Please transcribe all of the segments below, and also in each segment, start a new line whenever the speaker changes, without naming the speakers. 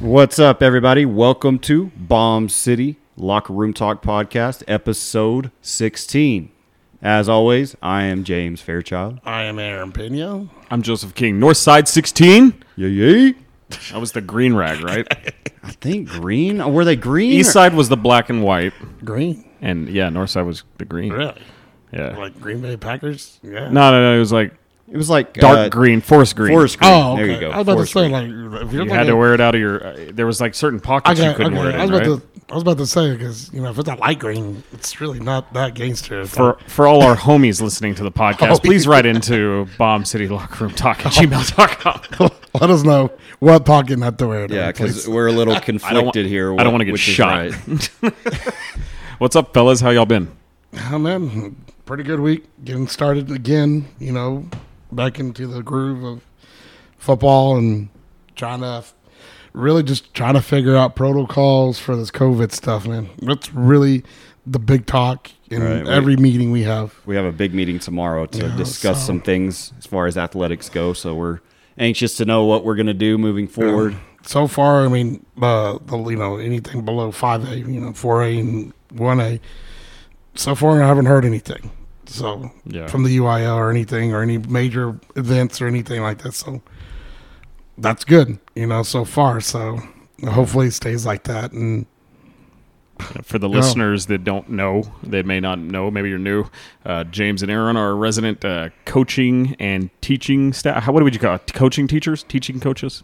What's up, everybody? Welcome to Bomb City Locker Room Talk Podcast, episode 16. As always, I am James Fairchild.
I am Aaron Pena.
I'm Joseph King. Northside 16.
Yeah, yeah.
That was the green rag, right?
I think green. Oh, Were they green? or-
East side was the black and white,
Green.
and yeah, north side was the green.
Really?
Yeah.
Like Green Bay Packers? Yeah.
no, no, no. It was like
It was like
dark
uh,
green, forest green.
Forest green.
Oh, okay.
There you go.
I was about
forest
to say,
green.
like, if you're
You had to wear it out of your. Uh, there was like certain
I
pockets you
got,
couldn't
okay,
wear it.
I was
in,
about
right?
to. I was about to say because you know if it's a light green, it's really not that gangster. It's
for
like-
for all our homies listening to the podcast,
Homies.
please write into bombcitylockerroomtalk at gmail.com.
let us know what pocket not to wear it. in,
Yeah, because
please.
we're a little
I don't want,
conflicted here.
I don't want to get
which is
shot.
right.
What's up, fellas? How y'all been?
oh man, pretty good week getting started again. You know, back into the groove of football and trying to really just trying to figure out protocols for this COVID stuff, man. That's really the big talk in
Right, we-
every meeting we have.
We have a big meeting tomorrow to
Yeah,
discuss
so-
some things as far as athletics go. So we're anxious to know what we're going to do moving forward.
so far, I mean, uh, the you know anything below five A, you know, four A and one A. So far, I haven't heard anything. So
Yeah.
from the UIL or anything or any major events or anything like that. So that's good, you know, so far. So hopefully it stays like that. And
For
Oh.
the listeners that don't know, they may not know, maybe you're new. Uh, James and Aaron are resident uh, coaching and teaching staff. How, what would you call it? Coaching teachers? Teaching coaches?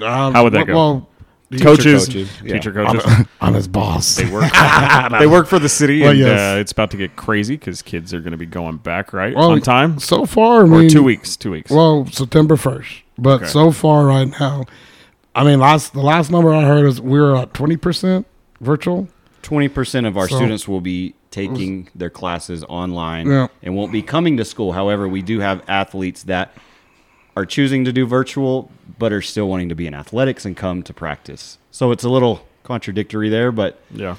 um,
How would that
well-
go?
Well,
coaches.
coaches, yeah.
Teacher
I'm,
coaches.
I'm his boss.
they, work, they work for the city,
Well,
and
yes.
uh, it's about to get crazy because kids are going to be going back, right?
Well,
On time?
So far, I
Or
mean,
two weeks? Two weeks.
Well, September first, but
Okay.
so far right now, I mean, last the last number I heard is we were at twenty percent virtual.
Twenty percent of our
So-
students will be taking their classes online
Yeah.
and won't be coming to school. However, we do have athletes that are choosing to do virtual but are still wanting to be in athletics and come to practice. So it's a little contradictory there, but
yeah.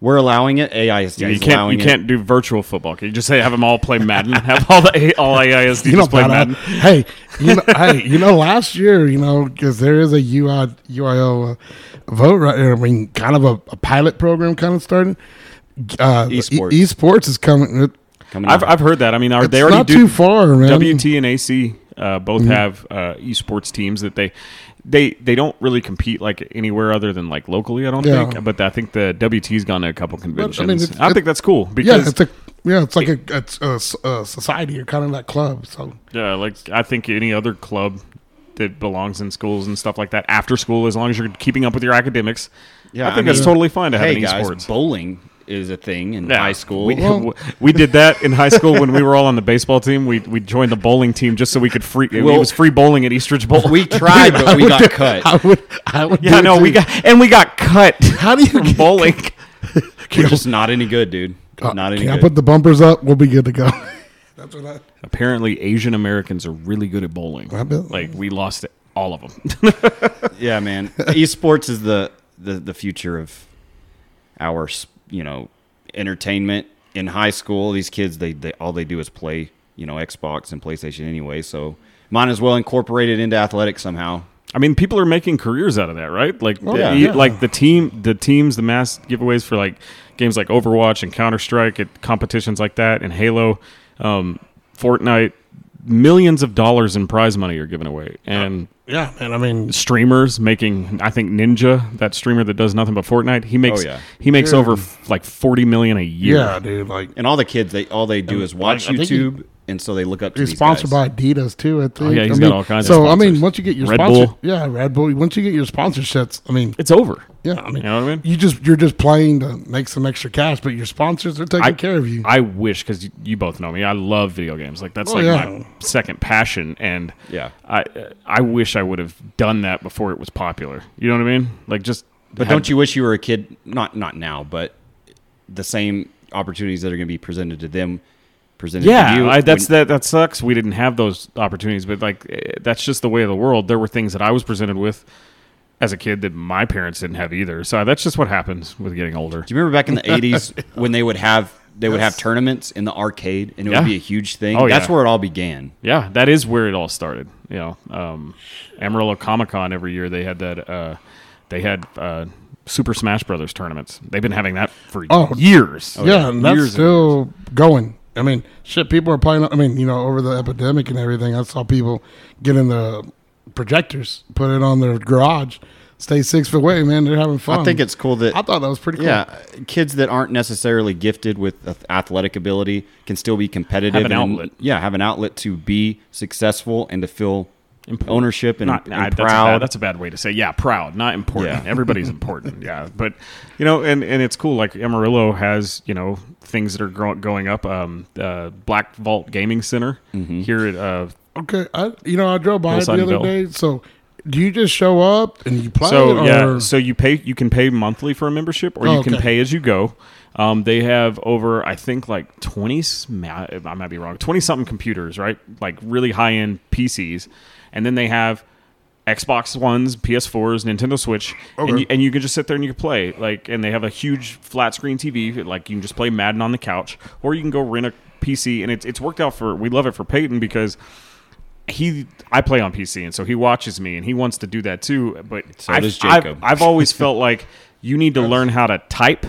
we're allowing it. AISD
Yeah, you
is
can't
allowing
you
it.
can't do virtual football. Can you just say have them all play Madden? have all the all AISD
You know,
just play
Pat, I-
Madden?
hey, you know, hey, you know, last year, you know, because there is a UI UIO uh, vote right there. I mean, kind of a, a pilot program kind of starting. Uh, e-
Esports.
esports is coming. It,
Coming
I've,
up.
I've heard that. I mean, are they
it's
already
not
do
too far, man.
WT and AC uh, both
mm-hmm.
have uh, esports teams that they they they don't really compete like anywhere other than like locally. I don't
Yeah.
think, but I think the WT's gone to a couple conventions. I,
it's- it-
think that's cool
yeah,
because
it's a yeah, it's like a, it's a, s- a society or kind of like club. So
yeah, uh, like I think any other club that belongs in schools and stuff like that after school, as long as you're keeping up with your academics,
Yeah,
I
I
think that's
mean-
totally fine to have
hey
an
guys,
esports.
bowling is a thing in
Yeah.
high school.
We, we did that in high school when we were all on the baseball team. We we joined the bowling team just so we could free.
Well-
it was free bowling at Eastridge Bowl.
we tried, but we got cut.
I would, I would. do
yeah,
it
no,
too.
we got and we got cut.
How do you
from
get-
bowling?
We're just not any good, dude.
Uh,
Not any
can I
good.
put the bumpers up? We'll be good to go. That's what I.
Apparently, Asian Americans are really good at bowling.
I bet.
Like we lost all of them.
yeah, man. Esports is the, the the future of our s- you know entertainment in high school. These kids, they, they all they do is play you know Xbox and PlayStation anyway. So might as well incorporate it into athletics somehow.
I mean, people are making careers out of that, right? Like, the-
yeah.
e-
Oh, Yeah.
like the team, the teams, the mass giveaways for like games like Overwatch and Counter Strike at competitions like that, and Halo, um, Fortnite. Millions of dollars in prize money are given away, and
Yeah, man. I mean,
streamers making. I think Ninja, that streamer that does nothing but Fortnite, he makes
yeah.
he makes
Dude.
over f- like forty million a year.
yeah, dude. Like,
And all the kids, they all they do is watch
I think he-
YouTube, and so they look up to
you're
these
sponsored
guys.
by Adidas too. I think.
yeah,
I
he's got
mean,
all kinds of
So I mean,
sponsors.
once you get your
Red
sponsor,
Bull.
yeah, Red Bull. Once you get your sponsorships, I mean,
It's over.
yeah, I mean,
You know what I mean?
you just you're just playing to make some extra cash, but your sponsors are taking
I-
care of you.
I wish because you, you both know me. I love video games. Like that's
Oh,
like
yeah.
my second passion, and
Yeah.
I uh, I wish I would have done that before it was popular. You know what I mean? Like just.
But don't you wish you were a kid? Not not now, but the same opportunities that are going to be presented to them, presented to
Yeah,
you.
I, that's
when-
that. That sucks. We didn't have those opportunities, but like eh, that's just the way of the world. There were things that I was presented with as a kid that my parents didn't have either. So that's just what happens with getting older.
Do you remember back in the eighties when they would have they would have tournaments in the arcade and it would
Yeah.
be a huge thing?
Oh,
That's
yeah.
where it all began.
Yeah, that is where it all started. You know, um, Amarillo Comic Con every year they had that. Uh, They had uh, Super Smash Brothers tournaments. They've been having that for
Oh.
years.
yeah, and that's
Years and
still going. I mean, shit, people are playing. I mean, you know, over the epidemic and everything, I saw people getting the projectors, put it on their garage, stay six feet away, man. They're having fun.
I think it's cool that
I thought that was pretty cool.
yeah, kids that aren't necessarily gifted with ath- athletic ability can still be competitive.
Have an
and,
outlet.
Yeah, have an outlet to be successful and to feel ownership and,
not
and
I- that's, A
proud.
bad, that's a bad way to say yeah proud not important
Yeah.
everybody's important yeah but you know and and it's cool like amarillo has you know things that are grow- going up um uh, black vault gaming center
Mm-hmm.
here at uh
Okay, I you know I drove by it the
Hillside
other
Bell.
day. So, do you just show up and you play?
so
or,
yeah so you pay you can pay monthly for a membership or you
Oh,
can
okay.
pay as you go um, they have over i think like 20 sm- i I might be wrong 20 something computers right like really high end pcs and then they have xbox ones ps4s nintendo switch and,
Okay.
you, and you can just sit there and you can play like and they have a huge flat screen tv like you can just play madden on the couch or you can go rent a pc and it's, it's worked out for we love it for peyton because he I play on PC and so he watches me and he wants to do that too. But
So
I've,
does
I've-
Jacob.
I've always felt like you need to learn how to type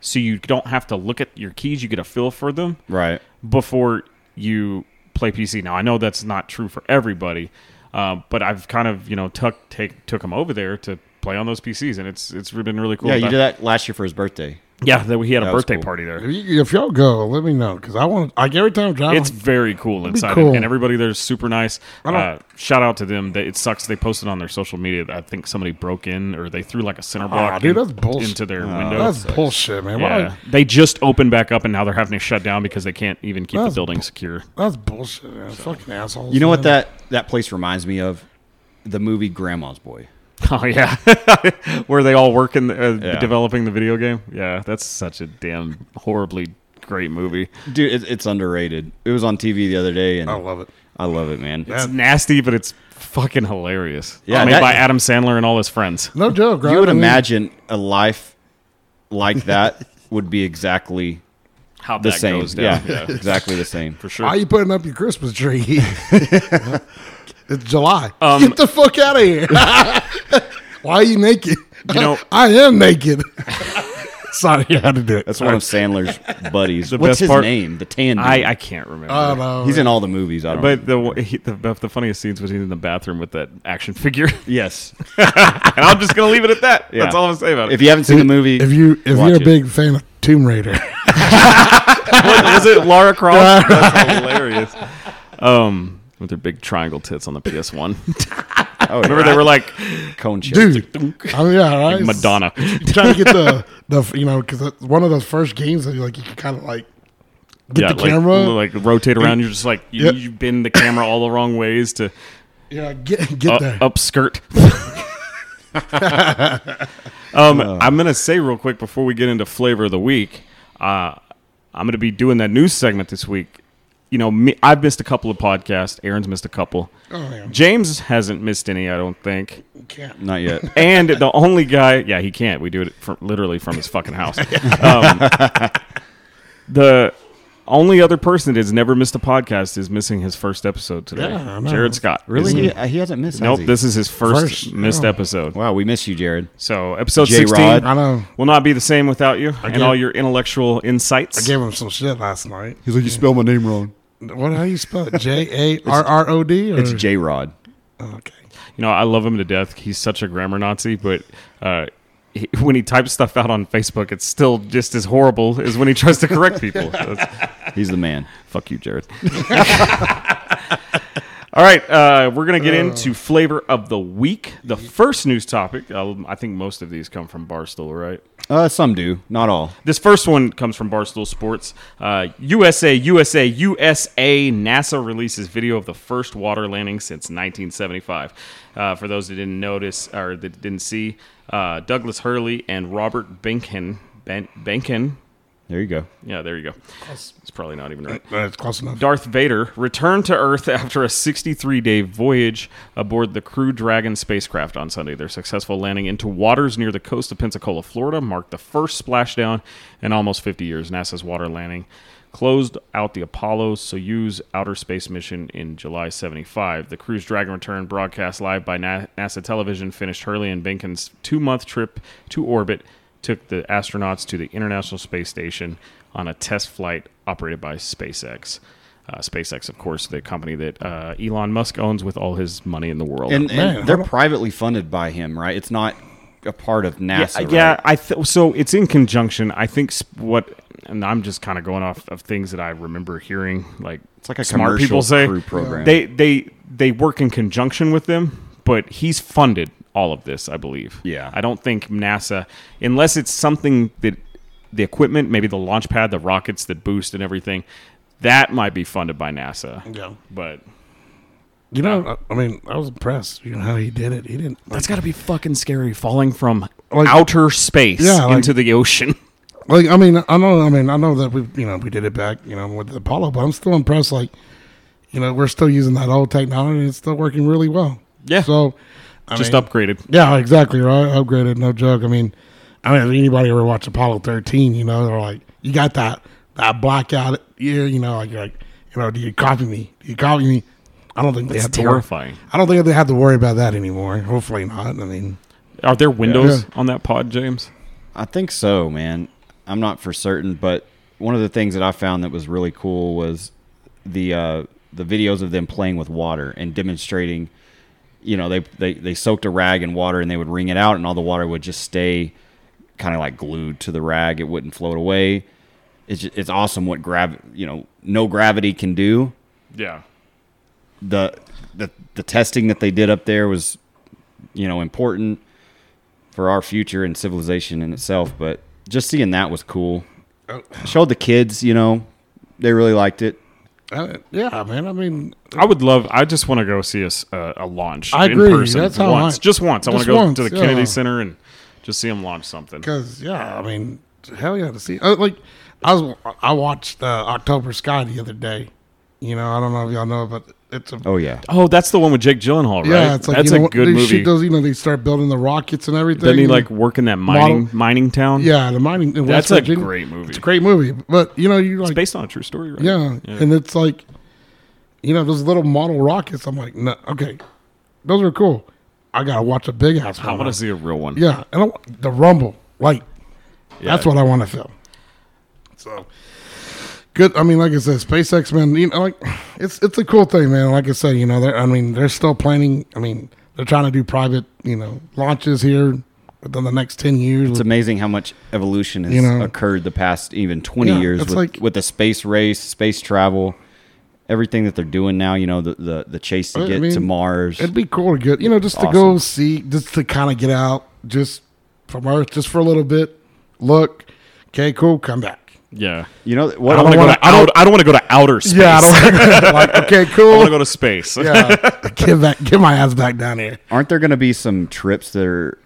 so you don't have to look at your keys. You get a feel for them
right.
before you play PC. Now I know that's not true for everybody, uh, but I've kind of you know tuck take took him over there to play on those PCs and it's it's been really cool.
Yeah, you
That-
did that last year for his birthday.
Yeah, that he had a
That was
birthday
cool.
party there.
If, you, if y'all go, let me know because I want like every time I drive.
It's very cool inside,
Oh. cool.
and everybody there's super nice.
I don't-
Uh, shout out to them. They, it sucks they posted on their social media. that I think somebody broke in or they threw like a center block
dude,
in-
that's bullshit.
into their
Oh,
window.
that's bullshit, man. Why-
yeah. They just opened back up, and now they're having to shut down because they can't even keep the
That's
building secure.
That's bullshit, man. Fucking assholes.
You know what
man.
that that place reminds me of? The movie Grandma's Boy.
Oh yeah, where they all work in the, uh,
Yeah.
developing the video game. Yeah, that's such a damn horribly great movie.
Dude, it, it's underrated. It was on TV the other day, and
Oh.
I love it.
I love it, man.
It's nasty, but it's fucking hilarious.
Yeah,
made
that-
by Adam Sandler and all his friends.
No joke, right?
You would
I mean,
imagine a life like that would be exactly
How
the
that
same.
goes down.
yeah, exactly the same.
for sure.
Why you putting up your Christmas tree? it's July.
Um,
Get the fuck out of here. Why are you naked?
You know-
I am naked. Sorry, I had to do it.
That's one of Sandler's buddies.
The
What's
best
his
part-
name? The tan. dude.
I, I can't remember.
I don't know.
He's in all the movies. I don't.
but the, he, the the funniest scenes was he's in the bathroom with that action figure, and
yes,
I'm just gonna leave it at that.
Yeah.
That's all I'm saying about
if
it.
you haven't seen the movie,
if you if
watch
you're a
it.
big fan of Tomb Raider,
was it Lara Croft? That's hilarious. Um, with their big triangle tits on the PS One.
oh,
Remember they were like
cone shaped.
dude. I mean, yeah, right.
Madonna.
trying to get the the you know because one of those first games that you like you can kind of like get the
like,
camera
like rotate around. You're just like you,
Yep.
you bend the camera all the wrong ways to
yeah get get
up,
there.
Uh, upskirt. um, I'm gonna say real quick before we get into flavor of the week. Uh, I'm gonna be doing that news segment this week. You know, me, I've missed a couple of podcasts. Aaron's missed a couple.
Oh, yeah.
James hasn't missed any, I don't think.
Can't.
Not yet.
And the only guy, yeah, he can't. We do it from, literally from his fucking house. Um, the only other person that has never missed a podcast is missing his first episode today.
Yeah, I know.
Jared Scott.
Really?
Is-
He, he hasn't missed. has
Nope,
he?
this is his first,
First,
missed
yeah.
episode.
Wow, we miss you, Jared.
So episode
J.
16
Rod.
I know.
will not be the same without you and
gave-
all your intellectual
I
insights.
gave him some shit last night.
He's like, you spelled my name wrong.
What how you spell it? J A R R O D. Oh,
It's J Rod.
Okay.
you know, I love him to death. He's such a grammar Nazi, but uh, he, when he types stuff out on Facebook, it's still just as horrible as when he tries to correct people. That's-
He's the man.
fuck you, Jared. All right, uh, we're going to get into flavor of the week. The first news topic, uh, I think most of these come from Barstool, right?
Uh, some do, not all.
This first one comes from Barstool Sports. Uh, USA, USA, USA. NASA releases video of the first water landing since 1975. Uh, for those that didn't notice or that didn't see, uh, Douglas Hurley and Robert Benkin. Ben, Benkin.
There you go.
Yeah, there you go. It's probably not even right.
That's close enough.
Darth Vader returned to Earth after a 63 day voyage aboard the Crew Dragon spacecraft on Sunday. Their successful landing into waters near the coast of Pensacola, Florida, marked the first splashdown in almost 50 years. NASA's water landing closed out the Apollo Soyuz outer space mission in July 75. The crew's Dragon return, broadcast live by Na- NASA television, finished Hurley and Benkin's two month trip to orbit, took the astronauts to the International Space Station on a test flight operated by SpaceX. Uh, SpaceX, of course, the company that uh, Elon Musk owns with all his money in the world.
And, and
Oh, Man, hold
they're
on.
privately funded by him, right? It's not a part of NASA.
Yeah, yeah,
right?
I th- so it's in conjunction. I think sp- what, and I'm just kind of going off of things that I remember hearing, like
it's like a
smart
commercial
people say.
crew program.
They they they work in conjunction with them, but he's funded all of this, I believe.
Yeah.
I don't think NASA, unless it's something that the equipment, maybe the launch pad, the rockets that boost and everything, that might be funded by NASA.
Yeah.
But
You know, I I mean, I was impressed. You know how he did it. He didn't.
that's got to be fucking scary, falling from
Like-
outer space
Yeah, like-
into the ocean.
Like, I mean, I know. I mean, I know that we, you know, we did it back, you know, with the Apollo. But I'm still impressed. Like, you know, we're still using that old technology. and It's still working really well.
Yeah.
So, I
just
mean,
upgraded.
Yeah, exactly. Right. Upgraded. No joke. I mean, I mean, if anybody ever watched Apollo 13, you know, they're like, you got that that blackout year, you know, like, you're like, you know, do you copy me? Do you copy me? I don't think they
It's
have to worry.
terrifying.
I don't think they have to worry about that anymore. Hopefully not. I mean,
Are there windows
Yeah.
on that pod, James?
I think so, man. I'm not for certain, but one of the things that I found that was really cool was the uh, the videos of them playing with water and demonstrating. You know, they, they they soaked a rag in water and they would wring it out, and all the water would just stay kind of like glued to the rag. It wouldn't float away. It's just, it's awesome what grav you know no gravity can do.
Yeah.
the the the testing that they did up there was you know important for our future and civilization in itself but just seeing that was cool showed the kids you know they really liked it
uh, yeah, man. I mean,
I would love. I just want to go see a, s- a- a launch.
I
in
agree.
Person
That's how
once,
I-
just once. I want
just
to go
once,
to the
yeah.
Kennedy Center and just see them launch something.
Because yeah, I mean, hell yeah, to see. Uh, like I was, I watched uh, October Sky the other day. You know, I don't know if y'all know, but it's a
oh yeah
Oh, that's the one with Jake Gyllenhaal, right?
yeah, it's like
that's
you know,
a good
they
movie.
Shoot those, you know, they start building the rockets and everything.
Doesn't he like work in that mining
Model-
mining town?
Yeah, the mining. In West
that's a
Virginia.
great movie.
It's a great movie, but you know, you
It's
like
based on a true story, right?
yeah, and it's like, you know, those little model rockets. I'm like, no, okay, those are cool. I gotta watch a big ass.
I
one.
want to see a real one.
Yeah, and I, wa- the rumble, like that's what I want to feel. So good. I mean, like I said, SpaceX, man. You know, like it's it's a cool thing, man. Like I said, you know, they're I mean, they're still planning. I mean, they're trying to do private, you know, launches here within the next ten years.
it's amazing how much evolution has
You know.
occurred the past even 20
Yeah,
years
it's
with,
like-
with the space race space travel everything that they're doing now you know the the, the chase to
I
get to
mean,
mars
It'd be cool to get, you know, just to go see, just to kind of get out, just from Earth, just for a little bit. Look, okay, cool, come back.
yeah.
you know what oh
I don't want to go
wanna-
to out, I don't want to go to outer space.
Yeah, I don't like. Okay,
I
cool.
want to go to space.
yeah, get back, get my ass back down here.
aren't there going to be some trips that are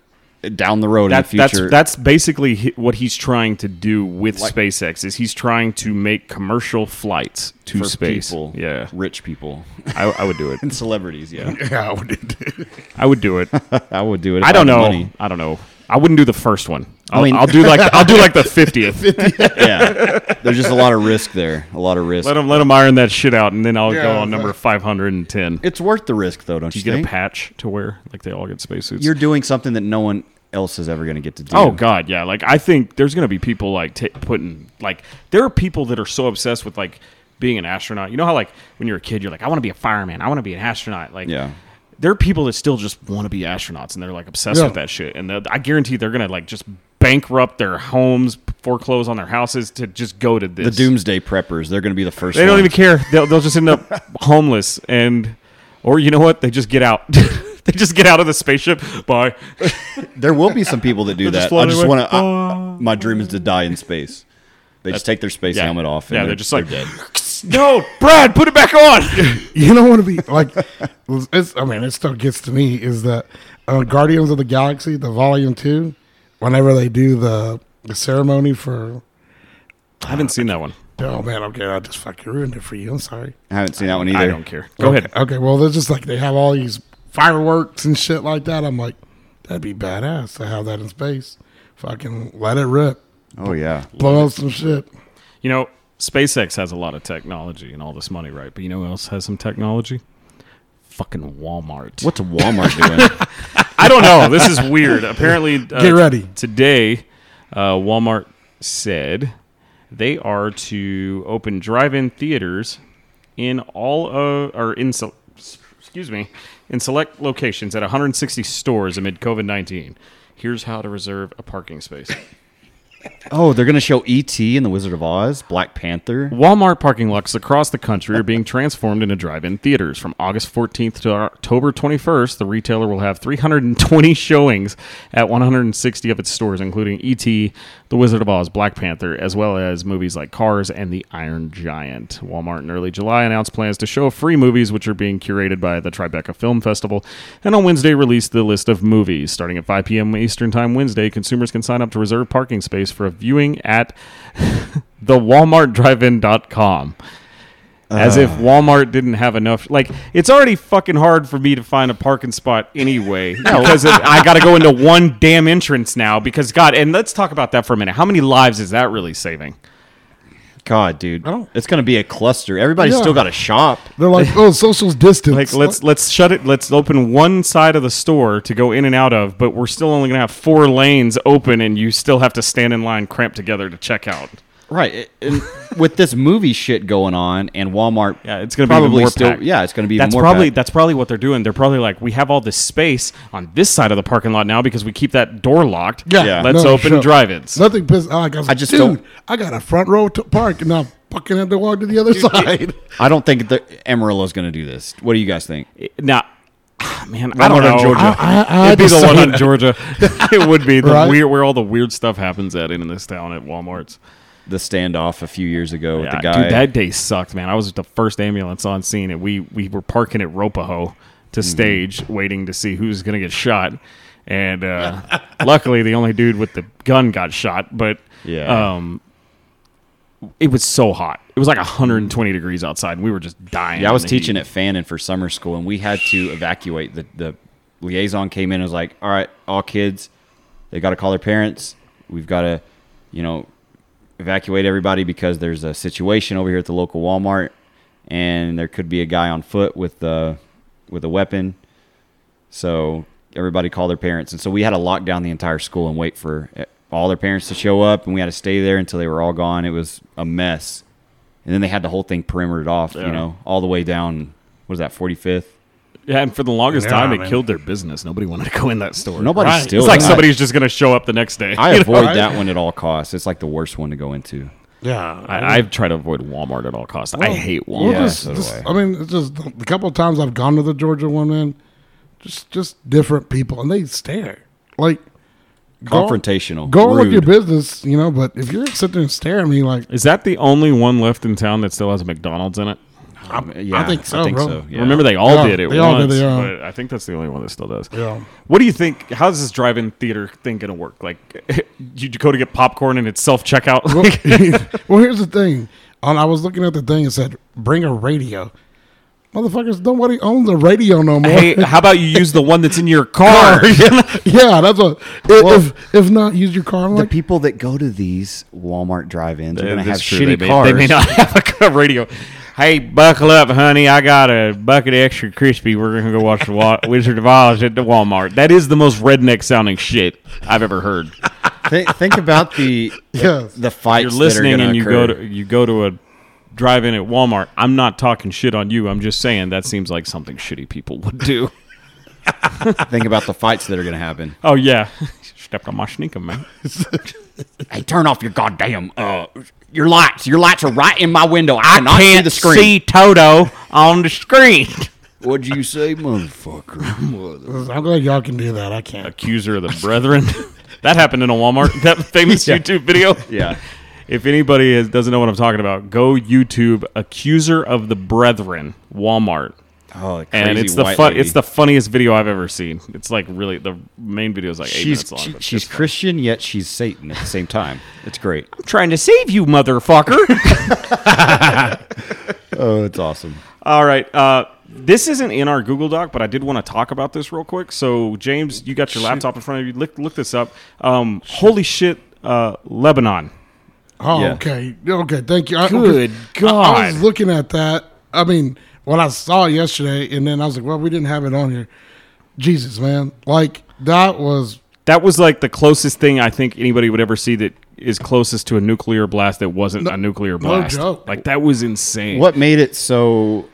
down the road
That's
in the future
that's that's basically hi- what he's trying to do with SpaceX is he's trying to make commercial flights to
for
space.
people
Yeah,
rich people
I, I would do it.
and celebrities. Yeah,
Yeah, we did.
I would do it.
I would do it. if
I
had the
don't know.
money.
I don't know. I wouldn't do the first one. I'll,
mean-
I'll do like I'll do like the fiftieth.
Yeah, there's just a lot of risk there. A lot of risk.
Let him let him iron that shit out, and then I'll go
Yeah,
on number
but-
five hundred and ten.
it's worth the risk, though, don't you,
You get a
think?
patch to wear, like they all get spacesuits.
You're doing something that no one else is ever going to get to do.
Oh God, yeah. Like I think there's gonna be people like t- putting like there are people that are so obsessed with like being an astronaut. You know how like when you're a kid, you're like, I want to be a fireman. I want to be an astronaut. Like
Yeah.
there are people that still just want to be astronauts and they're like obsessed
Yeah.
with that shit. And the- I guarantee they're gonna like just bankrupt their homes, foreclose on their houses to just go to this.
the doomsday preppers—they're going to be the first.
They don't
ones.
even care. They'll, they'll just end up homeless and or you know what? They just get out. they just get out of the spaceship. Bye.
There will be some people that do
just
that. I
floating
just
away. Ah.
want to. My dream is to die in space. They just take their space
yeah.
helmet off. And
Yeah, they're just like,
dead.
no, Brad, put it back on.
you don't want to be like it's i mean it still gets to me is that uh, guardians of the galaxy the volume two whenever they do the the ceremony for
I haven't seen that one.
oh man okay i just fucking ruined it for you i'm sorry
I haven't seen that one either.
I don't care. Go
okay,
ahead.
okay well they're just like they have all these fireworks and shit like that i'm like that'd be badass to have that in space fucking let it rip
Oh yeah,
blow out some shit
You know, SpaceX has a lot of technology and all this money, right? But you know who else has some technology? Fucking Walmart.
What's Walmart doing?
I don't know. This is weird. Apparently, uh,
Get ready.
Today, uh, Walmart said they are to open drive-in theaters in all of or in se- excuse me in select locations at 160 stores amid COVID-19. Here's how to reserve a parking space.
oh, they're gonna show E.T. and the Wizard of Oz, Black Panther.
Walmart parking lots across the country are being transformed into drive-in theaters. From August 14th to October 21st, the retailer will have 320 showings at 160 of its stores, including E.T., The Wizard of Oz, Black Panther, as well as movies like Cars and The Iron Giant. Walmart in early July announced plans to show free movies, which are being curated by the Tribeca Film Festival, and on Wednesday released the list of movies. Starting at 5 p.m. Eastern Time Wednesday, consumers can sign up to reserve parking space for a viewing at the walmartdrivein.com as if Walmart didn't have enough. Like it's already fucking hard for me to find a parking spot anyway because of- I got to go into one damn entrance now. Because God, and let's talk about that for a minute. How many lives is that really saving?
God, dude,
I don't-
it's gonna be a cluster. Everybody's
Yeah.
still got a shop.
They're like, oh, social's distance.
Like let's let's shut it. Let's open one side of the store to go in and out of, but we're still only gonna have four lanes open, and you still have to stand in line cramped together to check out.
Right. And with this movie shit going on and Walmart
Yeah, it's gonna be even
probably
more
still
packed.
yeah, it's gonna be even
that's
more
probably
packed.
that's probably what they're doing. They're probably like, we have all this space on this side of the parking lot now because we keep that door locked.
Yeah,
Yeah.
let's
no,
open
sure.
drive-ins.
Nothing pissed. I, like, I, was
I
like,
just
dude,
don't-
I got a front row to park, and I fucking had to walk to the other side.
I don't think that Amarillo's gonna do this. What do you guys think?
Now, ah, man, I don't
one on
know.
Georgia.
I- I- I
It'd be the
just
one
saw
on
that.
Georgia. it would be the
Right?
weird where all the weird stuff happens at in this town at Walmart's.
The standoff a few years ago with the
Yeah,
guy.
Dude, that day sucked, man. I was the first ambulance on scene, and we we were parking at Ropaho to stage, waiting to see who's gonna get shot. And uh, luckily, the only dude with the gun got shot. But
Yeah.
um, it was so hot. It was like 120 degrees outside, and we were just dying.
yeah, I
in
was
the
teaching
heat.
at Fannin for summer school and we had to evacuate. The the liaison came in and was like, All right, all kids, they gotta call their parents. We've gotta, you know, evacuate everybody because there's a situation over here at the local Walmart and there could be a guy on foot with the with a weapon. So everybody called their parents, and so we had to lock down the entire school and wait for eh, all their parents to show up, and we had to stay there until they were all gone. It was a mess, and then they had the whole thing perimetered off,
Yeah.
you know, all the way down. What was that forty fifth?
Yeah, and for the longest
Yeah,
time, it
man.
killed their business. Nobody wanted to go in that store.
Nobody
Right.
still.
it's like
I-
somebody's just gonna show up the next day.
I
you know?
avoid
right?
that one at all costs. It's like the worst one to go into.
yeah,
I, I've tried to avoid Walmart at all costs. I hate Walmart.
Well,
Yeah,
just-
so do
just-
I.
I. mean, it's just the couple of times I've gone to the Georgia one, man. Just, just different people, and they stare like go-
Confrontational.
Go on with your
rude.
business, you know. But if you're sitting there and staring at me, like
Is that the only one left in town that still has a McDonald's in it?
Yeah,
I think so, bro.
yeah.
Remember, they all
Yeah,
did it
they all did
once,
it, yeah.
but I think that's the only one that still does.
Yeah.
What do you think? How's this drive-in theater thing gonna work? Like, you go to get popcorn and it's self-checkout.
well, well, here's the thing. On I was looking at the thing and said, "Bring a radio." Motherfuckers, nobody owns a radio no more.
hey, how about you use the one that's in your car?
yeah, that's a. If, if if not, use your car. I'm
the
like,
people that go to these Walmart drive-ins are going to have
they
shitty
may,
cars.
They may not have a good radio. Hey, buckle up, honey. I got a bucket of extra crispy. We're gonna go watch the Wa- Wizard of Oz at the Walmart. That is the most redneck-sounding shit I've ever heard.
think, think about the
Yes.
the fights.
you're listening
that are
and you go to you go to a drive-in at Walmart. I'm not talking shit on you. I'm just saying that seems like something shitty people would do.
to think about the fights that are going to happen.
oh yeah, stepped on my sneaker, man.
Hey, turn off your goddamn uh your lights. Your lights are right in my window. I, cannot see the screen.
Toto on the screen.
What'd you say, motherfucker?
I'm glad y'all can do that. I
Uh,
can't.
Accuser of the brethren. that happened in a Walmart. That famous YouTube video.
yeah.
If anybody is, doesn't know what I'm talking about, go YouTube "Accuser of the Brethren" Walmart.
Oh, the
and
crazy
it's the
white
fun,
lady.
it's the funniest video I've ever seen. It's like really the main video is like eight
she's
minutes long.
she-
but
she's
it's funny.
Christian yet she's Satan at the same time. It's great.
trying to save you, motherfucker.
Oh, it's awesome.
All right. Uh, this isn't in our Google Doc, but I did want to talk about this real quick. So, James, you got your laptop in front of you. Look, look this up. Um, holy shit, uh, Lebanon.
Oh,
Yeah.
okay. Okay, thank you. I-
Good
I- I,
God.
was looking at that. I mean, when I saw it yesterday, and then I was like, well, we didn't have it on here. Jesus, man. Like, that was.
That was like the closest thing I think anybody would ever see that is closest to a nuclear blast that wasn't a nuclear blast.
joke.
Like that was insane.
What made it so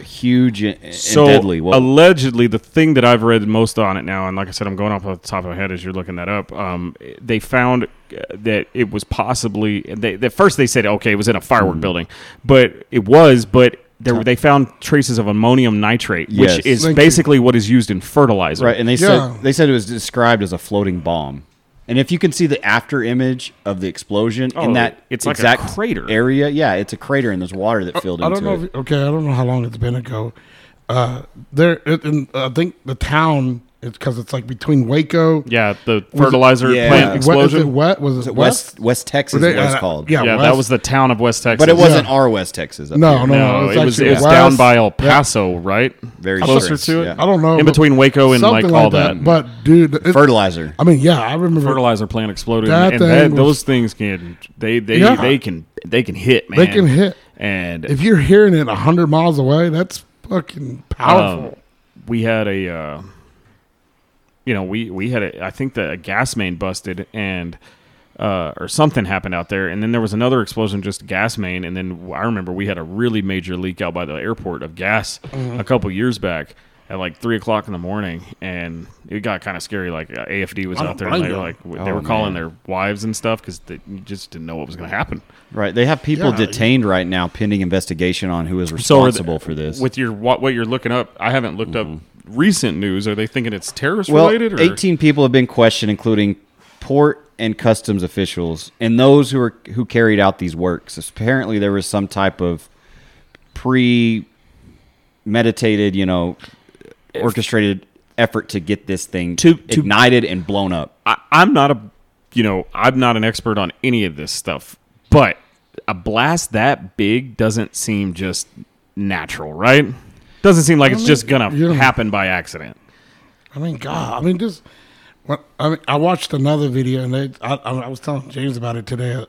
huge and, and
so
deadly? What,
allegedly the thing that i've read most on it now and like i said i'm going off the top of my head as you're looking that up um, they found uh, that it was possibly they, at first they said okay it was in a firework
Hmm.
building but it was but there, they found traces of ammonium nitrate
Yes.
which is
Thank you.
basically what is used in fertilizer
right, and they
Yeah.
said they said it was described as a floating bomb. And if you can see the after image of the explosion
Oh,
in that
it's like a
exact
crater.
area, yeah, it's a crater and there's water that filled
I
into
don't know.
it.
If, okay, I don't know how long it's been ago. Uh, there, it, and I think the town, it's because it's like between Waco.
yeah the fertilizer
yeah. Wet-
plant
What, is it
explosion
wet? Was it,
Was it
west?
West West Texas?
Were they-
is what it's
uh,
called.
yeah.
yeah
West?
that was the town of west texas
but it wasn't
Yeah.
our West Texas. Up
No,
here.
no,
no,
it's
it was
actually
it was down
west.
by el paso right
very
Closer
close
to it?
I don't know.
in
but
between waco and like
something
all that,
But, dude, it-
Fertilizer.
I mean, yeah, I remember.
fertilizer plant exploded,
That
and
thing
that,
was-
those things can they they
Yeah.
they can they can hit man.
They can hit.
and
If you're hearing it 100 miles away, that's fucking
um,
powerful.
we had a uh, you know we we had a I think the a gas main busted and. Uh, or something happened out there, and then there was another explosion, just gas main, and then I remember we had a really major leak out by the airport of gas
Mm-hmm.
a couple years back at like three o'clock in the morning, and it got kind of scary. Like uh, AFD was
I
out
don't
there, and they
blame
were
you.
like they
Oh,
were calling
man.
their wives and stuff because they you just didn't know what was going to happen.
Right. They have people
Yeah.
detained right now pending investigation on who is
So are they-
responsible for this.
With your what, what you're looking up, I haven't looked up recent news. Are they thinking it's terrorist
Mm-hmm. well,
related? Or?
18 people have been questioned, including port and customs officials and those who are who carried out these works. Apparently, there was some type of pre-meditated, you know, orchestrated effort to get this thing
To- to-
ignited and blown up.
I, I'm not a you know I'm not an expert on any of this stuff, but a blast that big doesn't seem just natural, right? Doesn't seem like it's just gonna
yeah.
happen by accident.
I mean, God, I mean, just. When, I mean, I watched another video, and they, I, I I was telling James about it today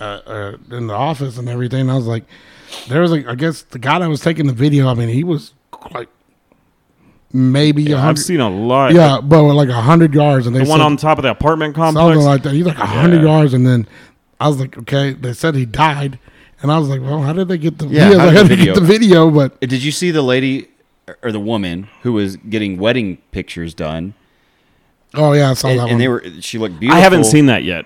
uh, uh, in the office and everything. I was like, there was like, I guess the guy that was taking the video. I mean, he was like maybe a
I've
hundred.
seen a lot.
yeah, but like a hundred yards, and they
the one
said-
on top of the apartment complex.
something like that. He's like hundred
Yeah.
yards, and then I was like, okay. They said he died, and I was like, well, how did they get the?
Yeah,
video?
how did
how did
the
they get the video? But
Did you see the lady or the woman who was getting wedding pictures done?
oh yeah, I saw
And,
that
and
one.
they were she looked beautiful.
I haven't seen that yet.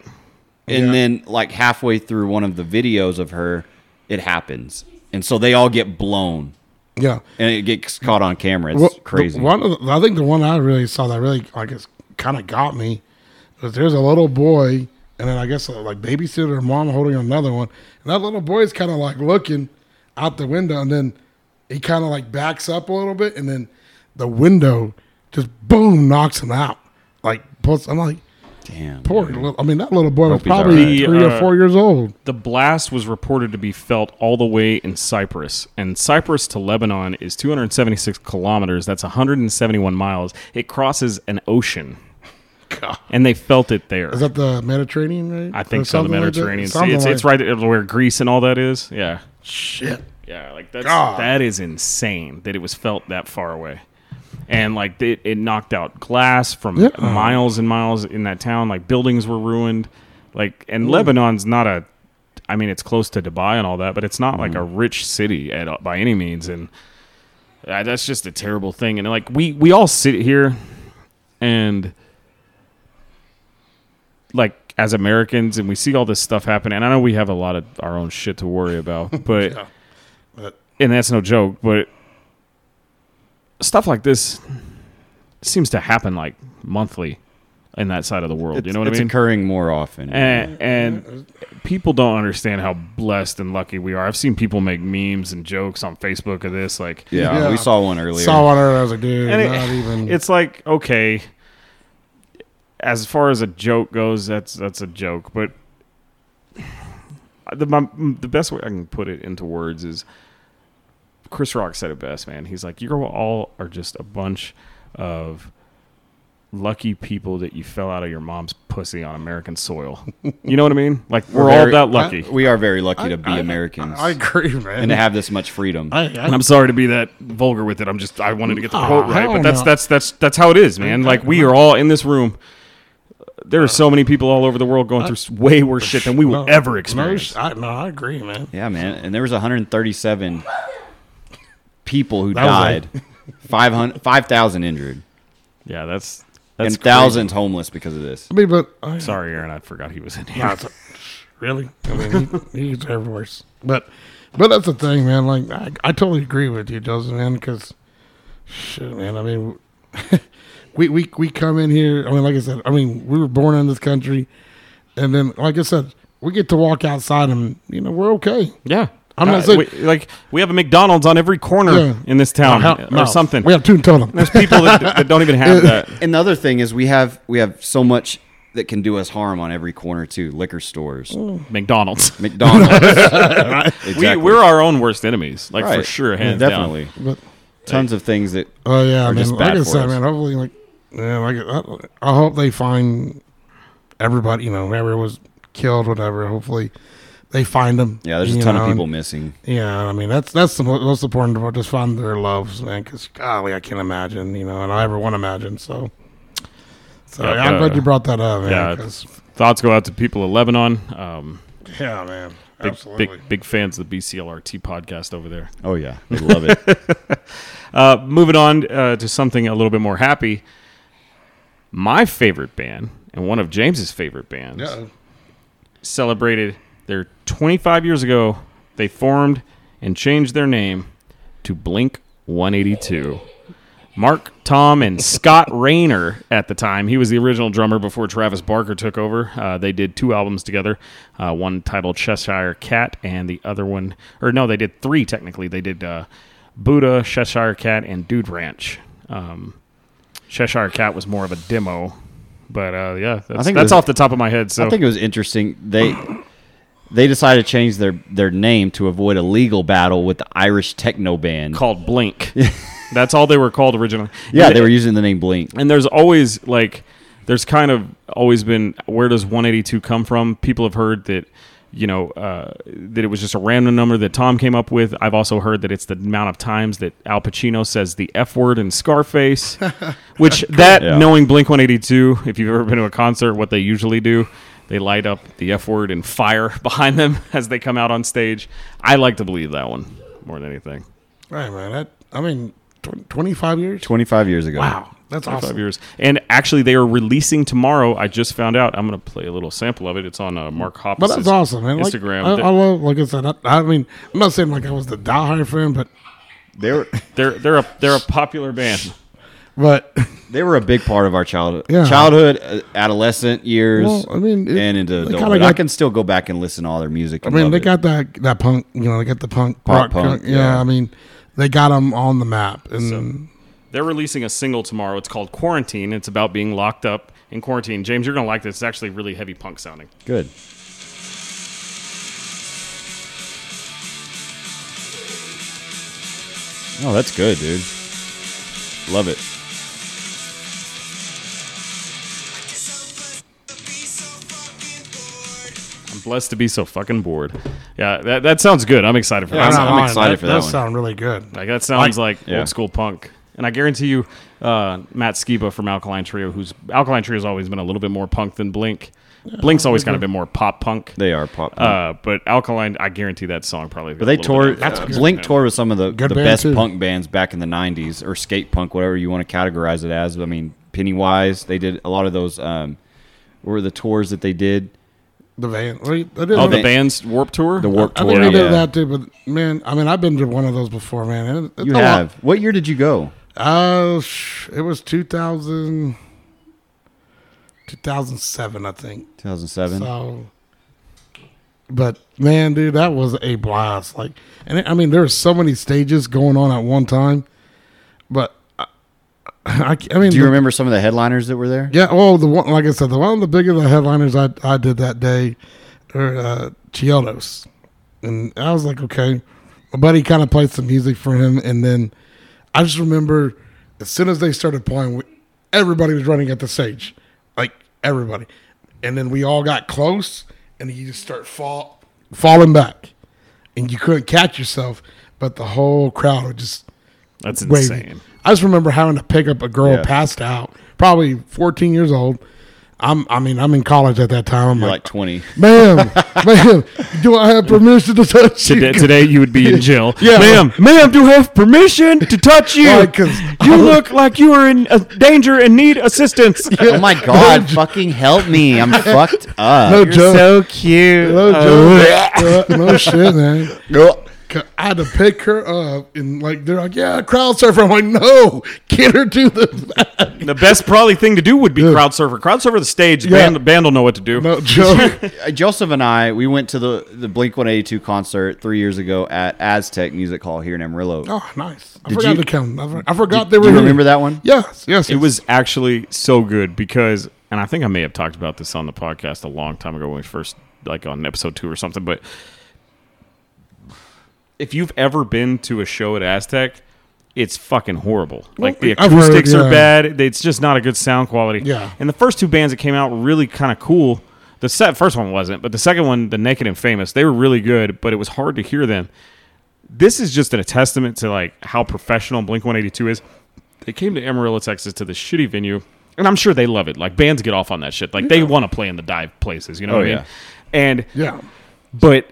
And then, like halfway through one of the videos of her, it happens, and so they all get blown,
yeah,
and it gets caught on camera. It's
Well, the
crazy.
one of the, I think the one I really saw that really I guess kind of got me was there's a little boy, and then I guess uh, like babysitter or mom holding another one, and that little boy's kind of like looking out the window, and then he kind of like backs up a little bit, and then the window just boom knocks him out. Like, plus, I'm like,
Damn.
poor little. I mean, that little boy was
Hope he's all
probably
right.
three
The, uh,
or four years old.
The blast was reported to be felt all the way in Cyprus, and Cyprus to Lebanon is 276 kilometers. That's 171 miles. It crosses an ocean,
God.
and they felt it there.
Is that the Mediterranean? Right?
I
Or
think so. The
something like that?
Mediterranean Sea.
Something
It's,
like-
it's right at where Greece and all that is. Yeah,
Shit.
yeah. Like that's
God.
that is insane that it was felt that far away, and like it, it knocked out glass from
Yeah.
miles and miles in that town. Like buildings were ruined. Like and
Mm.
Lebanon's not a. I mean, it's close to Dubai and all that, but it's not
Mm.
like a rich city at all- by any means, and uh, that's just a terrible thing. And like we we all sit here and like as Americans and we see all this stuff happen and I know we have a lot of our own shit to worry about but,
But-
and that's no joke but stuff like this seems to happen like monthly in that side of the world
It's,
you know what I
it's
mean Eh.
occurring more often.
and, and people don't understand how blessed and lucky we are I've seen people make memes and jokes on Facebook of this like
yeah,
Yeah.
we saw one earlier.
Saw one earlier. I was like, dude,
and it-
not even.
it's like okay as far as a joke goes that's that's a joke but the my, the best way i can put it into words is chris rock said it best man he's like you all are just a bunch of lucky people that you fell out of your mom's pussy on American soil. You know what I mean? Like we're,
very-
all that lucky.
We are very lucky to be
I-
Americans
I, agree, man.
and to have this much freedom.
I,
and
I,
I'm sorry to be that vulgar with it. I'm just I wanted to get the
Aw,
quote right,
hell
but that's
no.
that's that's that's how it is, man. Like we are all in this room. There
Uh,
are so many people all over the world going through way worse shit than we will
no,
ever
no,
experience.
I, no, I agree, man.
yeah, man. And there was 137 people who
That
died,
was
500 5,000 injured,
Yeah, that's that's
and
crazy.
thousands homeless because of this.
I mean, but uh, I,
Sorry, Aaron, I forgot he was in here.
Nah, it's- really? I mean, he, he's ever worse. But, but that's the thing, man. Like, I, I totally agree with you, Joseph, man. Because, shit, man. I mean, we we we come in here. I mean, like I said, I mean, we were born in this country, and then, like I said, we get to walk outside, and you know, we're okay.
Yeah.
I'm not
Uh,
saying-
we, like we have a McDonald's on every corner
Yeah.
in this town uh,
Hell,
or
no.
something.
We have two in total.
There's people that, that don't even have that.
And the other thing is we have we have so much that can do us harm on every corner too. Liquor stores,
Mm. McDonald's.
McDonald's.
We,
Exactly.
we're our own worst enemies, like for
Right.
sure,
Yeah,
hands
definitely.
But
Tons of things that
Oh yeah, I
are
mean,
just
like
bad
I
for
said,
us.
man. Hopefully, like, yeah, like I, I hope they find everybody. You know, whoever was killed, whatever. Hopefully, they find them.
yeah, there's a
you
ton
know,
of
and-
people missing.
yeah, I mean that's that's the mo- most important part. Just find their loves, man. Because golly, I can't imagine. You know, and I ever want to imagine. So, so
Yeah,
yeah, I'm glad
uh,
you brought that up, man.
yeah,
'cause-
down. Thoughts go out to people of Lebanon. Um,
yeah, man.
big,
Absolutely.
big, big fans of the BCLRT podcast over there.
Oh yeah, they love it.
Uh, moving on uh, to something a little bit more happy. My favorite band and one of James's favorite bands
yeah.
celebrated their 25 years ago. They formed and changed their name to Blink 182. Mark, Tom, and Scott Rayner at the time. He was the original drummer before Travis Barker took over. Uh, they did two albums together, uh, one titled Cheshire Cat, and the other one, or no, they did three technically. They did uh, Buddha, Cheshire Cat, and Dude Ranch. Um, Cheshire Cat was more of a demo, but uh, yeah, that's,
think it
that's
was-
off the top of my head. So
I think it was interesting. They they decided to change their their name to avoid a legal battle with the Irish techno band.
called Blink. That's all they were called originally.
yeah,
And
they were using the name Blink.
And there's always like, there's kind of always been where does 182 come from? People have heard that, you know, uh, that it was just a random number that Tom came up with. I've also heard that it's the amount of times that Al Pacino says the F word in Scarface, which that
Yeah.
knowing Blink 182, if you've ever been to a concert, what they usually do. They light up the F word and fire behind them as they come out on stage. I like to believe that one more than anything.
Right, man. That I mean, tw- 25 years.
Twenty five years ago.
Wow, that's
five
awesome.
years. And actually, they are releasing tomorrow. I just found out. I'm going to play a little sample of it. It's on uh, Mark Hoppus.
But that's awesome, man. Like,
Instagram.
I,
They're-
I love, like I said, I, I mean, I'm not saying like I was the diehard fan, but
They were
They're they're a they're a popular band.
but
they were a big part of our childhood,
Yeah.
childhood, uh, adolescent years.
Well, I mean, it-
and into
they kinda
adulthood. I
got-
can still go back and listen to all their music.
I
and
mean,
love
they
it.
got that that punk, you know, they got the punk
Pop
rock.
punk,
yeah,
yeah.
I mean, they got them on the map, and
They're releasing a single tomorrow. It's called Quarantine. It's about being locked up in quarantine. James, you're going to like this. It's actually really heavy punk sounding.
good. Oh, that's good, dude. Love it.
I'm blessed to be so fucking bored. Yeah, that, that sounds good. I'm excited for
I'm
that.
not
I'm
lying,
excited for that
does
one.
sound really good.
Like that sounds like
Yeah.
old school punk. And I guarantee you, uh, Matt Skiba from Alkaline Trio, who's Alkaline Trio has always been a little bit more punk than Blink. Blink's always kind of been more pop punk.
They are pop. punk.
Uh, but Alkaline, I guarantee that song probably.
But they tore. uh, Blink
tore.
toured with some of the,
Good
the
band,
best
too.
punk bands back in the '90s, or skate punk, whatever you want to categorize it as. I mean, Pennywise. They did a lot of those. Um, were the tours that they did
The van, like, they
Oh,
did-
the band's Warp Tour. Oh,
the Warped
I
Tour?
think they did
yeah.
that too. But man, I mean, I've been to one of those before, man. and it- it's
You
a lot-
have. What year did you go?
Uh, sh- it was 2000, 2007, I think.
2007.
So, but man, dude, that was a blast. Like, and I mean, there were so many stages going on at one time, but I, I, I mean,
Do you
the-
remember some of the headliners that were there?
Yeah, well, the one, like I said, the one of the biggest headliners I, I did that day, were uh, Chiodos, and I was like, okay, my buddy kind of played some music for him, and then I just remember as soon as they started playing, we, everybody was running at the stage, like everybody, and then we all got close, and you just start fall falling back, and you couldn't catch yourself, but the whole crowd would just
That's
waving.
insane.
I just remember having to pick up a girl
Yeah.
passed out, probably 14 years old. I'm, I mean, I'm in college at that time. I'm
You're like
like,
20.
ma'am, ma'am, do I have permission to touch
Today,
you?
today you would be in jail.
Yeah.
Ma'am, ma'am, do you have permission to touch you?
Why, 'cause-
you look like you are in uh, danger and need assistance.
Oh my god! fucking help me! I'm fucked up.
No
You're
joke.
so cute.
No, joke. Uh, no shit, man.
joke.
'Cause I had to pick her up, and like they're like, "Yeah, crowd surfer." I'm like, "No, get her to the
Uh, The best probably thing to do would be crowd surfer. Crowd surfer the stage. The
Yeah.
Band, the band will know what to do.
no joke."
Uh, Joseph and I, we went to the, the Blink 182 concert three years ago at Aztec Music Hall here in Amarillo.
Oh, nice. I
Did
forgot
you-
to come. I, for- I forgot
Do-
they were.
do you
here.
remember that one?
Yes, yes.
It was actually so good because, and I think I may have talked about this on the podcast a long time ago when we first, like on episode two or something, but if you've ever been to a show at Aztec, it's fucking horrible. Like the
I've heard,
acoustics
yeah.
are bad. It's just not a good sound quality.
Yeah.
And the first two bands that came out were really kind of cool. The set first one wasn't, but the second one, the Naked and Famous, they were really good, but it was hard to hear them. This is just a testament to like how professional Blink 182 is. They came to Amarillo, Texas, to this shitty venue, and I'm sure they love it. Like bands get off on that shit. Like they want to play in the dive places, you know
Oh,
what I mean?
yeah.
And
yeah.
but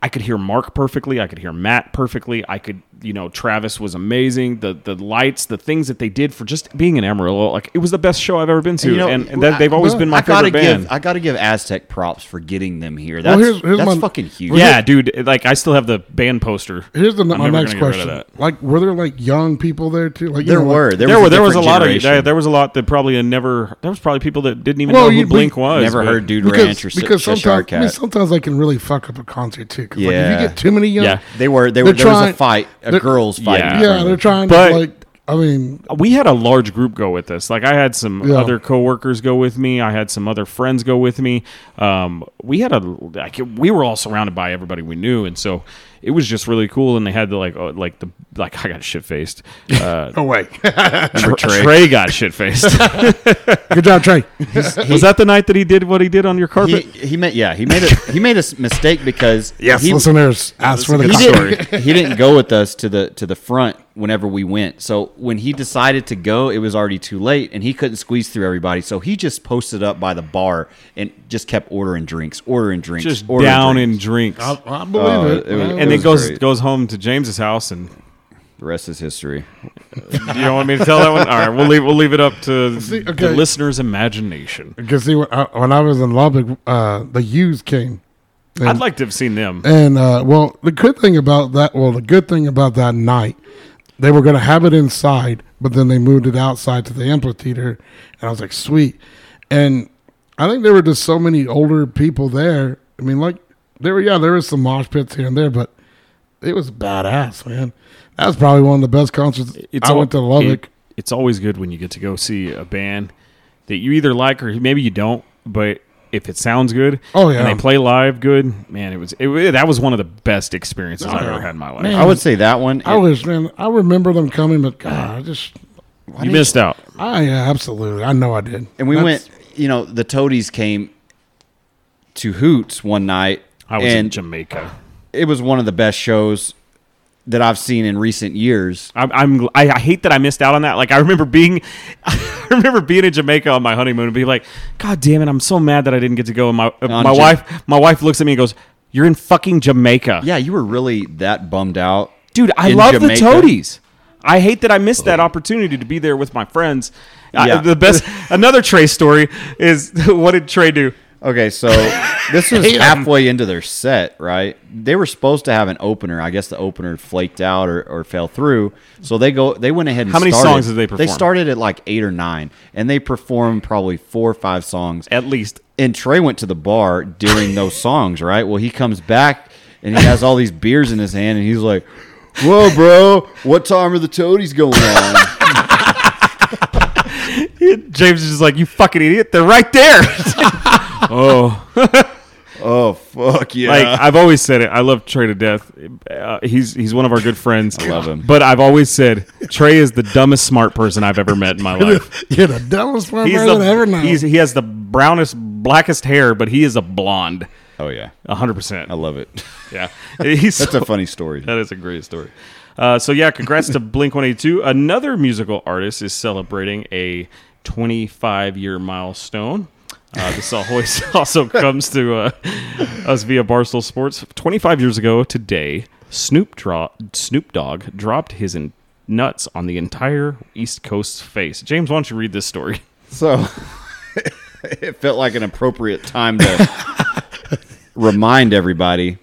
I could hear Mark perfectly. I could hear Matt perfectly. I could, you know, Travis was amazing. The the lights, the things that they did for just being in Amarillo, like it was the best show I've ever been to,
you know,
and, and that, they've always been my
I gotta
favorite band.
give I gotta give Aztec props for getting them here. That's
here's- here's
that's
my-
fucking huge.
yeah, dude, like I still have the band poster.
Here's the,
I'm
my
never
next
gonna get rid of
question: Like, were there like young people there too? Like, you
there
know, like-
were there,
that. There were there was a
different
lot of
generation.
there, there was a lot that probably had never there was probably people that didn't even
Well,
know
you-
who
we
Blink was.
never
but-
heard Dude
because,
Ranch or
because
Cheshire
sometimes I mean,
Cat.
sometimes I can really fuck up a concert too. 'cause, like, if
Yeah.
you get too many young,
Yeah.
They were they
They're
were there was
trying-
a fight, a
they're-
girls fight.
Yeah.
in front
yeah,
of
they're
them.
trying
But-
to like. I mean,
we had a large group go with us. Like I had some
Yeah.
other coworkers go with me. I had some other friends go with me. Um, we had a like we were all surrounded by everybody we knew, and so it was just really cool. And they had the like oh, like the like I got shit faced. Uh,
oh wait,
Tr- Trey. got shit faced.
good job, Trey.
was that the night that he did what he did on your
He,
carpet?
he made yeah he made a he made a s- mistake because
Yes,
he,
listeners, ask for the
he
con-
didn't, he didn't go with us to the to the front whenever we went. So when he decided to go, it was already too late, and he couldn't squeeze through everybody. So he just posted up by the bar and just kept ordering drinks, ordering drinks,
just
ordering
down
drinks.
in drinks,
I, I believe
Oh,
it.
it was-
I
and then
was
goes
great.
goes home to James's house. And
The rest is history.
you don't want me to tell that one? All right, we'll leave we'll leave it up to
okay.
the listener's imagination.
Because see, when I, when I was in Lubbock, uh, the U's came, and,
I'd like to have seen them.
and uh, well, the good thing about that, well, the good thing about that night, they were going to have it inside, but then they moved it outside to the amphitheater, and I was like, sweet. And I think there were just so many older people there. I mean, like there were, yeah, there was some mosh pits here and there, but it was badass, man. That was probably one of the best concerts I
al-
went to Lubbock.
it- it's always good when you get to go see a band that you either like or maybe you don't, but if it sounds good,
Oh, yeah.
and they play live good, man, it was it, wa- that was one of the best experiences I've ever had in my life.
I would say that one.
I wish, man. I remember them coming, but God, I just
you missed out.
I yeah, absolutely. I know I did.
and we
That's-
went. You know, the Toadies came to Hoots one night.
I was in
and
Jamaica.
it was one of the best shows that I've seen in recent years.
I'm, I'm gl- I, I hate that I missed out on that. Like I remember being, I remember being in Jamaica on my honeymoon and be like, God damn it, I'm so mad that I didn't get to go. And my uh,
On
my
Ja-
wife my wife looks at me and goes, You're in fucking Jamaica.
Yeah, you were really that bummed out.
Dude, I
in
love the
Jamaica. Oh.
toadies. I hate that I missed that opportunity to be there with my friends. I-
Yeah.
the best another Trey story is what did Trey do?
Okay, so this was halfway into their set, right? They were supposed to have an opener. I guess the opener flaked out or, or fell through. So they go they went ahead and
How many
started-
songs did they
They
perform?
started at like eight or nine and they performed probably four or five songs.
At least
And Trey went to the bar during those songs, right? Well he comes back and he has all these beers in his hand and he's like, Whoa, bro, what time are the toadies going on?
James is just like, You fucking idiot, they're right there. oh.
oh fuck Fuck yeah.
Like I've always said it. I love Trey to death. Uh, he's he's one of our good friends. I
love him.
But I've always said Trey is the dumbest smart person I've ever met in my life.
You're the dumbest one
He's
person ever
the,
now.
he's he has the brownest blackest hair, but he is a blonde.
oh yeah,
hundred percent.
I love it.
Yeah, he's
That's
so-
a funny story.
that is a great story. Uh, so yeah, congrats to Blink One Eighty Two. Another musical artist is celebrating a 25 year milestone. Uh, this always also comes to uh, us via Barstool Sports. 25 years ago today, Snoop Dro- Snoop Dogg dropped his in- nuts on the entire East Coast's face. James, why don't you read this story?
So it felt like an appropriate time to remind everybody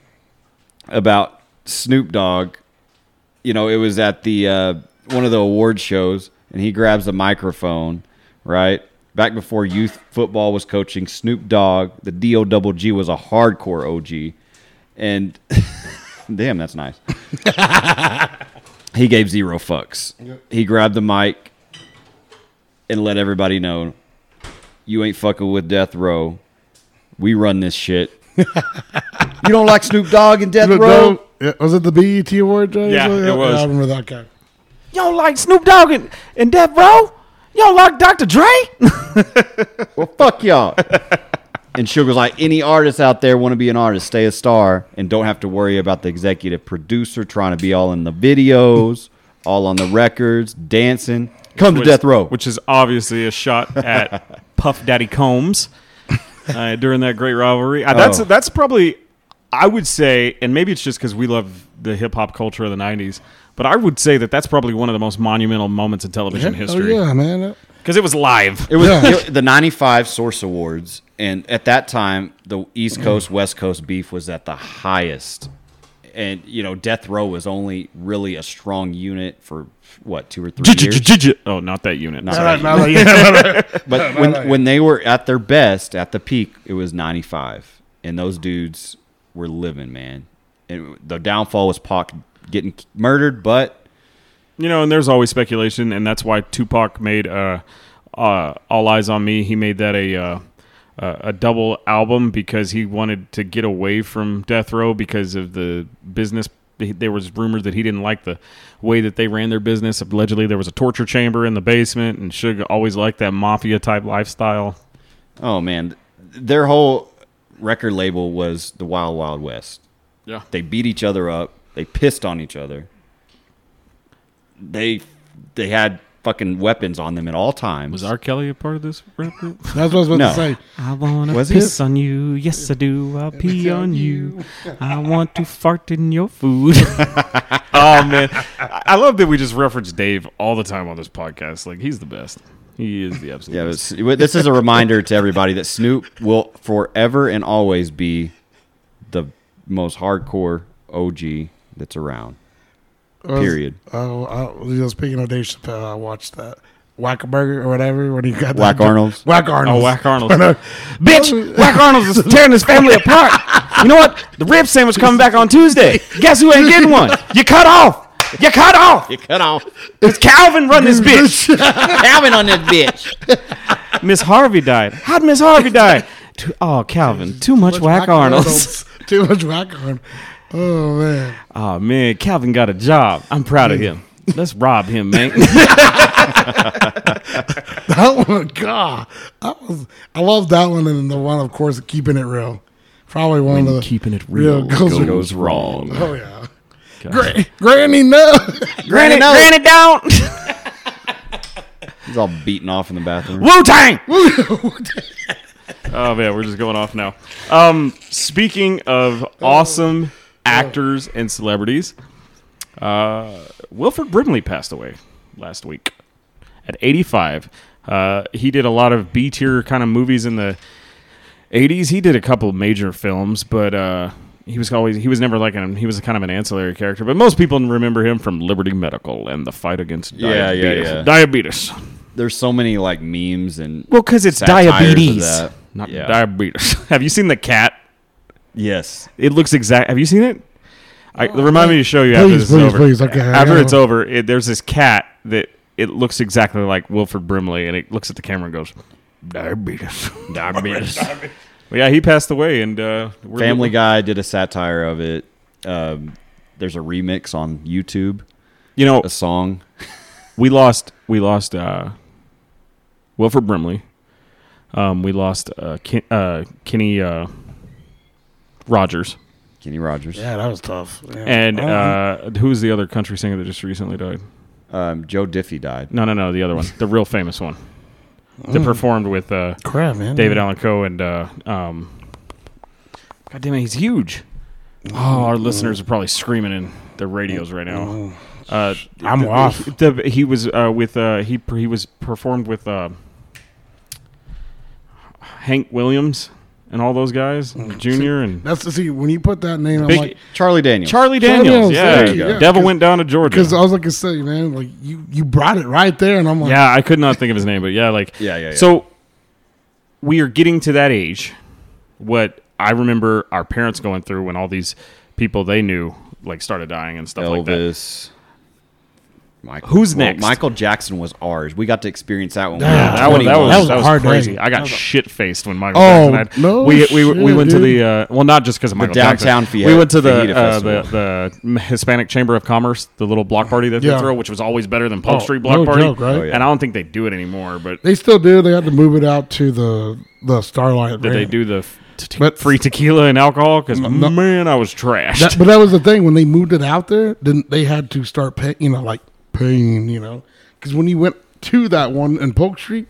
about Snoop Dogg. You know, it was at the uh, one of the award shows, and he grabs the microphone, right? Back before youth football was coaching, Snoop Dogg, the D O double G, was a hardcore OG. And damn, that's nice. he gave zero fucks. He grabbed the mic and let everybody know you ain't fucking with death row. We run this shit. you don't like Snoop Dogg and Death
The
Row?
dope- yeah, was it the E BET award? James?
Yeah, it was.
I remember that guy.
You don't like Snoop Dogg and, and Death Row? You don't like Dr. Dre?
Well, fuck y'all. and Sugar's like, any artist out there want to be an artist, stay a star, and don't have to worry about the executive producer trying to be all in the videos, all on the records, dancing. Come to Death Row.
which is obviously a shot at Puff Daddy Combs uh, during that great rivalry. Uh, that's
Oh.
that's probably I would say, and maybe it's just because we love the hip hop culture of the '90s, but I would say that that's probably one of the most monumental moments in television history
Oh
because
yeah, man.
it was live.
It was
Yeah.
it- the 95 Source Awards. And at that time, the East Coast, West Coast beef was at the highest. And, you know, Death Row was only really a strong unit for, what, two or three years?
Oh, not that unit.
Not
Sorry.
that
Now that- yeah,
But when, when they were at their best, at the peak, it was 95. And those dudes were living, man. And the downfall was Pac getting murdered, but
You know, and there's always speculation, and that's why Tupac made uh, uh, "All Eyes on Me." He made that a uh, uh, a double album because he wanted to get away from Death Row because of the business. There was rumors that he didn't like the way that they ran their business. Allegedly, there was a torture chamber in the basement, and Suge always liked that mafia type lifestyle.
oh, man. Their whole record label was the Wild Wild West.
Yeah,
They beat each other up. They pissed on each other. They they had fucking weapons on them at all times.
was R. Kelly a part of this rap group?
that's what I was about
No.
to say.
I wanna
Was
piss
it?
on you, yes I do. I'll pee
on
on you. I want to fart in your food. oh man, I I love that we just reference Dave all the time on this podcast. Like he's the best. He is the absolute.
yeah,
best.
it's, this is a reminder to everybody that Snoop will forever and always be the most hardcore OG that's around.
Was-
Period.
Oh, I, you know, speaking of Dave Chappelle, I watched that Whackaburger or whatever when he got
Whack
that-
Arnold's?
Whack Arnold's.
Oh, Whack Arnold.
Oh.
Bitch, Whack Arnold's is tearing his family apart. You know what? The rib sandwich coming back on Tuesday. Guess who ain't getting one? You cut off. You cut off.
You cut off.
It's Calvin run this bitch.
Calvin on this bitch.
Miss Harvey died. How'd Miss Harvey die? Too, oh, Calvin, too much whack Arnold's.
Too much Whack Arnold. Oh man,
Oh man, Calvin got a job. I'm proud of him. Let's rob him, man.
that one, God, that was. I love that one and the one, of course, keeping it real. Probably one of the
keeping it
real
real
goes.
Goes wrong.
Oh yeah, Gra- Granny, no.
Granny, Granny down.
He's all beaten off in the bathroom.
Wu Tang. Oh man, we're just going off now. Um, speaking of awesome actors and celebrities, uh, Wilford Brimley passed away last week at 85. Uh, he did a lot of B tier kind of movies in the 80s. He did a couple of major films, but uh, he was always he was never like an he was kind of an ancillary character. But most people remember him from Liberty Medical and the fight against
Yeah, yeah,
diabetes.
yeah.
Diabetes.
There's so many like memes and
Well, because it's
Satires of
diabetes,
that.
not
Yeah.
diabetes. Have you seen the cat?
yes,
It looks exact. Have you seen it? I, remind me to show you after
Oh, Please,
this
please,
is over.
please, okay, I
after
gotta-
it's over, it, there's this cat that it looks exactly like Wilford Brimley, and it looks at the camera and goes, "Diabetes, diabetes." But yeah, he passed away, and uh, we're
Family Guy did a satire of it. Um, there's a remix on YouTube,
You know,
a song.
we lost we lost uh, Wilford Brimley. Um, we lost uh, Ken, uh, Kenny uh, Rogers,
Kenny Rogers,
Yeah, that was tough. Yeah. Oh,
and
I don't-
uh, who's the other country singer that just recently died?
um, Joe Diffie died.
No, no, no, the other one, the real famous one that performed with uh,
crap, man.
David Allan Coe and uh, um, God damn it, he's huge. Oh, our listeners are probably screaming in their radios right now. Uh,
I'm off.
the- he was uh, with uh, he per- he was performed with uh, Hank Williams and all those guys, Junior and
That's the see when you put that name,
Big-
I'm like,
Charlie Daniels.
Charlie
Daniels,
Daniels.
thank
yeah,
you, yeah,
Devil
'cause-
went down to Georgia.
because I was like, I say, man, like you you brought it right there, and I'm like,
yeah, I could not think of his name, but yeah, like
Yeah, yeah, yeah.
So we are getting to that age. What I remember our parents going through when all these people they knew like started dying and stuff like that.
Elvis. Michael.
Who's next?
Michael Jackson was ours. We got to experience that one. when
Yeah,
we were
Yeah, that
21.
was that was,
That was a
that was
hard
crazy.
day.
I
That
got
was a-
shit faced when Michael
Oh,
Jackson. died.
no
we, we we
shit,
went to
dude.
the uh, well, not just because of Michael
downtown
Jackson.
Fie-
we went to the,
Fajita
uh, the
Festival.
the Hispanic Chamber of Commerce, the little block party that
Yeah.
they throw, which was always better than Pulp
Oh,
Street block
no
party.
joke, right?
Oh, yeah.
And I don't think they do it anymore. But
they still do. They had to move it out to the the Starlight.
Did they
Ranch.
do the f- t- t-
But-
free tequila and alcohol? Because man, I was trashed.
That, but that was the thing when they moved it out there. Then they had to start paying, you know, like paying, you know, because when you went to that one in Polk Street,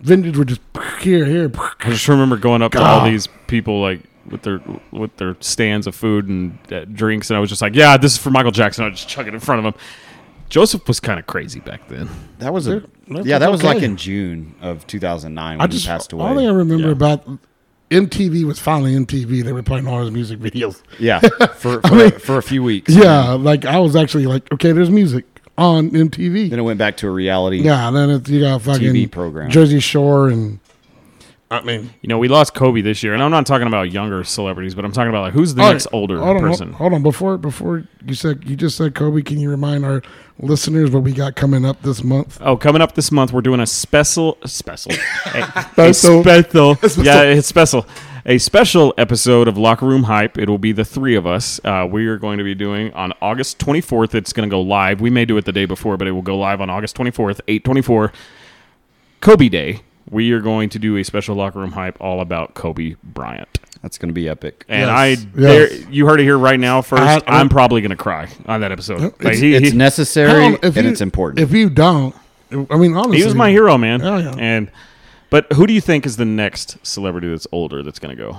vendors were just here, here.
I just remember going up to all
God.
these people like with their with their stands of food and uh, drinks, and I was just like, "Yeah, this is for Michael Jackson." I would just chuck it in front of him. Joseph was kind of crazy back then.
That was a
that's
yeah. That was
okay.
like in June of 2009 when
I just
he passed away.
all I remember
Yeah.
about MTV was finally MTV. They were playing all his music videos.
yeah, for for,
mean-
for a few weeks.
Yeah, like I was actually like, okay, there's music on MTV.
Then it went back to a reality.
Yeah, and then it, you got fucking
TV program.
Jersey Shore and I mean
You know, we lost Kobe this year, and I'm not talking about younger celebrities, but I'm talking about like who's the
All
next
right,
older
hold on,
person.
Hold on, before before you said you just said Kobe, can you remind our listeners what we got coming up this month?
Oh, coming up this month, we're doing a special, special, a, a
Special.
special, yeah, it's special, a special episode of Locker Room Hype. It will be the three of us. Uh, we are going to be doing on August 24th. It's going to go live. We may do it the day before, but it will go live on August 24th, 8:24, Kobe Day. We are going to do a special Locker Room Hype all about Kobe Bryant.
that's gonna be epic.
And
Yes,
I,
yes.
there, you heard it here right now. First,
I-
I, am probably going to cry on that episode. Like, he-
It's
he-
necessary
Hell,
and
you-
it's important.
If you don't, I mean honestly,
He was my hero, man.
Oh, yeah.
And but who do you think is the next celebrity that's older that's going to go?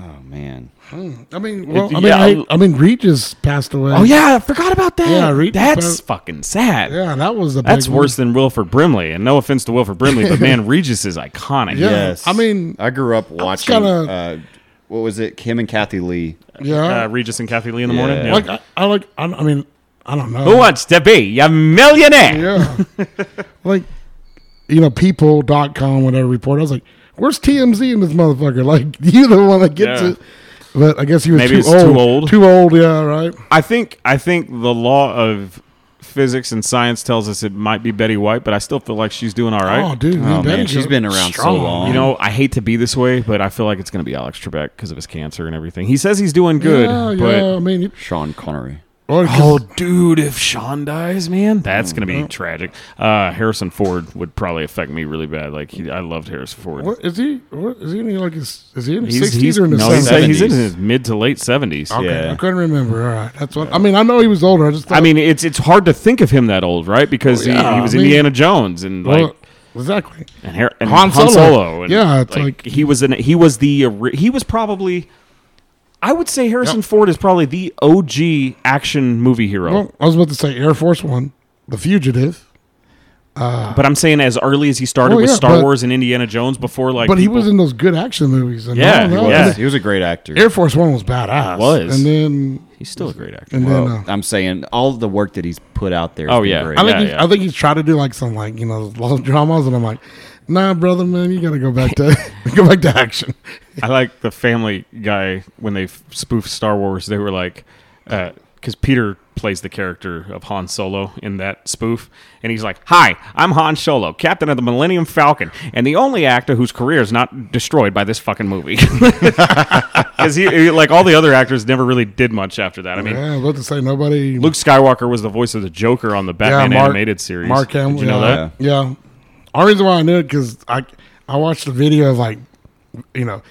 oh man,
mm, I mean, well, I
It-
mean,
yeah,
I, I mean, Reed just passed away.
Oh yeah, I forgot about that.
Yeah, Reed-
that's fucking sad.
yeah, that was a
That's
big one.
worse than Wilford Brimley. And no offense to Wilford Brimley, but man, Regis is iconic.
Yeah.
yes.
I mean,
I grew up watching.
kinda-
uh, what was it? Kim and Kathy Lee.
Yeah,
Uh, Regis and Kathy Lee in the
Yeah.
morning. Yeah.
like I, I like. I, I mean, I don't know.
who wants to be a millionaire?
Yeah. like, you know, people.com, whatever report. I was like, where's TMZ in this motherfucker? Like, you the one that gets
Yeah.
it. But I guess he was
Maybe
too,
it's
old.
too old.
Too old, yeah, right?
I think I think the law of physics and science tells us it might be Betty White, but I still feel like she's doing all right.
Oh, dude.
Oh,
Betty
man, she's
got
been around so long.
Oh, You know, I hate to be this way, but I feel like it's going to be Alex Trebek because of his cancer and everything. He says he's doing good,
Yeah,
but
yeah, I mean, it-
Sean Connery.
or 'cause-
oh, dude, if Sean dies, man, that's going to be tragic. Uh, Harrison Ford would probably affect me really bad. Like, he, I loved Harrison Ford.
what, is he? What, is he in like his? Is he in his
He's,
sixties
he's-
or in his
no, he's,
seventies?
he's in
70s.
his mid to late seventies.
Okay,
Yeah.
I couldn't remember. All right, that's what. I mean, I know he was older. I just. Thought,
I mean, it's it's hard to think of him that old, right? Because
Well, Oh, yeah,
he, he was
I mean-
Indiana Jones and
well,
like
exactly.
and, Har- and Han,
Han
Solo.
Solo.
and,
Yeah, it's like-
he was an he was the ori- he was probably I would say Harrison Ford is probably the OG action movie hero.
Well, I was about to say Air Force One, The Fugitive.
but I'm saying as early as he started
Well,
with
yeah,
Star
but-
Wars and Indiana Jones before like
but he
people-
was in those good action movies. And
Yeah,
all that.
he was.
And
Yes, he was a great actor.
Air Force One was badass.
Was.
and then
he's still a great actor.
and
Well,
then uh,
I'm saying all the work that he's put out there. has
Oh,
been
yeah.
great.
I think
yeah,
he's,
yeah.
I think he's trying to do like some like you know love dramas, and I'm like, nah, brother, man, you gotta go back to go back to action.
I like the Family Guy when they f- spoofed Star Wars. They were like, uh, because Peter plays the character of Han Solo in that spoof, and he's like, "Hi, I'm Han Solo, captain of the Millennium Falcon, and the only actor whose career is not destroyed by this fucking movie." Because he, he- like all the other actors, never really did much after that. I mean,
yeah, I was about to say nobody.
Luke Skywalker was the voice of the Joker on the Batman
Mark-
animated series.
Mark Hamill.
Did you know
yeah,
that?
Yeah. Only reason why I knew it because I I watched the video of like you know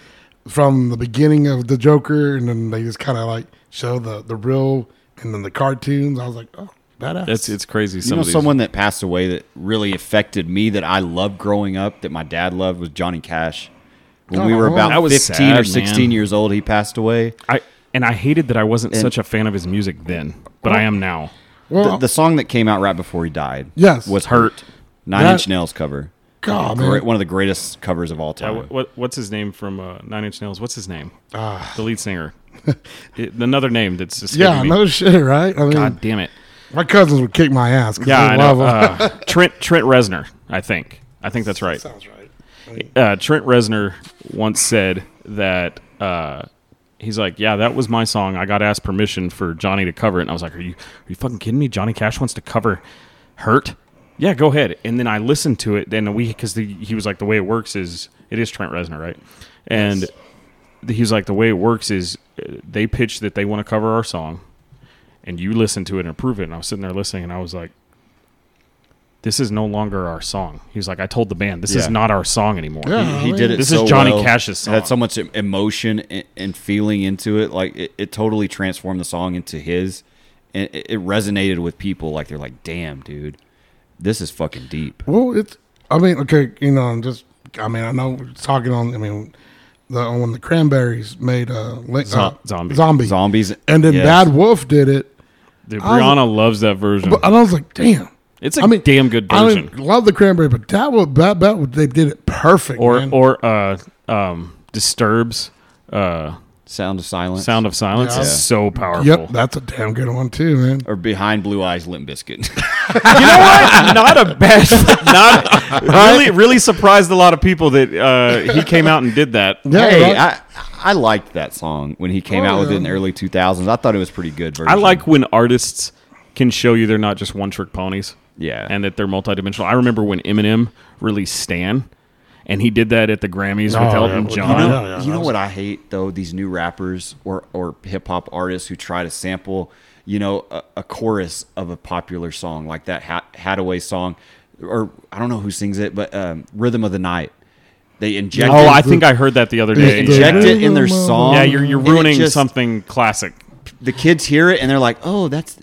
from the beginning of the Joker and then they just kind of like show the the real and then the cartoons. I was like, oh, badass.
That's it's crazy.
You
Some
know,
of these-
someone that passed away that really affected me that I loved growing up, that my dad loved, was Johnny Cash. When we were
Oh,
about
that was
15
sad,
or 16
man.
years old, he passed away.
I and I hated that I wasn't
And-
such a fan of his music then, but I am now.
The,
well,
the song that came out right before he died
Yes.
was Hurt, Nine
That-
Inch Nails cover.
God, man.
Great, one of the greatest covers of all
Uh,
time.
wh- what what's his name from uh, Nine Inch Nails? What's his name? the lead singer. It- another name that's escaping
yeah,
me.
no shit, right? I mean,
God damn it.
my cousins would kick my ass. 'cause
Yeah,
they
I know.
love 'em.
Uh, Trent Trent Reznor, I think. I think that's right.
Sounds right.
uh, Trent Reznor once said that uh, he's like, "Yeah, that was my song. I got asked permission for Johnny to cover it." And I was like, "Are you are you fucking kidding me? Johnny Cash wants to cover Hurt? Yeah, go ahead." And then I listened to it. Then we because he was like, "The way it works is it is Trent Reznor, right?" And he was like, "The way it works is uh, they pitch that they want to cover our song." And you listen to it and approve it. And I was sitting there listening, and I was like, "This is no longer our song." He was like, "I told the band this is
Yeah.
not our song anymore."
Yeah.
he, he
I
did
mean-
it.
This is
so
Johnny
well.
Cash's
It had
song.
so much em- emotion and, and feeling into it. Like it, it totally transformed the song into his, and it, it resonated with people. Like they're like, "Damn, dude, this is fucking deep."
Well, it's. I mean, okay, you know, I'm just. I mean, I know we're talking on. I mean, the when the Cranberries made uh, Lin-
Zo-
uh,
Zombie. Mm.
zombie,
Zombies,
and then
yes.
Bad Wolf did it.
Dude,
I was-
Brianna loves that version.
But and I was like, damn.
it's a
I mean,
damn good
I
version.
mean, love the Cranberry, but that was that, that they did it perfect.
or
man.
or uh, um, disturbs uh,
Sound of Silence,
sound of silence
Yeah.
is so powerful.
yep, that's a damn good one too, man.
or behind Blue Eyes, Limp Biscuit.
not a bad. Not really really surprised a lot of people that uh, he came out and did that.
Yeah,
hey,
right?
I I liked that song when he came
Oh,
out with it
yeah.
in the early 2000s. I thought it was pretty good version.
I like when artists can show you they're not just one trick ponies.
Yeah.
and that they're multidimensional. I remember when Eminem released Stan, and he did that at the Grammys with
Oh, yeah.
Elton
You
John.
know- Yeah, yeah,
you
that
know
was-
what I hate though? These new rappers or or hip hop artists who try to sample, you know, a, a chorus of a popular song like that ha- Hadaway song, or I don't know who sings it, but um, "Rhythm of the Night." They inject.
Oh,
it-
I think I heard that the other
they
day.
inject
yeah.
it in their song.
Yeah, you're you're
and it
ruining
just-
something classic.
The kids hear it and they're like, "Oh, that's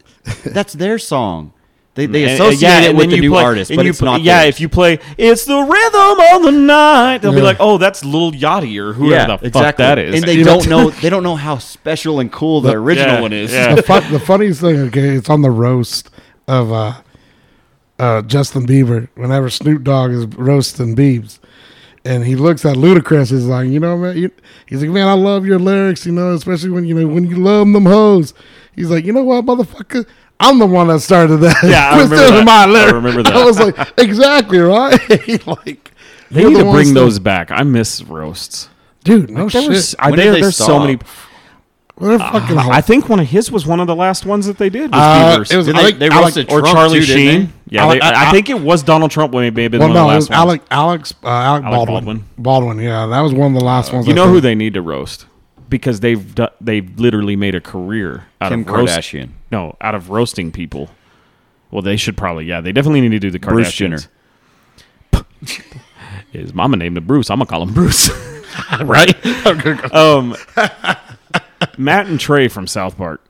that's their song." They they
And- and
associate
yeah,
it
and
with
then
the
you
new
play-
artist,
and
but
you
it's
pl-
not.
Yeah,
theirs.
if you play "It's the Rhythm of the Night," they'll be
Yeah.
like, "Oh, that's Little Yachty or whoever the fuck that is."
And they don't know they don't know how special and cool the original
Yeah,
one is.
yeah.
the, fu- the funniest thing, okay, it's on the roast of uh, uh, Justin Bieber. Whenever Snoop Dogg is roasting Biebs, and he looks at Ludacris, he's like, you know, man, you, he's like, man, I love your lyrics, you know, especially when you know when you love them hoes. He's like, you know what, motherfucker. I'm the one that started that.
Yeah, I
Quit
remember
stealing
that.
My
I
lyrics.
remember that.
I was like, exactly right. like,
They
you're
need
the
to
ones
bring
that-
those back. I miss roasts.
dude. No
There
shit.
was, I,
Oh, When did
there-
they
there's so
stop? Oh.
many.
They're fucking.
I think one of his was one of the last ones that they did. Was
Uh,
Bieber's.
it was
Did
I
they,
like-
they
I like-
roasted
or
Trump
Charlie
too, didn't
Sheen.
they? Oh,
Yeah,
I-
they, I,
I-
think it was Donald Trump when he maybe
well,
one of
no,
the
it
last
was
ones.
Alec, Alex, uh, Alec Baldwin.
Baldwin.
Baldwin. yeah, that was one of the last ones.
You
I
know
think.
who they need to roast because they've do, they've literally made a career out
Kim
of roast-
Kardashian.
No, out of roasting people. Well, they should probably yeah. They definitely need to do the Kardashians.
Bruce Jenner.
His mama named him Bruce. I'm gonna call him Bruce. right? um, Matt and Trey from South Park.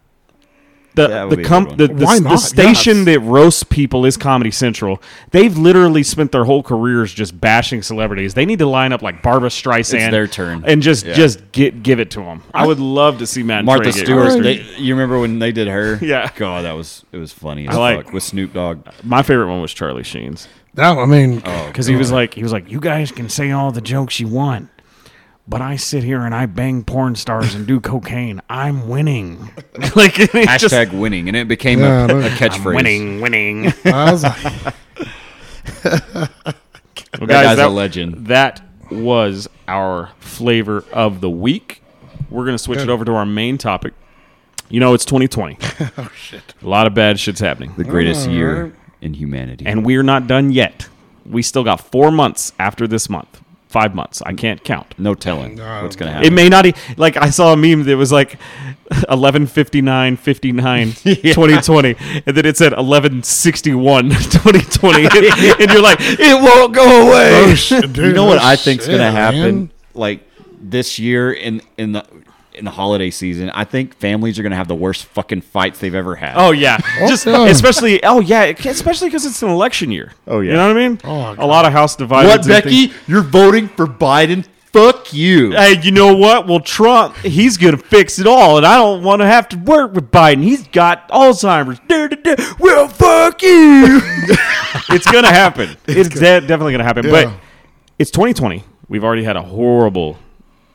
The
That would
the,
be a
com-
good
the,
one.
the,
Why
the
not?
station
Yes.
that roasts people is Comedy Central. They've literally spent their whole careers just bashing celebrities. They need to line up like Barbara Streisand.
their turn.
and just
Yeah.
just get give it to them. I would love to see Matt and
Martha
Trey get
Stewart.
roasted.
They, you remember when they did her?
Yeah.
God, that was it was funny. As
I like-
fuck, with Snoop Dogg.
My favorite one was Charlie Sheen's.
That I mean,
because he was like he was like you guys can say all the jokes you want but i sit here and i bang porn stars and do cocaine i'm winning like it's just,
Hashtag winning, and it became a,
Yeah, look.
a
I'm
catchphrase.
winning winning
I was like,
Well,
That guy's a legend.
that was our flavor of the week we're gonna switch it over to our main topic You know, it's 2020. oh shit! A lot of bad shit's happening,
The greatest
right.
year in humanity.
and we're not done yet. We still got four months after this month. Five months. I can't count.
no telling
No, I
what's
don't
going to
It
happen.
may not e- like I saw a meme that was like 1159 59 2020 and then it said 1161 2020 and, and you're like it won't go away.
Oh, shit, dude,
you know what
oh,
I think's
shit,
going to happen?
man.
Like this year in in the in the holiday season, I think families are going to have the worst fucking fights they've ever had.
Oh yeah, just
yeah.
especially oh yeah, especially cuz it's an election year.
Oh, yeah.
You know what I mean?
Oh,
a lot of house divided
what Becky? You're voting for Biden? Fuck you.
Hey, you know what? Well, Trump, he's gonna fix it all, and I don't want to have to work with Biden. He's got Alzheimer's. Da, da, da. Well, fuck you. it's gonna happen. It's, de- definitely gonna happen.
Yeah.
But it's 2020. We've already had a horrible.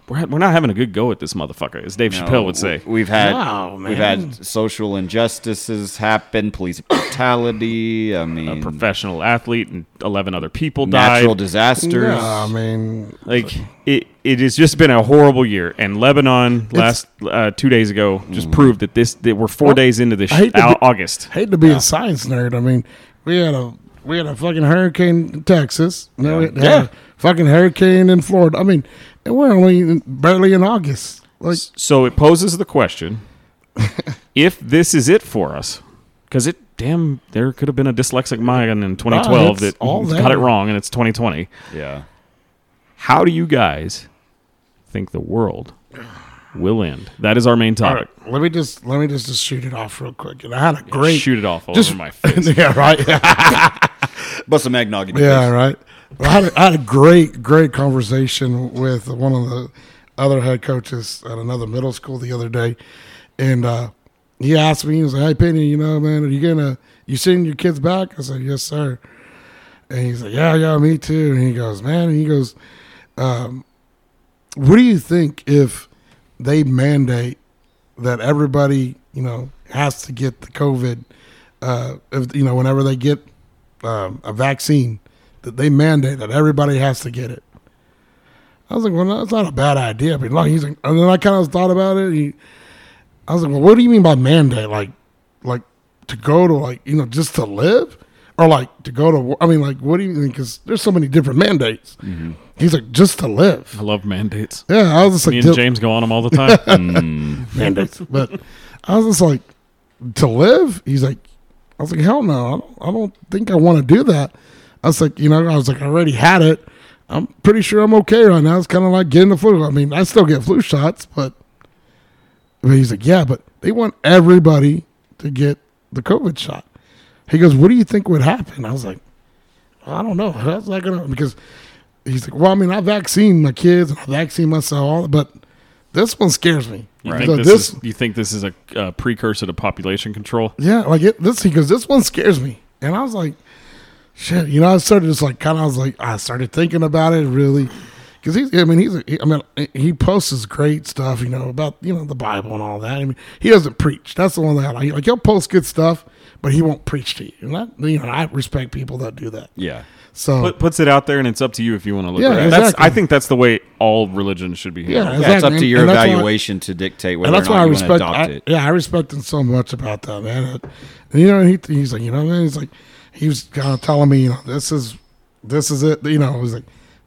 We're, ha- we're not having a good go at this motherfucker, as Dave Chappelle would say.
We've had
Wow,
we've had social injustices happen, police brutality. I mean,
Professional athlete and eleven other people died.
natural disasters.
Yeah, I mean,
like it it has just been a horrible year and lebanon last uh, two days ago
Mm.
just proved that this that we're four days into this
I
sh-
hate to
au-
be-
august
hate to be a science nerd. I mean, we had a we had a fucking hurricane in Texas. Yeah. we had
Yeah.
a fucking hurricane in Florida. I mean, and we're only in, barely in August. Like,
so it poses the question if this is it for us because it damn there could have been a dyslexic mind in 2012
it's
that
all
got it
there.
wrong and it's 2020
Yeah.
how do you guys think the world will end that is our main
all
topic
right, let me just let me just, just shoot it off real quick. And I had a great
shoot it off all
just-
over my face
yeah, right.
Bust a magnog.
Yeah, right. Well, I, had a, I had a great, great conversation with one of the other head coaches at another middle school the other day, and uh, he asked me, he was like, "Hey, Penny, you know, man, are you gonna you sending your kids back?" I said, "Yes, sir." And he's like, "Yeah, yeah, me too." And he goes, "Man," and he goes, um, "What do you think if they mandate that everybody, you know, has to get the COVID?" Uh, if, you know, whenever they get um, a vaccine that they mandate that everybody has to get it. I was like, well, that's not a bad idea. But like, he's like, and then I kind of thought about it. He, I was like, well, what do you mean by mandate? Like, like to go to like you know just to live, or like to go to? wo- I mean, like, what do you mean? Because there's so many different mandates. He's like, just to live.
i love mandates
Yeah, I was just like,
me
"Dude,
and james go on them all the time
mandates. But I was just like, to live? He's like, I was like, hell no, I don't, I don't think I want to do that. I was like, you know, I was like, I already had it. I'm pretty sure I'm okay right now. It's kind of like getting the flu. I mean, I still get flu shots, but, but he's like, yeah, but they want everybody to get the COVID shot. He goes, what do you think would happen? I was like, I don't know. That's not gonna because he's like, well, I mean, I vaccine my kids, I vaccine myself, but this one scares me.
You
So
think this,
this,
is, you think this is a uh, precursor to population control?
yeah, like it, this he goes, this one scares me, and I was like, shit, you know, I started just like kind of, I was like, I started thinking about it really, because he's, I mean, he's, a- he, I mean, he posts his great stuff, you know, about you know the Bible and all that. I mean, he doesn't preach. That's the one that I like. Like he'll post good stuff, but he won't preach to you. And that, you know, I respect people that do that.
Yeah.
So
Put, puts it out there, and it's up to you if you want to look.
Yeah,
at it. That's,
exactly.
I think that's the way all religion should be handled.
Yeah,
Yeah, it's up
Exactly,
to your
and that's why-
evaluation to dictate whether
and that's
or
why
not
I
you want to
respect.
adopt
I-
it.
Yeah, I respect him so much about that man. And, you know, he, he's like, you know, man, he's like, he was kind of telling me, you know, this is, this is it. You know, it was like,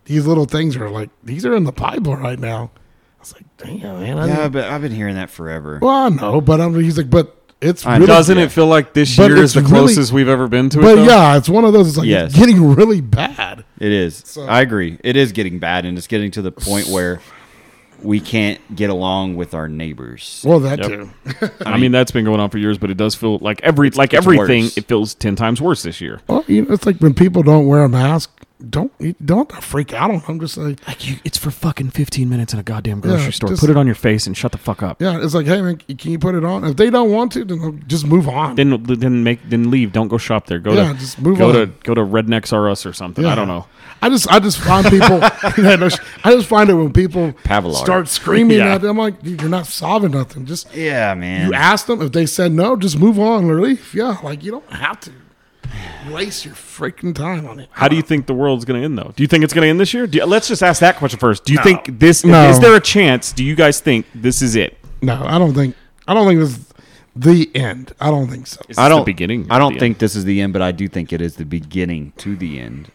these little things are like, these are in the Bible right now. I was like, damn, man. I
Yeah,
didn't-
but I've been hearing that forever.
well, I know, but I'm. He's like, but it's
I
really,
know.
Doesn't
Yeah.
it feel like this
But
year is
it's
the
really-
closest we've ever been to it?
but
though?
yeah, it's one of those. It's like
Yes.
it's getting really bad.
It is. I agree. It is getting bad, and it's getting to the point where we can't get along with our neighbors.
Well, that
Yep.
too.
I mean that's been going on for years, but it does feel like every like
it's
everything.
worse.
It feels ten times worse this year.
Well, you know, it's like when people don't wear a mask. Don't don't freak out on them. Just like
Like you, it's for fucking fifteen minutes in a goddamn grocery
Yeah,
store.
just-
Put it on your face and shut the fuck up.
yeah, it's like, hey man, can you put it on? If they don't want to, then just move on.
Then then make then leave. Don't go shop there. Go
Yeah,
to
just move
go
on.
to go to Rednecks R Us or something. I
Yeah.
don't know.
I just I just find people. Yeah, no sh- I just find it when people
Pavlov.
start screaming
Yeah.
at them. I'm like, dude, you're not solving nothing. Just
Yeah,
you
man.
ask them if they said no, just move on or leave. Yeah, like you don't have to waste your freaking time on it.
How do you think the world's going to end, though? Do you think it's going to end this year? Do you- let's just ask that question first. Do you think this
No.
is there a chance? Do you guys think this is it?
No, I don't think I don't think this. the end. I don't think so.
Is
I
this
don't
the beginning. or
I don't
the
think
end?
this is the end, but I do think it is the beginning to the end.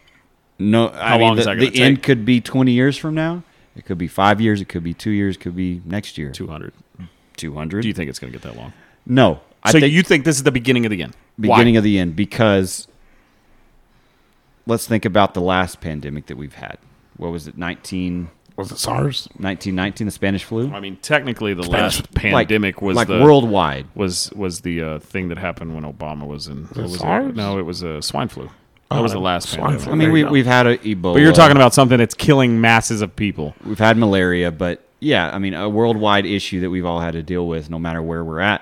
No, I
How
mean,
long
the,
is that
the
gonna
end
take?
could be twenty years from now. It could be five years. It could be two years. It could be next year.
200.
Two hundred.
Do you think it's going to get that long?
No, I
so
think
you think this is the beginning of the end?
beginning of the end because let's think about the last pandemic that we've had. What was it? 19,
Was it SARS?
1919, the Spanish flu.
I mean, technically, the last pandemic
like,
was
like
the
worldwide.
was was the uh, thing that happened when Obama was in. What was it?
SARS?
No, it was a swine flu.
Oh,
That was the last
swine
pandemic.
flu.
I mean,
There
we,
you go.
we've had a Ebola.
But you're talking about something that's killing masses of people.
we've had malaria, but yeah, I mean, a worldwide issue that we've all had to deal with, no matter where we're at.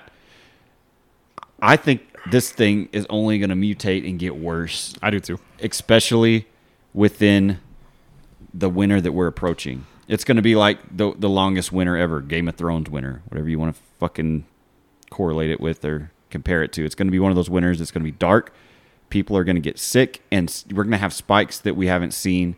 I think this thing is only going to mutate and get worse,
I do too.
especially within the winter that we're approaching. It's going to be like the the longest winter ever, Game of Thrones winter, whatever you want to fucking correlate it with or compare it to. It's going to be one of those winters. It's going to be dark. People are going to get sick, and s- we're going to have spikes that we haven't seen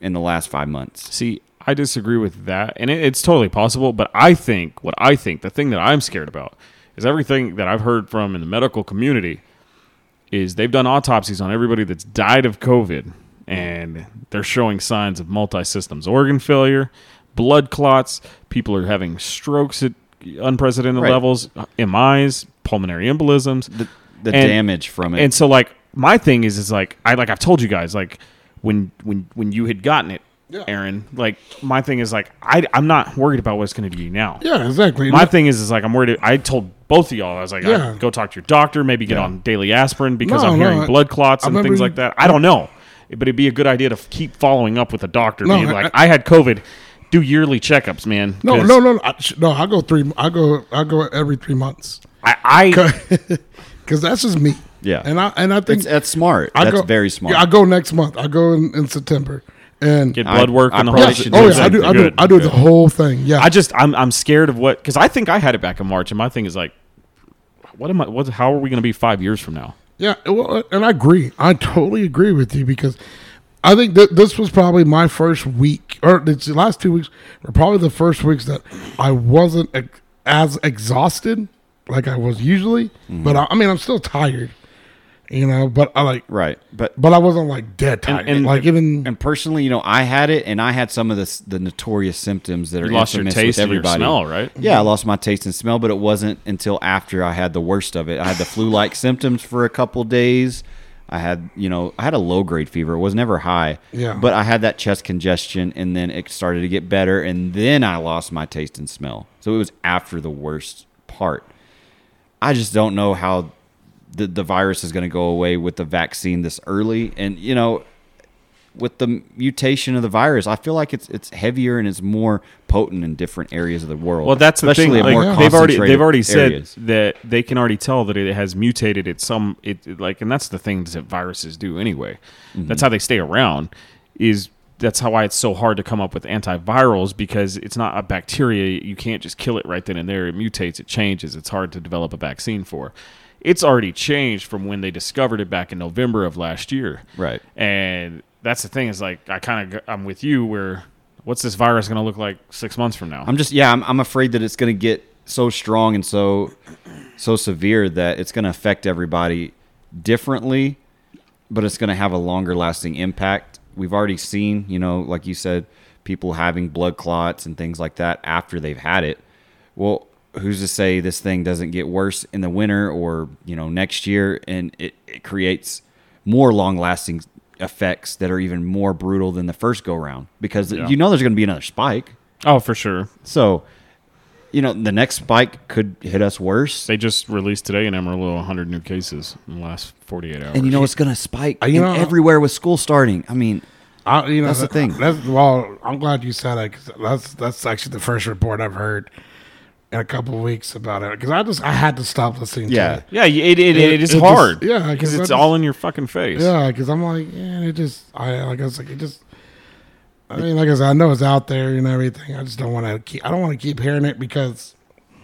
in the last five months.
See, I disagree with that, and it, it's totally possible. But I think what I think, the thing that I'm scared about, is everything that I've heard from in the medical community is they've done autopsies on everybody that's died of COVID, and they're showing signs of multi-systems organ failure, blood clots. People are having strokes at unprecedented
Right.
levels, MIs, pulmonary embolisms.
the, the
And-
damage from it.
And so like my thing is is like I like I've told you guys like when when when you had gotten it,
Yeah.
Aaron. Like my thing is like I I'm not worried about what's going to do you now.
Yeah, exactly.
My thing is is like I'm worried. I told both of y'all I was like
Yeah.
I, go talk to your doctor, maybe get on daily aspirin because
No,
I'm
no,
hearing
I-
blood clots
I
and
remember
things
you-
like that. I don't know, but it'd be a good idea to f- keep following up with a doctor.
No,
being
I-
like I, had COVID. Do yearly checkups, man.
no,
'cause
no, no, no. I, sh- no, I go three. I go. I go every three months
I, I
because that's just me.
Yeah.
and I and I think
It's- that's smart.
I
that's
go,
very smart.
Yeah, I go next month. I go in, in September and
get
I-
blood work
I
and the
probably
whole.
should
shit.
do
oh
the
yeah, I
same
do. I do.
Good,
I do the
good.
whole thing. Yeah,
I just I'm I'm scared of what because I think I had it back in March and my thing is like, what am I? What? How are we going to be five years from now?
Yeah, well, uh, and I agree. I totally agree with you because I think that this was probably my first week, or it's the last two weeks were probably the first weeks that I wasn't ex- as exhausted like I was usually.
Mm-hmm.
But I, I mean, I'm still tired, you know. But I like,
right. But
but I wasn't like dead
And-
tired.
and-
like even
and personally, you know, I had it, and I had some of the s- the notorious symptoms that are
You lost your
infamous
taste
with
and your
everybody.
smell, right?
Yeah, I lost my taste and smell, but it wasn't until after I had the worst of it. I had the flu like symptoms for a couple days. I had, you know, I had a low grade fever. It was never high.
Yeah.
But I had that chest congestion and then it started to get better and then I lost my taste and smell. So it was after the worst part. I just don't know how the, the virus is going to go away with the vaccine this early. And, you know, with the mutation of the virus, I feel like it's it's heavier and it's more potent in different areas of the world.
Well, that's the
Especially
thing.
in more
Like, they've already
concentrated
they've already said
areas.
that they can already tell that it has mutated at some it it- like, and that's the things that viruses do anyway.
Mm-hmm.
That's how they stay around. Is that's how why it's so hard to come up with antivirals because it's not a bacteria. You can't just kill it right then and there. It mutates. It changes. It's hard to develop a vaccine for. It's already changed from when they discovered it back in November of last year.
Right.
And that's the thing is like I kind of I'm with you where what's this virus going to look like 6 months from now?
I'm just yeah, I'm, I'm afraid that it's going to get so strong and so so severe that it's going to affect everybody differently, but it's going to have a longer lasting impact. We've already seen, you know, like you said, people having blood clots and things like that after they've had it. Well, who's to say this thing doesn't get worse in the winter or, you know, next year and it, it creates more long lasting effects that are even more brutal than the first go round because
Yeah.
you know there's going to be another spike.
Oh, for sure.
So, you know, the next spike could hit us worse.
They just released today in Amarillo 100 new cases in the last 48 hours.
And you know it's going to spike
Uh, you
in
know-
everywhere with school starting. I mean,
I, you know
That's the
that-
thing.
That's well, I'm glad you said that 'cause that's that's actually the first report I've heard in a couple of weeks about it because I just I had to stop listening.
Yeah.
to it.
yeah, it, it,
It-
it is
it just-
hard.
yeah, 'cause
because
I
it's
just-
all in your fucking face.
Yeah, because I'm like, yeah, it just, I like, I was like, it just. I mean, like I said, I know it's out there and everything. I just don't want to keep. I don't want to keep hearing it because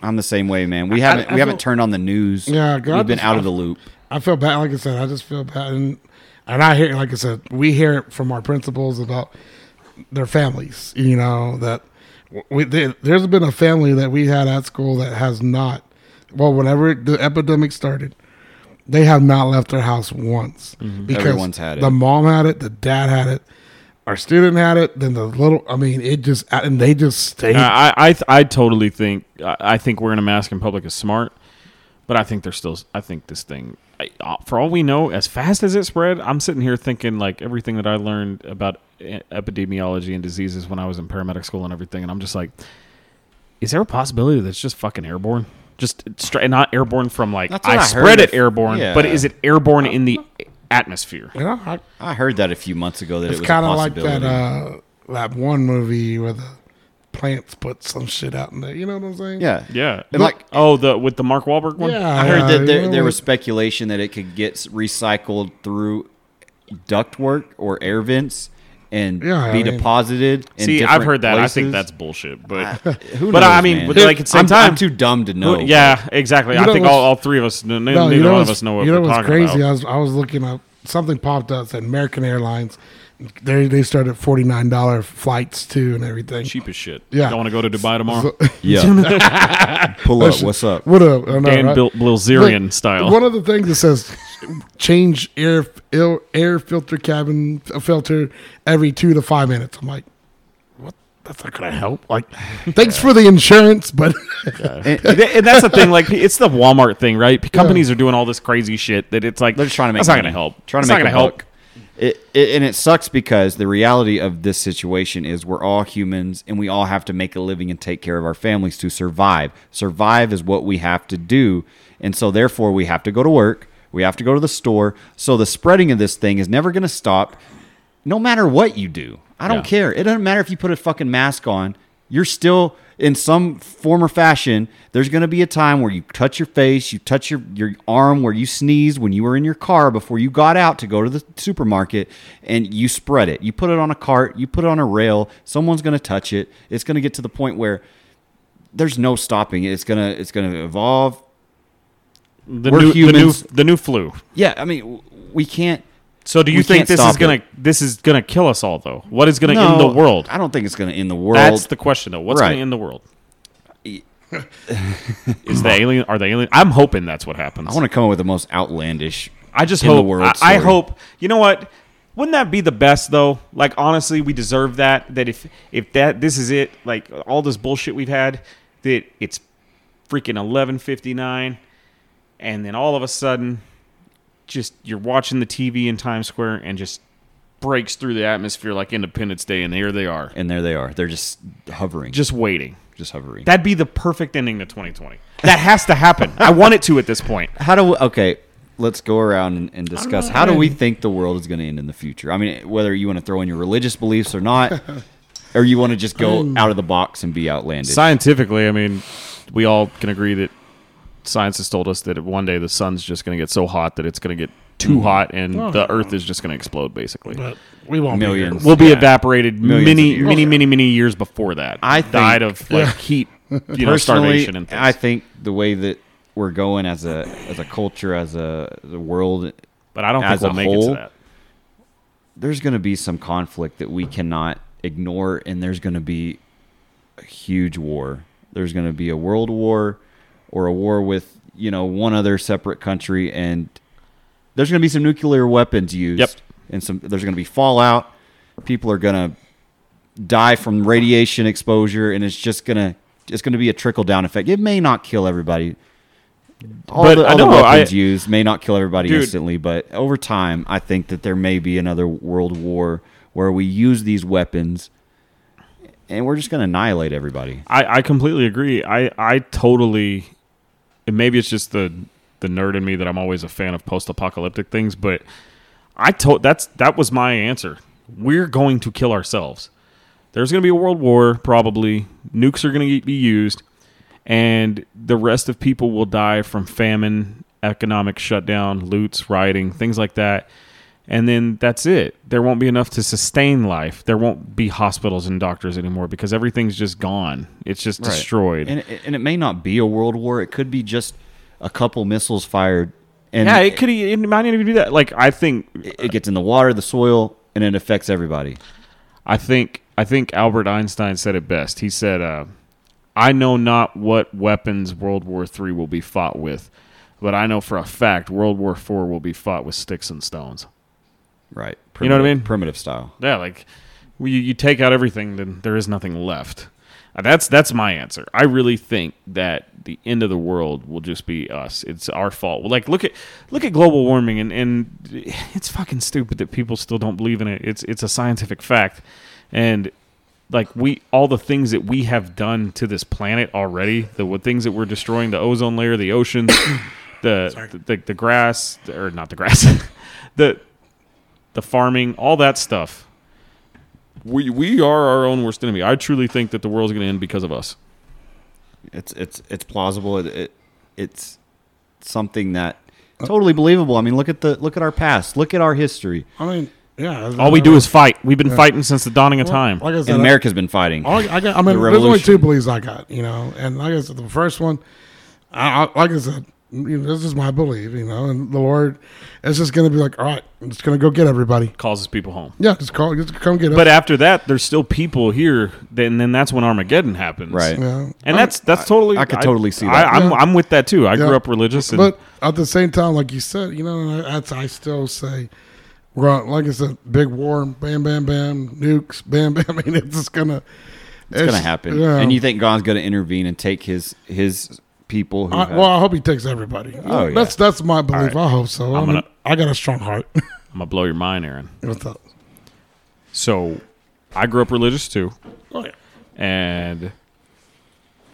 I'm the same way, man. We haven't
I
we haven't
feel-
turned on the news.
Yeah,
we've
God,
been
this-
out of the loop.
I feel bad. Like I said, I just feel bad, and and I hear, like I said, we hear it from our principals about their families. You know that we, there, there's been a family that we had at school that has not well, whenever the epidemic started, they have not left their house once because
Mm-hmm. Everyone's had it.
the mom had it, the dad had it, our student had it, then the little. I mean, it just and they just stayed.
I, I, I, I totally think I, I think wearing a mask in public is smart, but I think there's still I think this thing I, uh, for all we know as fast as it spread. I'm sitting here thinking like everything that I learned about e- epidemiology and diseases when I was in paramedic school and everything, and I'm just like, is there a possibility that it's just fucking airborne? Just uh, stra- not airborne from like
That's what
I,
I
spread
heard
it
of-
airborne,
yeah.
but is it airborne in the atmosphere?
you know, I,
I heard that a few months ago that
it's
it was
kind of like
possibility.
that uh, that one movie where the plants put some shit out in there. You know what I'm saying?
yeah,
Yeah.
And like-
oh, the with the Mark Wahlberg one.
Yeah,
I heard that
you
there,
know,
Uh,
there was speculation that it could get s- recycled through ductwork or air vents and
Yeah, I
be
mean-
deposited. In
See, I've
different
heard that. I think
places.
that's bullshit. But
Who
but
knows,
I mean,
man?
but like at the same
I'm,
time,
I'm too dumb to know.
Who- yeah, exactly.
You
I
know
think
what's-
all, all three of us, n-
No,
neither
you know
one of
what's-
us know what
you know
we're
what's
talking
crazy?
about.
I was I was looking up something popped up said American Airlines. They they started forty nine dollar flights too and everything.
Cheap as shit.
Yeah.
Don't want to go to Dubai tomorrow.
yeah. Pull up. What's up?
What up? I know,
Dan
right?
Bil- Bilzerian
Look,
style.
One of the things that says change air air, air filter cabin f- filter every two to five minutes. I'm like, what? That's not gonna help. Like, thanks for the insurance, but
and, and that's the thing. Like it's the Walmart thing, right? Companies are doing all this crazy shit that it's like
They're just trying to make.
That's not
money.
going to help.
Trying to
It's
make
not
a
gonna help.
buck. It, it, and it sucks because the reality of this situation is we're all humans and we all have to make a living and take care of our families to survive. Survive is what we have to do. And so, therefore, we have to go to work, we have to go to the store. So, the spreading of this thing is never going to stop no matter what you do. I don't
Yeah.
care. It doesn't matter if you put a fucking mask on, you're still. In some form or fashion, there's going to be a time where you touch your face, you touch your, your arm, where you sneeze when you were in your car before you got out to go to the supermarket, and you spread it. You put it on a cart, you put it on a rail. Someone's going to touch it. It's going to get to the point where there's no stopping it. It's gonna it's gonna evolve.
The
We're
new, the new
humans.
the new flu.
Yeah, I mean w- we can't.
So do you
We
think
can't
this
stop
is going to this is going to kill us all though? What is going to end the
No,
world?
I don't think it's gonna end the world.
That's the question though. What's
Right. E-
going to end the world? is the alien? Are the alien? I'm hoping that's what happens.
I want to come up with the most outlandish.
I just
in the
hope.
world
I, I
story.
hope. You know what? Wouldn't that be the best though? Like honestly, we deserve that. That if if that this is it, like all this bullshit we've had, that it's freaking eleven fifty nine, and then all of a sudden, just you're watching the TV in Times Square and just breaks through the atmosphere like Independence Day, and here they are,
And there they are. They're just hovering. Just
just waiting.
just hovering.
That'd be the perfect ending to 2020. That has to happen. I want it to at this point.
how do we, okay? Let's go around and, and discuss how do we think the world is going to end in the future. I mean, whether you want to throw in your religious beliefs or not, or you want to just go out of the box and be outlandish.
Scientifically, I mean, we all can agree that science has told us that one day the sun's just going to get so hot that it's going to get too
Mm-hmm.
hot and the Earth is just going to explode. Basically,
but we won't
Millions.
we'll be
Yeah.
evaporated
Millions of
many,
years.
many, many, many years before that.
I
died
think-
of like heat, you know, starvation and things.
I think the way that we're going as a as a culture, as a the world,
but I don't think
as a
we'll make it
whole,
to that.
there's going to be some conflict that we cannot ignore, and there's going to be a huge war. There's going to be a world war or a war with you know one other separate country, and there's going to be some nuclear weapons used.
Yep.
And some there's going to be fallout. People are going to die from radiation exposure, and it's just going to it's going to be a trickle down effect. It may not kill everybody. All
But
the,
I
all the
know, I-
weapons used may not kill everybody
Dude.
instantly, but over time, I think that there may be another world war where we use these weapons and we're just going to annihilate everybody.
I, I completely agree. I, I totally, and maybe it's just the the nerd in me that I'm always a fan of post apocalyptic things, but I told that's that was my answer. We're going to kill ourselves. There's going to be a world war, probably. Nukes are going to be used, and the rest of people will die from famine, economic shutdown, loots, rioting, things like that. And then that's it. There won't be enough to sustain life. There won't be hospitals and doctors anymore because everything's just gone. It's just destroyed.
And it, and it may not be a world war, it could be just a couple missiles fired and
yeah, it could. e, It might not even be that. Like I think
it, it gets in the water, the soil, and it affects everybody.
I think I think Albert Einstein said it best. He said, uh, I know not what weapons World War III will be fought with, but I know for a fact World War IV will be fought with sticks and stones.
Right.
You know what I mean?
Primitive style.
Yeah, like well, you, you take out everything, then there is nothing left. Uh, That's that's my answer. I really think that the end of the world will just be us. It's our fault. Like look at look at global warming, and and it's fucking stupid that people still don't believe in it. It's it's a scientific fact, and like we all the things that we have done to this planet already, the what things that we're destroying, the ozone layer, the oceans, the, the the the grass or not the grass, the the farming, all that stuff. We we are our own worst enemy. I truly think that the world's going to end because of us.
It's it's it's plausible. It, it it's something that totally believable. I mean, look at the look at our past. Look at our history.
I mean, yeah.
All we do is fight. We've been fighting since the dawning of time.
Like I said,
And
I-
America's been fighting.
All I got, I mean,
The
there's only
revolution.
two beliefs I got, you know, and like I said, the first one, I, I like I said, you know, this is my belief, you know, and the Lord is just going to be like, all right, I'm just going to go get everybody.
Causes people home.
Yeah, just call, just come get us.
But after that, there's still people here. Then then that's when Armageddon happens.
Right.
you know.
And that's that's totally.
I could totally see that.
I, I'm
Yeah.
I'm with that too. I
Yeah.
grew up religious. And,
but at the same time, like you said, you know, and I- that's I still say, we're on, like I said, big war, bam, bam, bam, nukes, bam, bam. I mean, it's just gonna,
it's, gonna happen.
yeah.
And you think God's gonna intervene and take his his people who
I,
have-
well, I hope he takes everybody.
Oh, yeah.
That's that's my belief. I hope so. I,
I'm
mean,
gonna-
I got a strong heart.
I'm gonna blow your mind, Aaron.
What's up?
So, I grew up religious too.
Oh, yeah.
and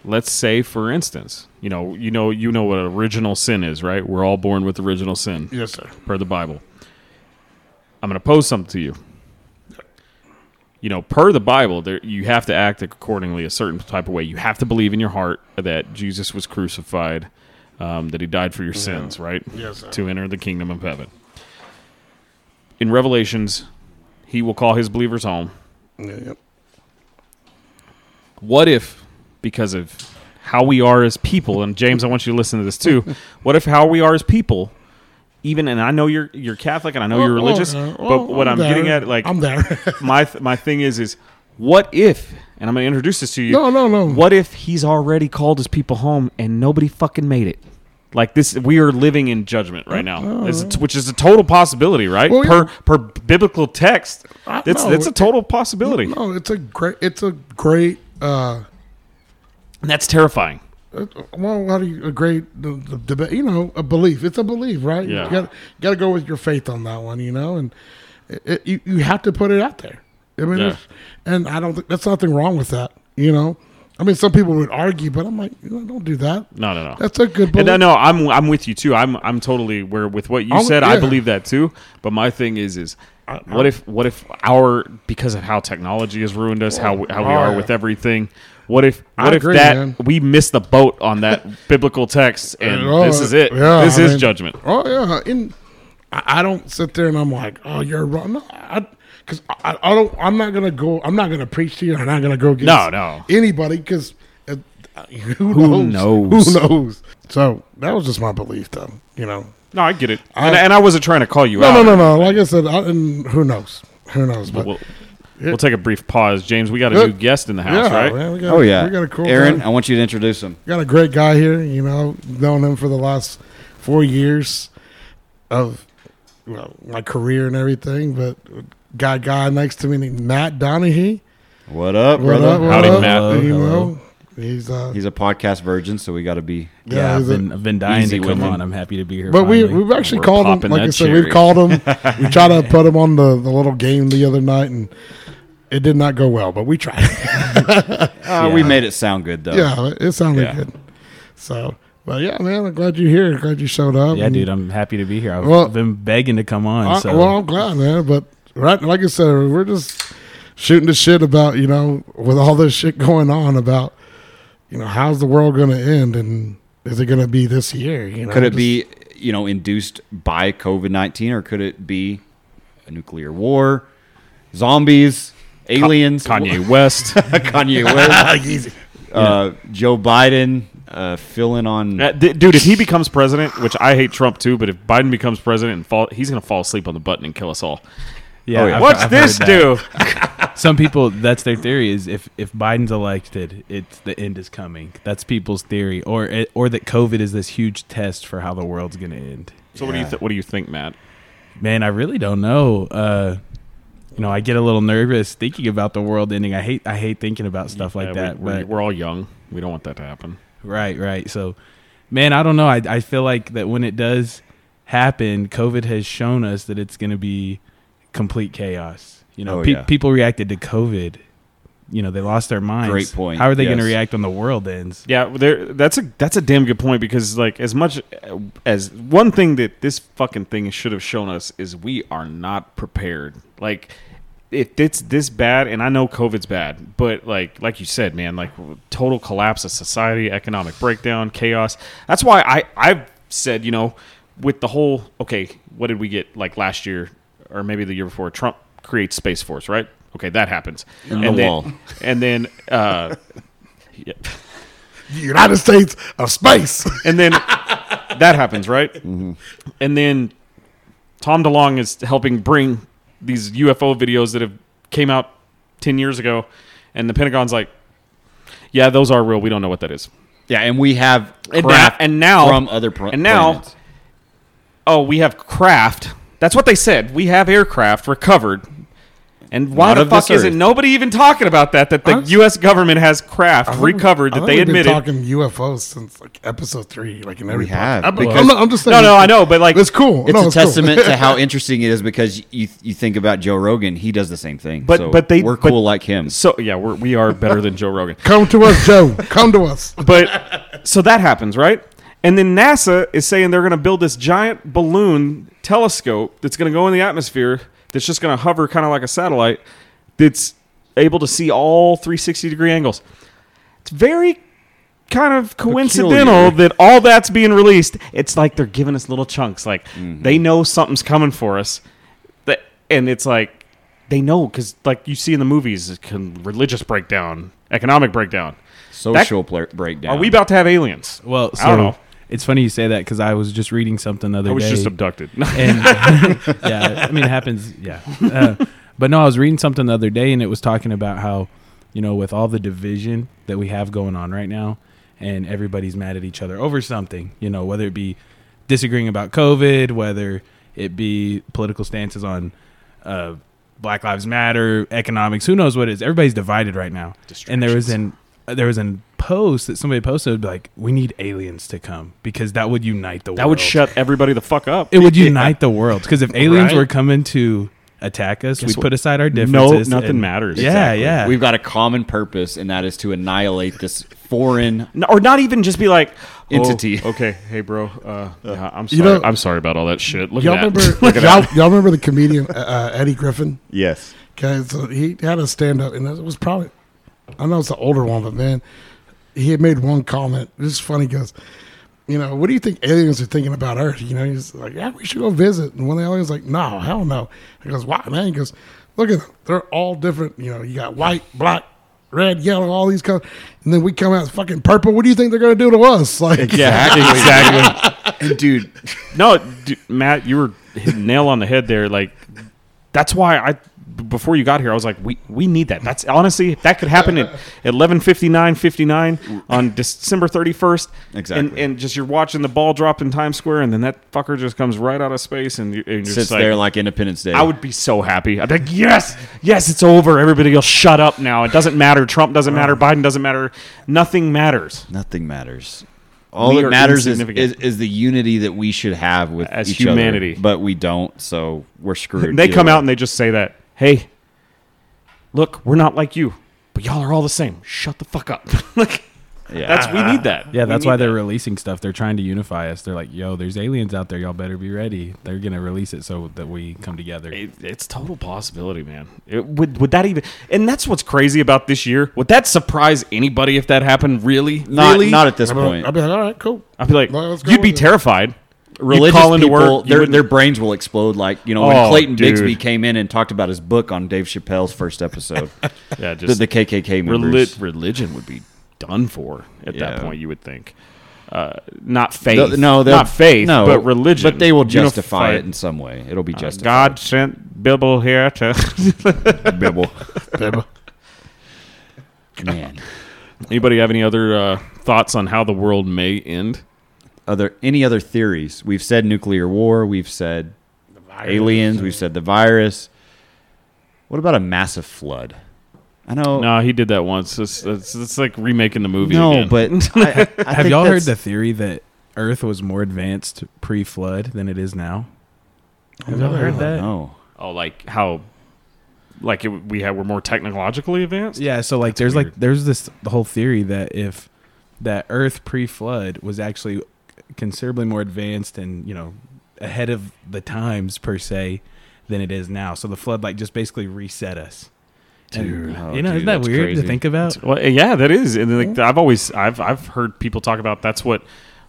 let's say for instance you know you know you know what original sin is right we're all born with original sin
Yes, sir.
per the bible i'm going to pose something to you you know per the bible there you have to act accordingly a certain type of way you have to believe in your heart that jesus was crucified um, that he died for your sins right
Mm-hmm. Yes, sir.
to enter the kingdom of heaven in revelations he will call his believers home
Yeah, yep.
what if because of how we are as people and James I want you to listen to this too what if how we are as people even and I know you're you're Catholic and I know you're
Oh, oh,
religious
yeah. Oh,
but what I'm
there.
getting at like
I'm there.
my th- my thing is is what if and I'm going to introduce this to you
No, no, no.
what if he's already called his people home and nobody fucking made it like this we are living in judgment right now is it- which is a total possibility right
Oh. Well, yeah.
per per biblical text
I-
it's
no,
it's a
it-
total possibility
no, it's a great. It's a great. uh
and that's terrifying
uh, well, how do you a great the, the debate? You know, a belief. It's a belief, right?
Yeah.
You got got to go with your faith on that one, you know, and it, it, you you have to put it out there. I mean,
Yeah.
it's- and I don't think that's nothing wrong with that, you know. I mean, some people would argue, but I'm like, you know, don't do that.
no no no
That's a good
And
belief.
I know I'm I'm with you too. I'm I'm totally where with what you
I'm-
said. I
yeah.
believe that too. But my thing is is what if what if our because of how technology has ruined us, how we- how we
Oh,
are
yeah.
with everything. What if what if
agree,
that
man.
we missed the boat on that biblical text and
Oh,
this is it.
yeah,
this
I
is
mean-
judgment.
Oh yeah, and I, I don't sit there and I'm like, oh, you're wrong. No, I because I, I don't. I'm not gonna go. I'm not gonna preach to you. I'm not gonna go against
No, no.
anybody because who, knows?
knows?
Who knows? So that was just my belief, though. You know.
No, I get it.
I-
and, and I wasn't trying to call you
No,
out.
no, no, no. Like I said, I, and who knows? Who knows? But
We'll, we'll take a brief pause, James. We got a
Yeah.
new guest in the house,
yeah,
right?
man, we got,
oh yeah.
we got a cool
Aaron,
guy.
I want you to introduce him.
Got a great guy here, you know, known him for the last four years of well, my career and everything. But got a guy next to me named Matt Donahue.
What up,
What
brother?
up, what
Howdy,
up?
Matt.
You
Hello.
know, he's uh,
He's a podcast virgin, so we got to be.
Yeah, I've
he's a-
been, I've been dying
easy
to come
with it.
on. I'm happy to be here.
but we
finally.
we've actually
We're
called him.
popping
Like
that
I said,
cherry.
we've called him. we tried to put him on the, the little game the other night, and it did not go well. But we tried.
Uh, We made it sound good though.
Ah, yeah, it sounded
Yeah.
good. So, but yeah, man, I'm glad you're here. Glad you showed up.
yeah,
and-
dude, I'm happy to be here. I've
Well-
been begging to come on.
I-
so
Well, I'm glad, man. But right, like I said, we're just shooting the shit about you know with all this shit going on about you know how's the world going to end and is it going to be this year? You know,
Could it
just-
be, you know, induced by COVID nineteen, or could it be a nuclear war, zombies, aliens,
Kanye West.
Kanye West, uh, Joe Biden, uh, filling on
Uh, d- dude, if he becomes president, which I hate Trump too, but if Biden becomes president and fall, he's gonna fall asleep on the button and kill us all.
Yeah.
Oh, yeah.
I've-
What's
I've heard
this
that.
do?
Some people, that's their theory is if, if Biden's elected, it's the end is coming. That's people's theory, or it, or that COVID is this huge test for how the world's going to end.
So what do you th- what do you think, Matt?
Man, I really don't know. Uh, you know, I get a little nervous thinking about the world ending. I hate I hate thinking about stuff like
Uh,
that.
We, we're,
but-
we're all young. We don't want that to happen.
Right, right. So, man, I don't know. I, I feel like that when it does happen, COVID has shown us that it's going to be complete chaos. You know,
Oh,
pe-
yeah.
people reacted to COVID. You know, they lost their minds.
Great point.
How are they going to
Yes.
react when the world ends?
Yeah, there. That's a that's a damn good point because like as much uh, as one thing that this fucking thing should have shown us is we are not prepared. Like if it's this bad, and I know COVID's bad, but like like you said, man, like total collapse of society, economic breakdown, chaos. That's why I I've said you know with the whole okay, what did we get like last year or maybe the year before? Trump creates Space Force, right? Okay, that happens. And,
the
then,
wall.
And then. uh
United States of Space.
and then that happens, right? Mm-hmm. And then Tom DeLong is helping bring these UFO videos that have came out ten years ago, and the Pentagon's like, "Yeah, those are real. We don't know what that is."
Yeah, and we have
And now,
craft
and now
from other pr-
and now,
planets.
oh, we have craft. That's what they said. We have aircraft recovered. And
Not
why the
of this
fuck isn't
earth.
nobody even talking about that? That the
Honest-
U.S. government has craft recovered
I
that
think
they
we've
admitted.
Been talking UFOs since like episode three, like in every
We have,
podcast. I'm,
because-
I'm not- I'm just saying,
no, no, I know, but like
It's cool.
it's
No,
a
cool.
testament to how interesting it is because you you think about Joe Rogan, he does the same thing.
But-
So
but they-
we're
but-
cool like him.
So yeah, we're, we are better than Joe Rogan.
Come to us, Joe. Come to us.
But so that happens, right? And then NASA is saying they're going to build this giant balloon telescope that's going to go in the atmosphere that's just going to hover kind of like a satellite that's able to see all 360 degree angles. It's very kind of coincidental
Peculiar.
that all that's being released. It's like they're giving us little chunks like they know something's coming for us. That and it's like they know cuz like you see in the movies it can religious breakdown, economic breakdown.
Social pla- breakdown.
Are we about to have aliens?
Well, so
I don't know.
it's funny you say that because I was just reading something the other
I was
day.
just abducted.
and yeah, I mean, it happens. Yeah, uh, but no, I was reading something the other day, and it was talking about how you know, with all the division that we have going on right now, and everybody's mad at each other over something. You know, whether it be disagreeing about COVID, whether it be political stances on uh, Black Lives Matter, economics, who knows what it is. Everybody's divided right now. And there was an there was an post that somebody posted like, "We need aliens to come because that would unite the world."
that would shut everybody the fuck up.
It would unite the world because if aliens
Right.
were coming to attack us,
Guess
we'd
what?
put aside our
No,
differences.
nothing
and-
matters.
Yeah,
Exactly.
yeah.
We've got a common purpose, and that is to annihilate this foreign.
N- or not even just be like oh,
Entity.
Okay, hey bro, uh, yeah, I'm sorry.
You know-
I'm sorry about all that shit. Look
Y'all
at
remember?
that. Look at
y'all,
that.
y'all remember the comedian uh, Eddie Griffin?
Yes.
Okay, so he had a stand up, and it was probably, I know it's the older one, but man, he had made one comment. This is funny. He goes, you know, what do you think aliens are thinking about Earth? You know, he's like, yeah, we should go visit. And one of the aliens like, no, hell no. He goes, why, man? He goes, look at them. They're all different. You know, you got white, black, red, yellow, all these colors. And then we come out fucking purple. What do you think they're going to do to us? Like,
Yeah, exactly.
And dude,
no, dude, Matt, you were hit nail on the head there. Like that's why I b- before you got here, I was like, we we need that. That's honestly if that could happen at eleven fifty nine fifty nine on December thirty first. And,
Exactly.
and just you're watching the ball drop in Times Square, and then that fucker just comes right out of space, and, you, and you're
sits
just like,
there like Independence Day.
I would be so happy. I'd be like, yes, yes, it's over. Everybody will shut up now. It doesn't matter. Trump doesn't matter. Biden doesn't matter. Nothing matters.
Nothing matters. All
We are
that matters is, is
insignificant.
is the unity that we should have with
As
each
humanity.
other, but we don't. So we're screwed.
They
either
come
way.
out and they just say that, hey, look, we're not like you, but y'all are all the same. Shut the fuck up. like,
Yeah.
that's we need that.
yeah,
We
that's
need
why they're
that.
releasing stuff. They're trying to unify us. They're like, "Yo, there's aliens out there. Y'all better be ready. They're gonna release it so that we come together."
It, it's total possibility, man. It, would would that even? And that's what's crazy about this year. Would that surprise anybody if that happened? Really?
not
really?
not at this
I'd be
point.
like, I'd be like, all right, cool.
I'd be like,
Well, let's go
you'd be
with it.
terrified. You'd
religious
call into
people,
work, you
their,
wouldn't-
their brains will explode. Like you know, when
Oh,
Clayton
dude.
Bigsby came in and talked about his book on Dave Chappelle's first episode,
yeah, just
the, the KKK members.
Reli- religion would be done for at
Yeah.
that point, you would think. uh, not faith.
Th- no, they'll-
not faith,
no,
but religion.
But they will
Unify
justify
it.
it in some way. It'll be
Uh,
justified.
God sent Bibble here to.
God, Bibble.
Bibble.
Man,
Anybody have any other uh, thoughts on how the world may end?
other any other theories? We've said nuclear war. We've said aliens. We've said the virus. What about a massive flood? I know.
No, he did that once. It's, it's, it's like remaking the movie.
no,
again.
but I, I, I
Have
think
y'all heard
that's-
the theory that Earth was more advanced pre-flood than it is now? Have y'all heard that?
No.
oh, like how, like it, we had, we're more technologically advanced.
Yeah, so like there's
weird.
like there's this the whole theory that if that Earth pre-flood was actually considerably more advanced and you know ahead of the times per se than it is now. So the flood like just basically reset us. And,
Oh,
you know,
dude,
isn't that
that's
weird
crazy.
to think about?
Well, yeah, that is, and like, I've always I've I've heard people talk about that's what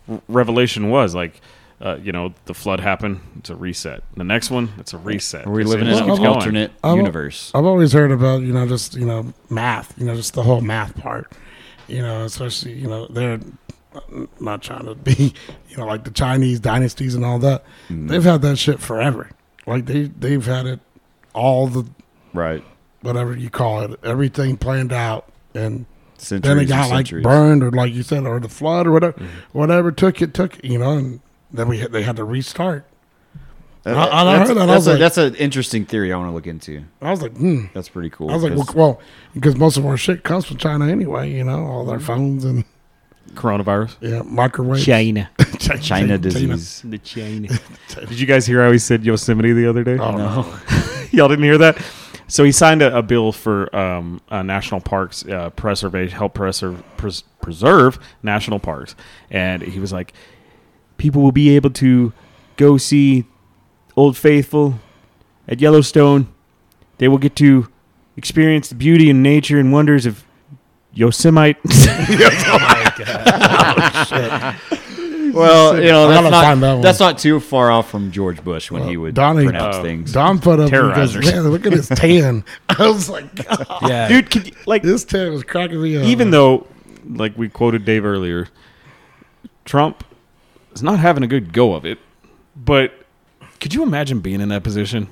Re- Revelation was like. Uh, you know, the flood happened. It's a reset. The next one, it's a reset.
Are we
It's-
living
it
in
just
an
keeps going.
alternate
I'm-
universe?
I've always heard about you know just you know math, you know just the whole math part, you know especially you know they're I'm not trying to be you know like the Chinese dynasties and all that.
Mm-hmm.
They've had that shit forever. Like they they've had it all the
right.
whatever you call it, everything planned out and.
Centuries
Then it
and
got like
centuries. Mm-hmm.
burned, or like you said, or the flood, or whatever, whatever took it, took it, you know. And then we had- they had to restart.
That-
I- I
that's,
heard that, I
That's,
was
a,
like-
that's an interesting theory I want to look into.
I was like, hmm.
That's pretty cool.
I was like,
'cause
well, well, because most of our shit comes from China anyway, you know, all
Mm-hmm.
their phones and
Coronavirus.
yeah, microwaves.
China.
China,
China disease.
The China.
Did you guys hear how he said Yosemite the other day?
Oh, no.
Y'all didn't hear that? So he signed a, a bill for um, uh, national parks uh, preservation, help preserve, pres- preserve national parks, and he was like, people will be able to go see Old Faithful at Yellowstone. They will get to experience the beauty and nature and wonders of Yosemite.
Well, you know,
I
that's
gotta find that
not,
one.
that's not too far off from George Bush when
Well,
he would
Donnie-
pronounce
Oh.
things.
Don put up, he goes,
Terrorizers.
man, look at his tan. I was like, God,
Yeah.
Dude, could you, like
this tan was cracking me up.
even though, like we quoted Dave earlier, Trump is not having a good go of it. But could you imagine being in that position?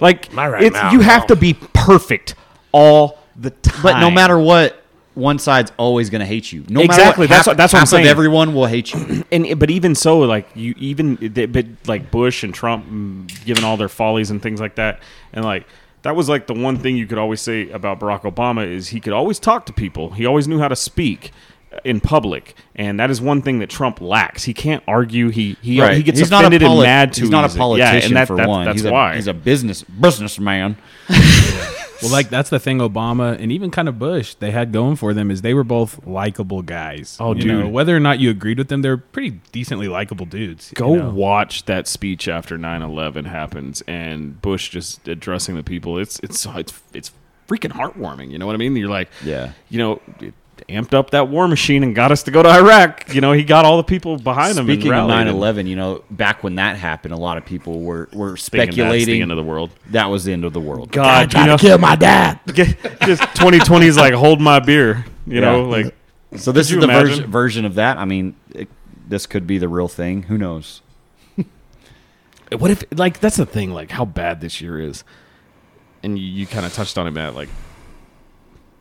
Like,
Not right
it's,
now,
you have
no.
to be perfect all the time.
But no matter what, one side's always going to hate you. No matter
Exactly,
what,
that's
half-
what- that's what I'm
half
saying.
Of everyone will hate you.
and but even so, like you even but like Bush and Trump, mm, given all their follies and things like that, and like that was like the one thing you could always say about Barack Obama is he could always talk to people. He always knew how to speak uh, in public, and that is one thing that Trump lacks. He can't argue. He he
Right.
he gets
he's
offended
not a poli-
and mad too
He's not a
easy.
politician
yeah, and that,
for
that-
one.
That's
he's
why
A, he's a business businessman.
Well, like that's the thing Obama and even kind of Bush they had going for them is they were both likable guys.
Oh,
you
dude.
know, whether or not you agreed with them, they're pretty decently likable dudes. you
Go
know?
watch that speech after 9/11 happens and Bush just addressing the people. It's it's it's it's freaking heartwarming. You know what I mean? You're like,
Yeah.
you know, it amped up that war machine and got us to go to Iraq. You know, he got all the people behind him.
Speaking of
and
9-11, you know, back when that happened, a lot of people were, were
that's the
speculating
end of the world.
that was the end of the world.
I
God,
tried
you know,
to kill my dad.
just 2020 is like hold my beer. You know,
Yeah.
like
So this is
Could you
the version
imagine?
version of that. I mean, it, this could be the real thing. Who knows?
what if like that's the thing like how bad this year is and you, you kind of touched on it matt like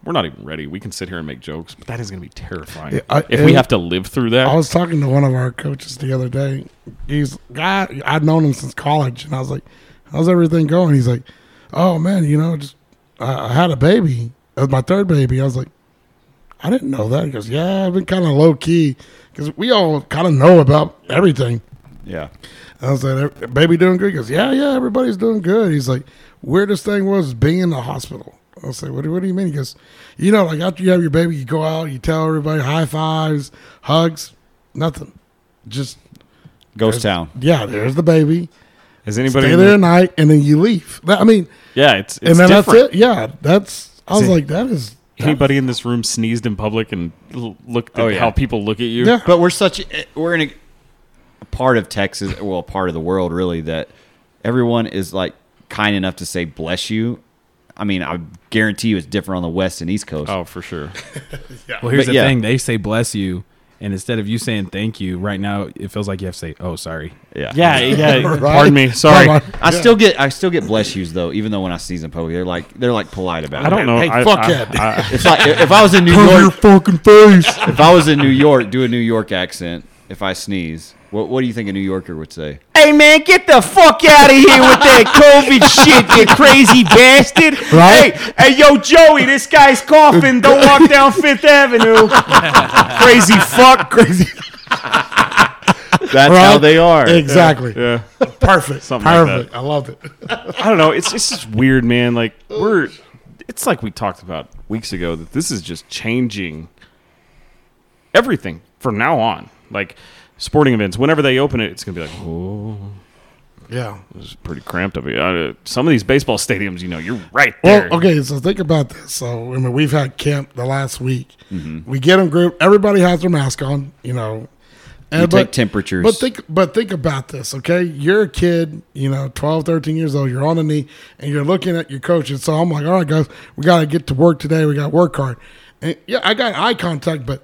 we're not even ready we can sit here and make jokes but that is going to be terrifying
Yeah, I-
if we
and-
have to live through that
I was talking to one of our coaches the other day. He's God. I've known him since college, and I was like, "How's everything going?" He's like, "Oh man, you know, just I, I had a baby. It was my third baby." I was like, "I didn't know that." He goes, "Yeah, I've been kind of low key because we all kind of know about everything."
Yeah.
I was like, "Eh, "Baby doing good?" He goes, "Yeah, yeah, everybody's doing good." He's like, "Weirdest thing was being in the hospital." I was like, "What do, what do you mean?" He goes, "You know, like after you have your baby, you go out, you tell everybody high fives, hugs, nothing, just."
Ghost town.
Yeah, there's the baby.
is anybody
Stay there at night, and then you leave. That- I mean,
yeah it's, it's
and then
different.
that's it. Yeah, that's. I was
See-
like, that is.
anybody in this room sneezed in public and l- looked at
Oh, yeah.
how people look at you
Yeah.
But we're such eh, we're in a, a part of Texas, well, a part of the world really that everyone is like kind enough to say bless you. I mean, I guarantee you it's different on the west and east coast.
oh for sure
Well, here's
But
the
yeah.
thing: they say bless you, And instead of you saying thank you, right now it feels like you have to say, "Oh, sorry."
Yeah.
Yeah, yeah.
Pardon me. Sorry.
Come on.
I still get I still get bless yous though, even though when I see them public, they're like they're like polite about it.
I don't know.
Hey,
I,
fuck
I-
that.
I-
It's like if I was in New
Cover your
York,
fucking face.
if I was in New York, do a New York accent. If I sneeze, what what do you think a New Yorker would say?
Hey man, get the fuck out of here with that COVID shit, you crazy bastard!
Right?
Hey, hey, yo, Joey, this guy's coughing. Don't walk down Fifth Avenue, crazy fuck. Crazy.
That's how
Right?
they are.
Exactly.
yeah.
Perfect.
Something like
Perfect. I love it.
I don't know. It's it's just weird, man. Like
Oh,
we're, it's like we talked about weeks ago that this is just changing everything from now on. Like sporting events, whenever they open it, it's gonna be like, oh,
Yeah.
this is pretty cramped up here. Uh, some of these baseball stadiums, you know, you're right there.
Well, okay, so think about this. So, I mean, we've had camp the last week.
Mm-hmm.
We get them grouped. Everybody has their mask on, you know. And,
You take temperatures.
But think, but think about this, okay? You're a kid, you know, 12, 13 years old. You're on a knee, and you're looking at your coach. And so I'm like, all right, guys, we got to get to work today. We got to work hard. And yeah, I got eye contact, but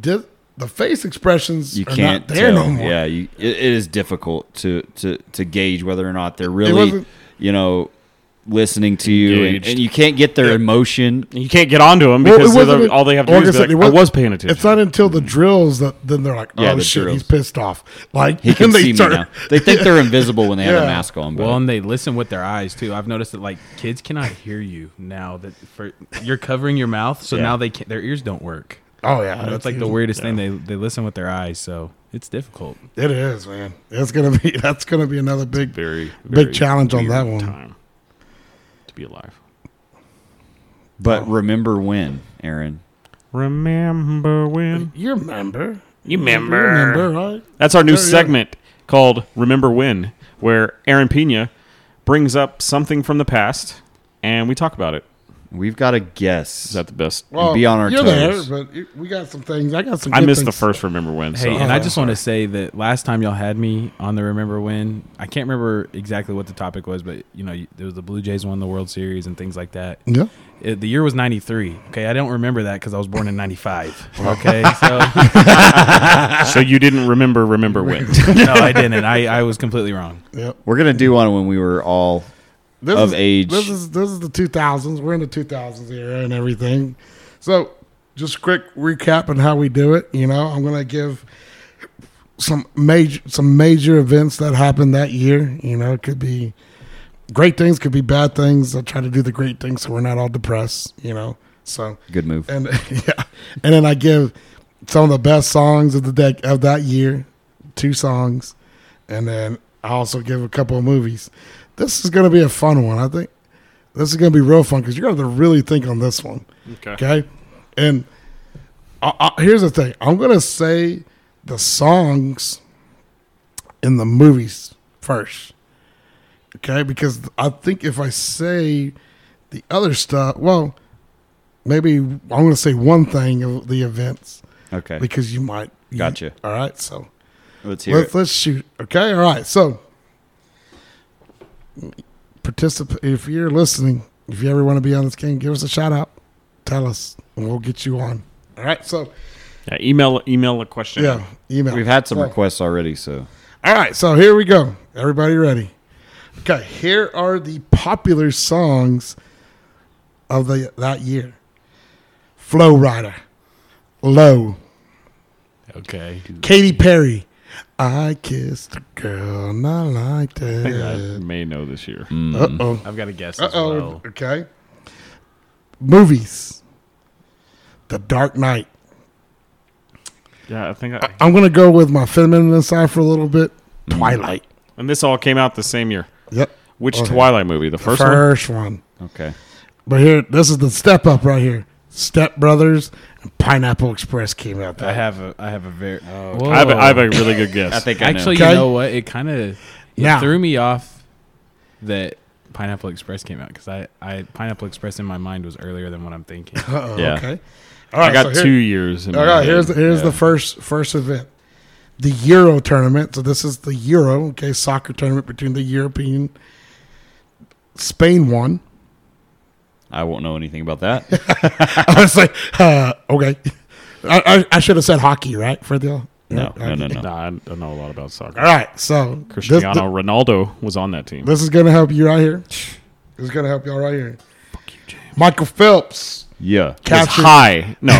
di- the face expressions
You
are
can't
not there
tell.
no more.
Yeah, you, it, it is difficult to, to to gauge whether or not they're really,
wasn't-
you know, listening to you, and,
Engaged.
and you can't get their emotion.
And you can't get onto them
Well, it
because they're
wasn't
the-
in-
all they have to
like
do is
I
be
said,
like,
it
I was
wasn't-
paying attention.
It's not until the drills that then they're like, oh
Yeah, the
shit,
drills.
he's pissed off. Like
He can
and they
see
start-
me now. They think they're invisible when they have a
Yeah.
mask on. But
Well, and they listen with their eyes too. I've noticed that like kids cannot hear you now that for you're covering your mouth, so now they can, their ears don't work.
Oh yeah,
You know, it's like the weirdest thing. They they listen with their eyes, so it's difficult.
It is, man. It's gonna be. That's gonna be another big.
very,
Big
very
challenge on
weird
that one.
Time to be alive.
but remember when, Aaron?
Remember when?
You remember?
You
You remember, right?
That's our new
Yeah, yeah.
segment called Remember When, where Aaron Pena brings up something from the past and we talk about it.
We've got to guess.
Is that the best?
Well,
be on our
you're
toes.
there, but it- we got some things. I got some.
I
good
missed the
things.
first Remember When. So.
Hey, and I
Oh,
just want to say that last time y'all had me on the Remember When, I can't remember exactly what the topic was, but you know, there was the Blue Jays won the World Series and things like that.
Yeah.
It, the year was 93. Okay. I don't remember that because I was born in 95. Okay. So,
so you didn't remember Remember When.
no, I didn't. I, I was completely wrong.
Yep.
We're gonna do one when we were all
This
Of
is,
age.
This is this is the 2000s. We're in the 2000s era and everything. So, just quick recap on how we do it. You know, I'm gonna give some major some major events that happened that year. You know, it could be great things, could be bad things. I try to do the great things so we're not all depressed. You know, so
good move.
and yeah, and then I give some of the best songs of the deck of that year, two songs, and then I also give a couple of movies. This is gonna be a fun one, I think. This is gonna be real fun because you're gonna have to really think on this one,
okay.
okay? And I, I, here's the thing: I'm gonna say the songs in the movies first, okay? Because I think if I say the other stuff, well, maybe I'm gonna say one thing of the events
Okay,
because you might. you-
Gotcha.
all right, so
let's hear
let's
it.
let's shoot. Okay, all right. So participate if you're listening. If you ever want to be on this game, give us a shout out. Tell us, and we'll get you on. All right. So
Yeah, email email a question.
yeah, email.
We've had some
So-
requests already, so
All right, so here we go. Everybody ready? Okay, here are the popular songs of the that year. Flow Rider, Low,
Okay.
Katy Perry. I kissed a girl not like
I think I
that.
may know this year.
Uh oh.
I've got to guess
Uh
as
oh.
well.
Okay. Movies. The Dark Knight.
Yeah, I think I.
I'm gonna go with my feminine side for a little bit. Twilight.
And this all came out the same year.
Yep.
Which
Okay.
Twilight movie? The first one?
First one.
okay.
But here, this is the step up right here. Step Brothers and Pineapple Express came out.
I
That.
have a, I have a very,
I have, a, I have a really good guess.
I think I know.
actually,
Okay.
you know what? It kind of
Now.
threw me off that Pineapple Express came out because I, I, Pineapple Express in my mind was earlier than what I'm thinking.
Uh-oh,
Yeah.
Okay. All right.
I got
so
two
here,
years. In
All
my
right. Here's the,
head.
here's
Yeah.
the first first event, the Euro tournament. So this is the Euro, okay, soccer tournament between the European. Spain won.
I won't know anything about that.
I was like, uh, okay. I, I, I should have said hockey, right? For the
No, no, no, no.
Nah, I don't know a lot about soccer.
All right, so this-
Cristiano
this,
Ronaldo was on that team.
this is gonna help you right here. This is gonna help y'all right here. Michael Phelps
Yeah.
It was
captured.
high. No,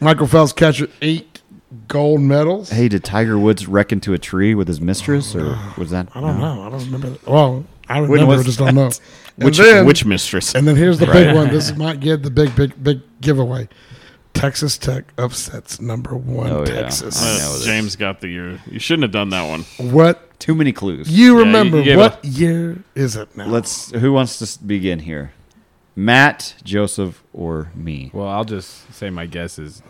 Michael Phelps captured eight gold medals.
Hey, did Tiger Woods wreck into a tree with his mistress, or was that?
I don't know. I don't remember. that. Well, I remember.
was
I just don't know. And
which
then-
which mistress?
And then here's the big one. This might get the big, big, big giveaway. Texas Tech upsets number one
Oh, yeah.
Texas.
I
Uh,
know this.
James got the year. You shouldn't have done that one.
What
Too many clues.
you
you-
remember?
you gave
what year is it now?
Let's. Who wants to s- begin here? Matt, Joseph, or me?
Well, I'll just say my guess is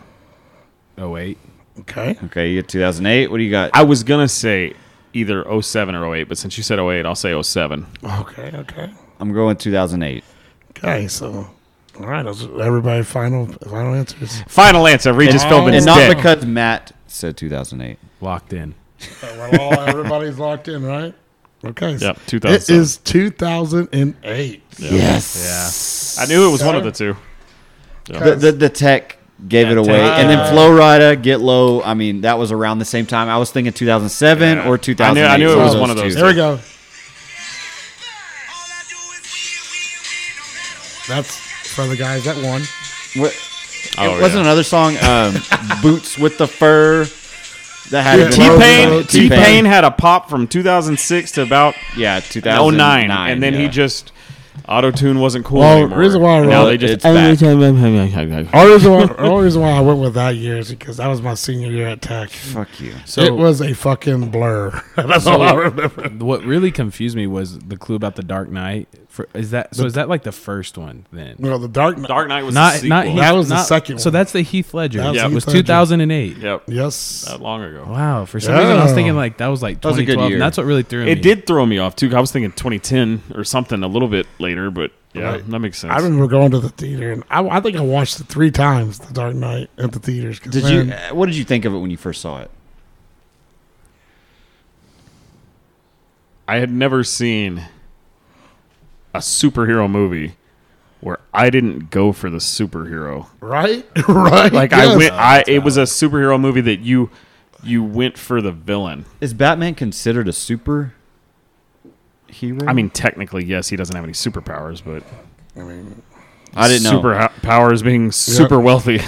08.
okay.
Okay, you get 2008. What do you got?
I was gonna say either 07 or 08, but since you said 08, I'll say 07.
Okay. Okay.
I'm going 2008.
Okay. So, all right. those are everybody, final final answers.
Final answer. Regis Philbin
Oh. and
is
not
dead.
because Matt said 2008.
Locked in.
well, all, everybody's locked in, right? Okay. so
Yep,
It
2007.
is 2008.
Yes.
I knew it was one of the two.
The, the, the tech gave it away,
tech.
and then Flow Rida, Get Low. I mean, that was around the same time. I was thinking 2007
Yeah.
or
I
2008.
knew- I knew it
so
was one of those
two.
There we go.
All I do is win, win, win, no matter what.
That's for the guys that won.
What-
Oh,
it wasn't
yeah.
another song, um, Boots with the Fur. That had
Yeah.
it.
T Pain.
T-Pain.
T Pain had a pop from 2006 to about
Yeah, 2009.
09, and then he
yeah.
just auto tune wasn't cool
Well,
anymore.
reason why I
now
wrote
they
it-
just
it's back.
Only reason why, only reason why I went with that year is because that was my senior year at Tech.
Fuck you.
So
it was a fucking blur. That's
Oh,
all I remember.
what really confused me was the clue about the Dark Knight. For, is that so? Is that like the first one then?
Well, the Dark Knight.
Dark Knight was the
Not
sequel.
not Heath-
That was the
not-
second
So
one.
that's the Heath Ledger.
That was
Yeah, it
Heath
was
Ledger.
2008.
yep,
Yes.
that long ago.
Wow, for some reason I was
Yeah.
thinking like that was like
That was a good
2012.
year.
and that's what really threw me.
It did throw me off too. I was thinking 2010 or something a little bit later, but yeah,
Right.
that makes sense.
I remember going to the theater, and I, I think I watched it three times, The Dark Knight, at the theaters. 'cause,
Did
man,
you? uh, What did you think of it when you first saw it?
I had never seen a superhero movie where I didn't go for the superhero.
Right? right?
Like I
Yes.
went, I it was a superhero movie that you you went for the villain.
Is Batman considered a super hero?
I
Mm-hmm.
mean, technically, yes, he doesn't have any superpowers, but
I didn't know.
super powers being super wealthy.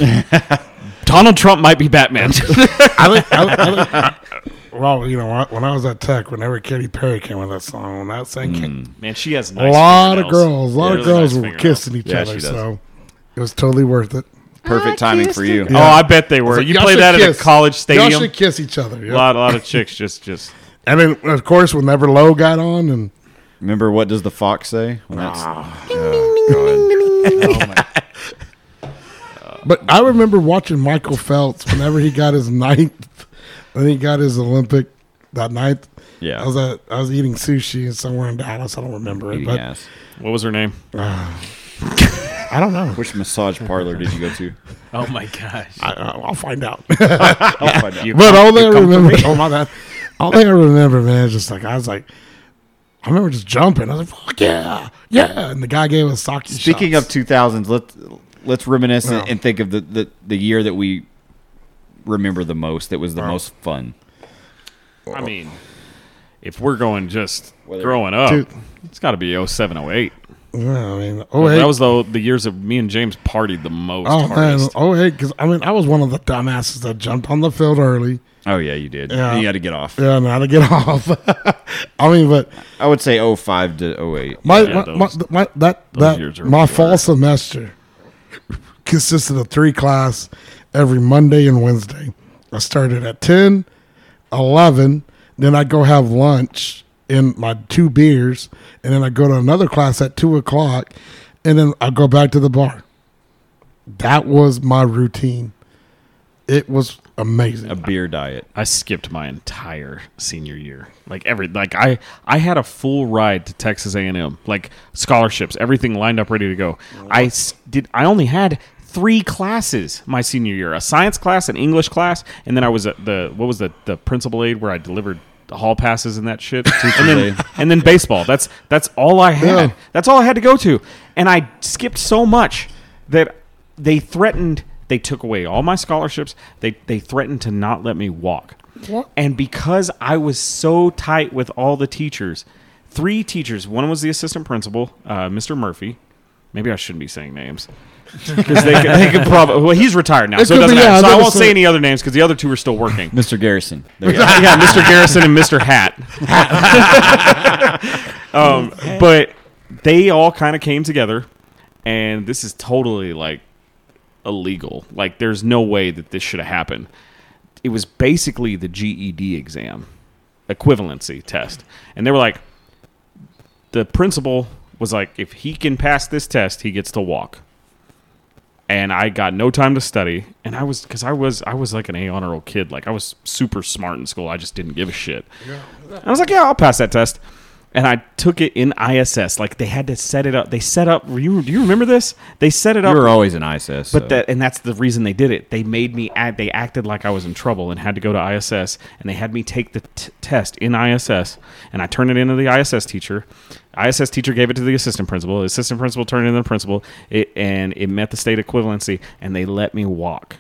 Donald Trump might be Batman.
I think, I, think- I think- well, you know, when I, when I was at Tech, whenever Katy Perry came with that song, when that thing came,
Man, she has
a
Mm. nice
lot of
fingernails.
girls, a lot of
Really nice
girls were
fingernails.
kissing each
Yeah, she
other,
does.
so it was totally worth it.
Perfect timing for you.
Oh, I bet they were.
Like,
you
y'all
play
should
that at
kiss.
a college stadium.
Y'all should kiss each other.
A
Yeah.
lot, a lot of chicks just, just.
And then, of course, when Never Low got on, and
Remember what does the fox say? When that's,
but I remember watching Michael Phelps whenever he got his ninth, when he got his Olympic that ninth.
Yeah.
I was at I was eating sushi somewhere in Dallas. I don't remember it,
Eating
but
ass.
What was her name?
I don't know.
Which massage parlor did you go to?
Oh my gosh.
I, I'll find out.
I'll find out.
But all that I remember, oh my god, all that I remember, man, is just like I was like, I remember just jumping. I was like, fuck yeah, yeah, and the guy gave us sake.
Speaking
shots.
of 2000s, let's let's reminisce
No.
and think of the, the the year that we remember the most. That was the most fun.
I mean, Oh. if we're going just
Whether-
growing up,
Dude.
it's got to be 07, 08.
yeah, I mean, oh eight,
That was the, the years of me and James partied the most
oh man,
hardest.
oh eight, because I mean, I was one of the dumbasses that jumped on the field early.
Oh yeah, you did.
Yeah.
You had to get off.
Yeah, and how to get off. I mean, but
I would say 05 to 08.
my,
Yeah,
my,
those-
my, my that
years
that
are
my
blur.
fall semester consisted of three class every Monday and Wednesday. I started at 10, 11, then I go have lunch and my two beers, and then I go to another class at two o'clock, and then I go back to the bar. That was my routine. It was amazing.
A beer diet.
I skipped my entire senior year. Like every like I I had a full ride to Texas A&M. Like scholarships, everything lined up ready to go. I s- did I only had 3 classes my senior year. A science class, an English class, and then I was at the what was the the principal aid where I delivered the hall passes and that shit. and then
aid.
and then baseball. That's that's all I had.
Yeah.
That's all I had to go to. And I skipped so much that they threatened They took away all my scholarships. They they threatened to not let me walk.
What?
And because I was so tight with all the teachers, three teachers. One was the assistant principal, uh, Mr. Murphy. Maybe I shouldn't be saying names because they, could- they could probably. Well, he's retired now,
It
so it
could be,
doesn't matter.
yeah,
so I
that
won't
was
say
a-
any other names because the other two are still working.
Mr. Garrison. There you go.
yeah, yeah, Mr. Garrison and Mr. Hat. um, but they all kind of came together, and this is totally like illegal. Like, there's no way that this should have happened. It was basically the GED exam equivalency test, and they were like, the principal was like, if he can pass this test, he gets to walk. And I got no time to study, and I was because I was I was like an A honor roll kid, like I was super smart in school. I just didn't give a shit. And I was like, yeah, I'll pass that test. And I took it in ISS. Like they had to set it up. They set up. You do you remember this? They set it
You
up.
were always an ISIS.
But that and that's the reason they did it. They made me act. They acted like I was in trouble and had to go to ISS, and they had me take the t- test in ISS, and I turned it into the ISS teacher. ISS teacher gave it to the assistant principal. The assistant principal turned it into the principal, it, and it met the state equivalency, and they let me walk.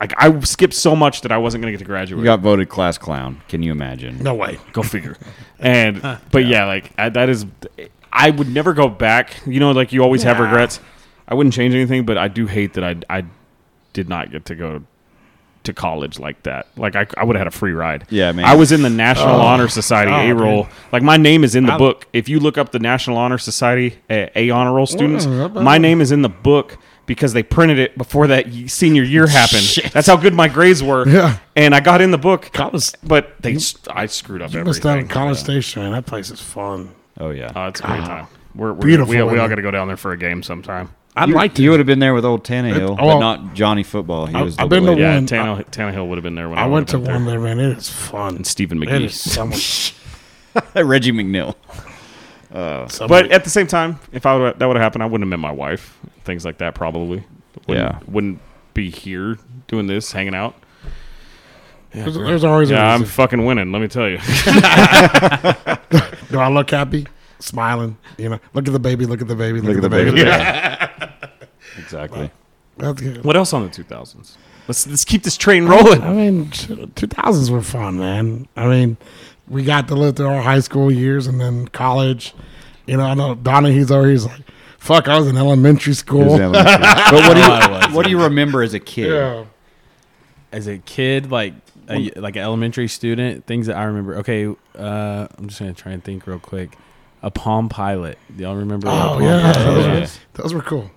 Like I skipped so much that I wasn't going to get to graduate.
you got voted class clown. Can you imagine?
No way.
Go figure. And but yeah, like I, that is, I would never go back. You know, like you always have regrets. I wouldn't change anything, but I do hate that I I did not get to go to college like that. Like I, I would have had a free ride.
Yeah, man.
I was in the National
Oh.
Honor Society A roll. Like my name is in the book. If you look up the National Honor Society A, A honor roll students,
Whoa, that-
my name is in the book. Because they printed it before that y- senior year happened. That's how good my grades were.
Yeah.
And I got in the book.
College-
but they, s- I screwed up
Missed out on
everything.
College Station, man. That place is fun.
Oh yeah.
Uh,
Oh, it's a great time. We're, we're
Beautiful
We, we all
weather.
got to go down there for a game sometime.
I'd
you,
like to.
You would have been there with old Tannehill,
It-
but
oh,
not Johnny Football. He
I-
was.
I've
the
been to
blade.
Yeah,
one-
Tannehill, Tannehill would have been there when I,
I went to
would've
one
been there.
there, man. It is fun.
and Stephen
It is
McGee.
so much
Reggie McNeil.
But at the same time, if I would that would have happened, I wouldn't have met my wife. Things like that probably. Wouldn't,
Yeah.
wouldn't be here doing this, hanging out.
There's, there's always a
Yeah, I'm
reason.
fucking winning. Let me tell you.
Do I look happy? Smiling, you know. Look at the baby. Look at the baby. Look, at the baby.
Exactly.
That's good.
what else on the 2000s? Let's let's keep this train rolling.
I mean, two thousands were fun, man. I mean, we got to live through our high school years and then college. You know, I know Donahue's over. He's like, "Fuck, I was in elementary
He was
school."
in elementary. but what do
I was.
you what do you remember as a kid?
Yeah,
as a kid, like a, like an elementary student, things that I remember. Okay, uh, I'm just gonna try and think real quick. A Palm Pilot. Do y'all remember? what a
Oh,
Palm
yeah.
Pilot
Those were-
was?
those were cool.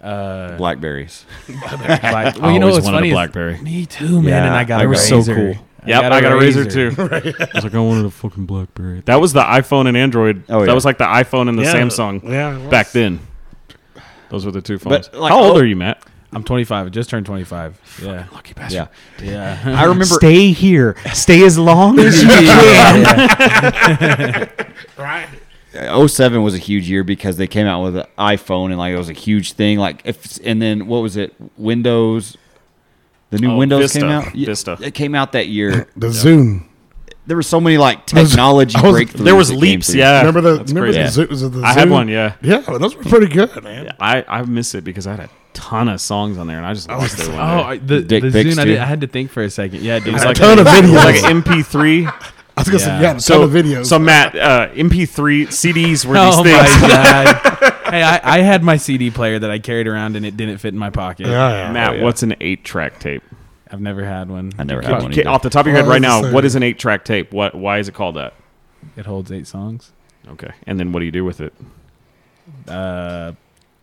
Uh,
Blackberries.
like, well, you know
always
what's
wanted a
funny? is-
BlackBerry.
Me too, man. and I got
they
a
were
razor.
so cool. Yep, I got, a razor, too. I was like, I wanted a fucking BlackBerry. That was the iPhone and Android.
Oh, yeah.
That was like the iPhone and the Samsung.
Yeah, it was.
back then. Those were the two phones.
But, like,
How old
oh-
are you, Matt?
I'm 25. I just turned 25. Yeah,
Lucky bastard.
Yeah.
yeah.
I remember
Stay here. Stay as long as you.
Right.
07 was a huge year because they came out with the iPhone and like it was a huge thing. Like if and then what was it? Windows. The new
Oh,
Windows
Vista.
came out. Yeah,
Vista.
It came out that year.
The Zoom.
There were so many like
was-
technology
I was-
breakthroughs.
There was
that came
leaps.
through.
Yeah.
Remember the
That's
remember
crazy.
the, Zo- was it the
I
Zoom?
had one. Yeah.
Yeah, those were pretty good, man.
I I miss it because I had a ton of songs on there and I just lost it.
Oh, I, the,
Dick
the
pics,
Zune. I,
too.
did, I had to think for a second. Yeah, dude. It's like,
ton of
It
videos.
was like an MP3.
I was gonna say,
Yeah.
yeah, a
So
ton of videos.
So Matt, uh, MP3 CDs were these
oh my
things.
god. hey, I, I had my CD player that I carried around and it didn't fit in my pocket.
yeah, yeah.
Matt, what's an eight-track tape?
I've never had one.
I never had one.
Okay,
either.
off the top of your head,
Well,
right
I was
now,
gonna say-
what is an eight-track tape? What? Why is it called that?
It holds eight songs.
Okay, and then what do you do with it?
Uh,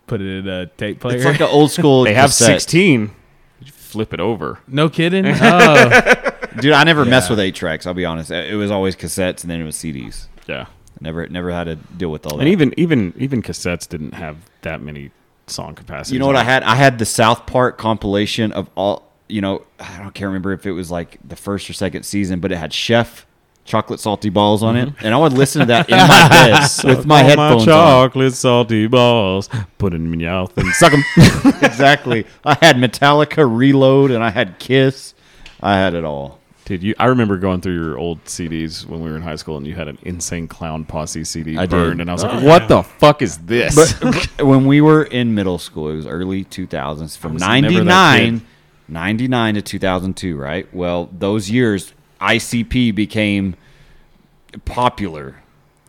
put it in a tape player.
It's like an old school.
They have
cassette.
sixteen. You flip it over.
no kidding. Oh,
Dude, I never messed
Yeah.
with eight tracks. I'll be honest. It was always cassettes and then it was CDs.
Yeah.
Never, never had to deal with all that.
And even even even cassettes didn't have that many song capacities.
you know what
on
I
it.
had? I had the South Park compilation of all. You know, I don't can't remember if it was like the first or second season, but it had Chef chocolate salty balls on it, and I would listen to that in my bed with my
All
headphones on.
chocolate salty balls, put 'em in your mouth and suck 'em.
Exactly. I had Metallica Reload, and I had Kiss. I had it all.
Dude, you, I remember going through your old CDs when we were in high school, and you had an insane clown posse CD
I did. Oh,
burned, and I was like, "What the fuck is this?"
But when we were in middle school, it was early 2000s,
I
from
was never that
99, 99 to 2002, right? Well, those years, ICP became popular.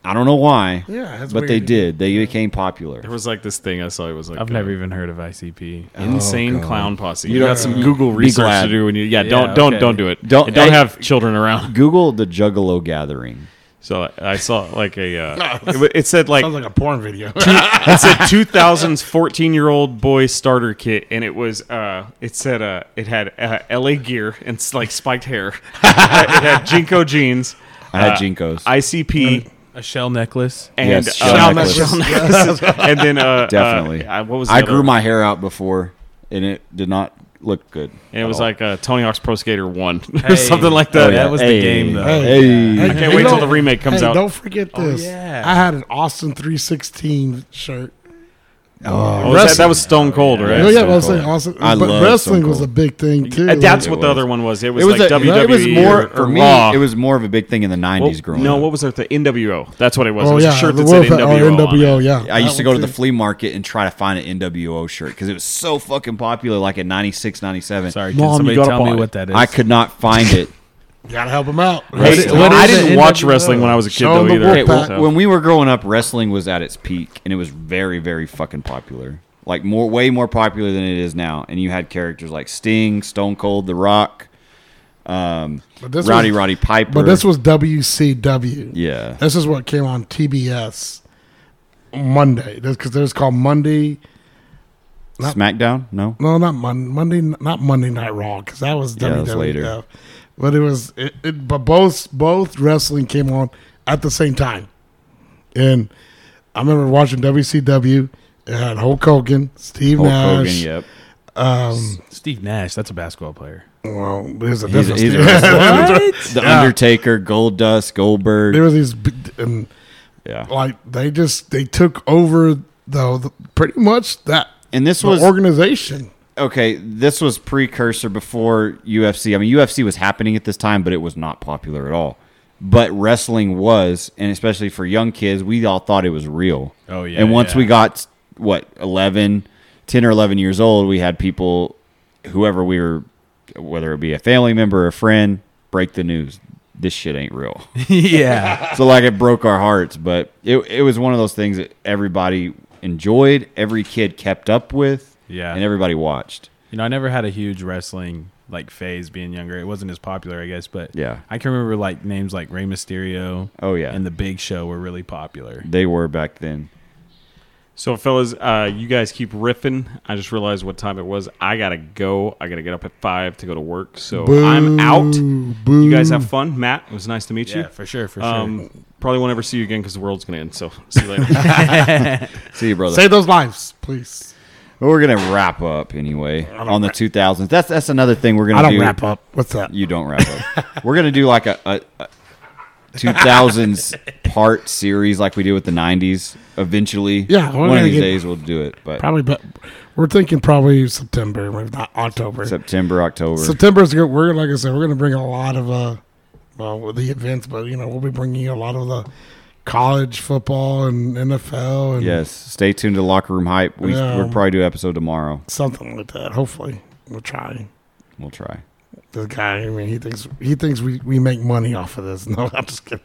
I don't know why,
Yeah, that's
but they
weird.
did. They became popular.
there was like this thing I saw. It was like
I've
uh,
never even heard of ICP.
insane
God.
clown posse.
Oh,
You
You
got
don't-
some
you-
Google
be
research
glad.
to do, and you yeah,
Yeah,
don't don't
okay.
don't do it.
Don't-
Don't don't
hey.
have children around.
Google the Juggalo Gathering.
So I- I saw like a uh, it, w- it said like
Sounds like a porn video.
it said 2000s 14 year old boy starter kit, and it was uh it said uh it had uh, LA gear and s- like spiked hair. it had Jinko jeans.
I had
uh,
Jinkos.
ICP.
A shell necklace.
And
Yes,
uh,
shell
necklace.
and then uh, uh,
Definitely.
uh, what was the
I
other
grew
one?
my hair out before, and it did not look good.
And it
at
was
all.
like uh, Tony Hawk's Pro Skater One or
Hey.
something like
Oh,
that.
yeah. That was the game, though.
Hey.
I can't wait till the remake comes
hey,
out.
Don't forget this.
yeah.
I had an Austin 316 shirt.
Oh, was that, that was Stone Cold, right?
oh, yeah,
Stone
I was saying
Cold.
Austin.
I
but
love
wrestling
Stone
was a
Cold.
big thing, too.
Uh, That's
It
what
was.
the other one was. It was,
It was
like
a-
WWE.
It was more
or,
for
or
me.
Raw.
It was more of a big thing in the '90s
Well,
growing
no,
up.
what was it? The NWO. That's what it was.
Oh,
it was
yeah.
a shirt
the
that said
Wolf- oh,
NWO. on it.
NWO, yeah.
I used
That
to go to
one,
the
too.
flea market and try to find an NWO shirt because it was so fucking popular, like in '96, '97.
Sorry,
Mom, you
can somebody
gotta
tell me
buy it.
what that is?
I could not find it.
Gotta help him out.
Hey,
Wrestling.
what
I
is
didn't
it?
watch
NWO?
wrestling when I was a kid
Show
though
the
either.
Wolf
Okay, well,
so-
when we were growing up, wrestling was at its peak, and it was very, very fucking popular. Like more, way more popular than it is now. And you had characters like Sting, Stone Cold, The Rock, um,
But this
Rowdy
was-
Roddy Piper.
But this was WCW.
yeah,
This is what came on TBS Monday. Because there's called Monday. not-
SmackDown. No,
No, not Mon- Monday. Not Monday Night Raw because that was
Yeah, that was
WWF.
later.
But it was. It, it, but both both wrestling came on at the same time, and I remember watching WCW. It had Hulk Hogan, Steve
Hulk
Nash.
Hogan. Yep.
Um,
Steve Nash. That's a basketball player.
well, there's a
He's,
difference.
he's a wrestler. the Undertaker, Goldust, Goldberg.
there was these, b- and
yeah.
like they just they took over though the, pretty much that
And this
the
was
organization.
okay. This was precursor before UFC. I mean, UFC was happening at this time, but it was not popular at all. But wrestling was, and especially for young kids, we all thought it was real.
Oh, yeah,
And once
yeah.
we got what 11, 10 or eleven years old, we had people, whoever we were, whether it be a family member or a friend, break the news. This shit ain't real.
yeah.
so like it broke our hearts but it, it was one of those things that everybody enjoyed every kid kept up with
Yeah.
and everybody watched
You know, I never had a huge wrestling like phase being younger. It wasn't as popular, I guess, but
Yeah.
I can remember like names like Rey Mysterio.
Oh, yeah.
and The Big Show were really popular.
they were back then
So, fellas, uh, you guys keep riffing. I just realized what time it was. I gotta go. I gotta get up at five to go to work. So I'm out. You guys have fun, Matt. It was nice to meet you.
Yeah, for sure, for sure.
Um, probably won't ever see you again because the world's gonna end. So see you later.
see you brother
Save those lives, please.
But we're gonna wrap up anyway on the 2000s that's that's another thing we're gonna
I don't
do
wrap up. What's that?
you don't wrap up we're gonna do like a, a, a 2000s part series like we did with the 90s eventually
Yeah, we're
one of
gonna
these
get-
days we'll do it but
Probably, but we're thinking probably September, if not October.
september october
September is good. We're like I said, we're going to bring a lot of uh, well, with the events, but you know, we'll be bringing you a lot of the college football and NFL and
yes stay tuned to locker room hype we,
Yeah.
we'll probably do an episode tomorrow
something like that. Hopefully, we'll try.
we'll try
This guy, I mean, he thinks he thinks we, we make money off of this. No, I'm just kidding.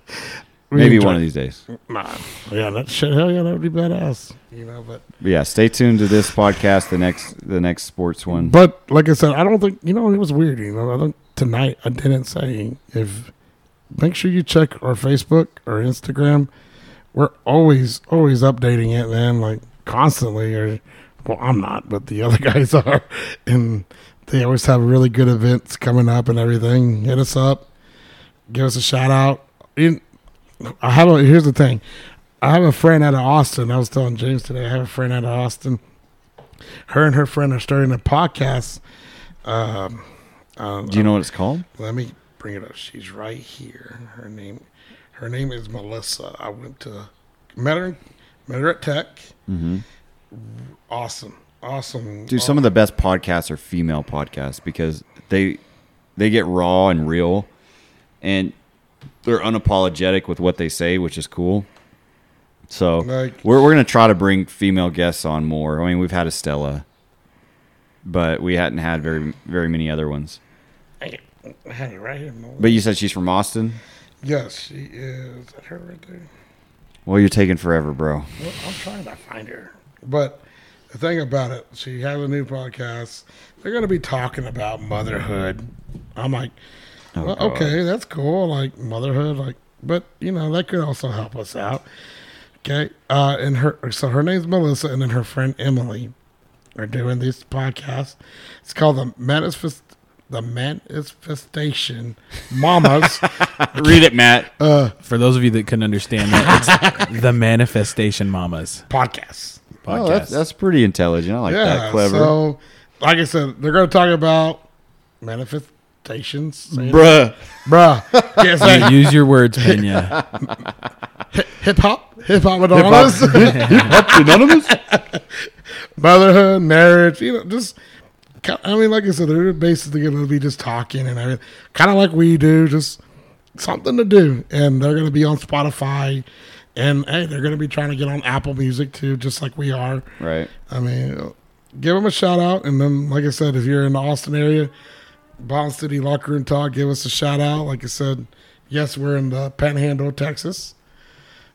We
Maybe
enjoy-
one of these days.
Nah, yeah, that shit. Hell yeah, that would be badass. You know, but
But yeah, stay tuned to this podcast, the next the next sports one.
But like I said, I don't think you know it was weird. You know, I don't tonight I didn't say if. Make sure you check our Facebook or Instagram. We're always always updating it, man. Like constantly, or well, I'm not, but the other guys are, and they always have really good events coming up and everything. Hit us up, give us a shout out. In, I have a here's the thing. I have a friend out of Austin. I was telling James today. I have a friend out of Austin her and her friend are starting a podcast. Um, um,
do you know what it's called?
let me bring it up. She's right here. Her name, her name is Melissa. I went to met her, met her at Tech. Awesome, awesome.
Dude, some of the best podcasts are female podcasts because they they get raw and real and they're unapologetic with what they say, which is cool. So
Like-
we're we're gonna try to bring female guests on more. I mean, we've had Estella, but we hadn't had very very many other ones.
Hey, right here.
But you said she's from Austin.
Yes, she is. Is that her right there?
Well, you're taking forever, bro.
Well, I'm trying to find her. But the thing about it, she has a new podcast. They're going to be talking about motherhood. I'm like, well,
God.
okay, that's cool. Like motherhood, like, but you know that could also help us out. Okay, uh, and her so her name's Melissa, and then her friend Emily are doing this podcast. It's called the manifest the manifestation mamas.
Read it, Matt.
For those of you that couldn't understand that, it's the Manifestation Mamas
podcast.
podcast.
Oh, that's, that's pretty intelligent. I like that. Clever.
So, like I said, they're going to talk about manifestations,
Bruh.
bruh. Can't say
You use your words, Pena.
hip hop, hip hop anonymous, motherhood, marriage. You know, just ki- I mean, like I said, they're basically going to be just talking and everything, kind of like we do, just something to do. And they're going to be on Spotify, and hey, they're going to be trying to get on Apple Music too, just like we are.
Right.
I mean, give them a shout out. And then, like I said, if you're in the Austin area, Bond City Locker Room Talk, give us a shout out. Like I said, yes, we're in the Panhandle, Texas.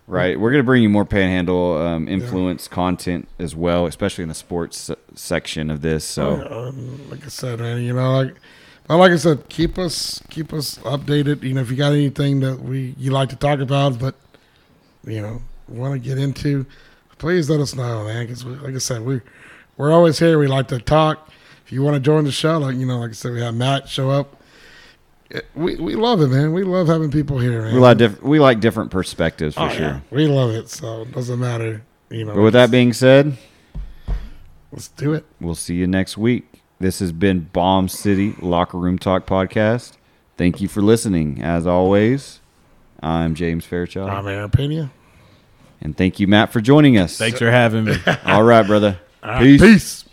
Right. We're going to bring you more panhandle um, influence content as well, especially in the sports s- section of this. So,
Um, like I said, man, you know, like, but like I said, keep us keep us updated. You know, if you got anything that we you like to talk about, but you know, want to get into, please let us know, man. Because like I said, we we're always here. We like to talk. If you want to join the show, like you know, like I said, we have Matt show up. It- We, we love it, man. We love having people here, man.
we, like diff- we like different perspectives for
Oh,
sure.
yeah. We love it, so it doesn't matter. You know,
But with that being said,
let's do it.
we'll see you next week. This has been Bomb City Locker Room Talk Podcast. Thank you for listening. As always, I'm James Fairchild.
I'm Aaron Pena.
And thank you, Matt, for joining us.
Thanks for having me.
All right, brother.
Peace.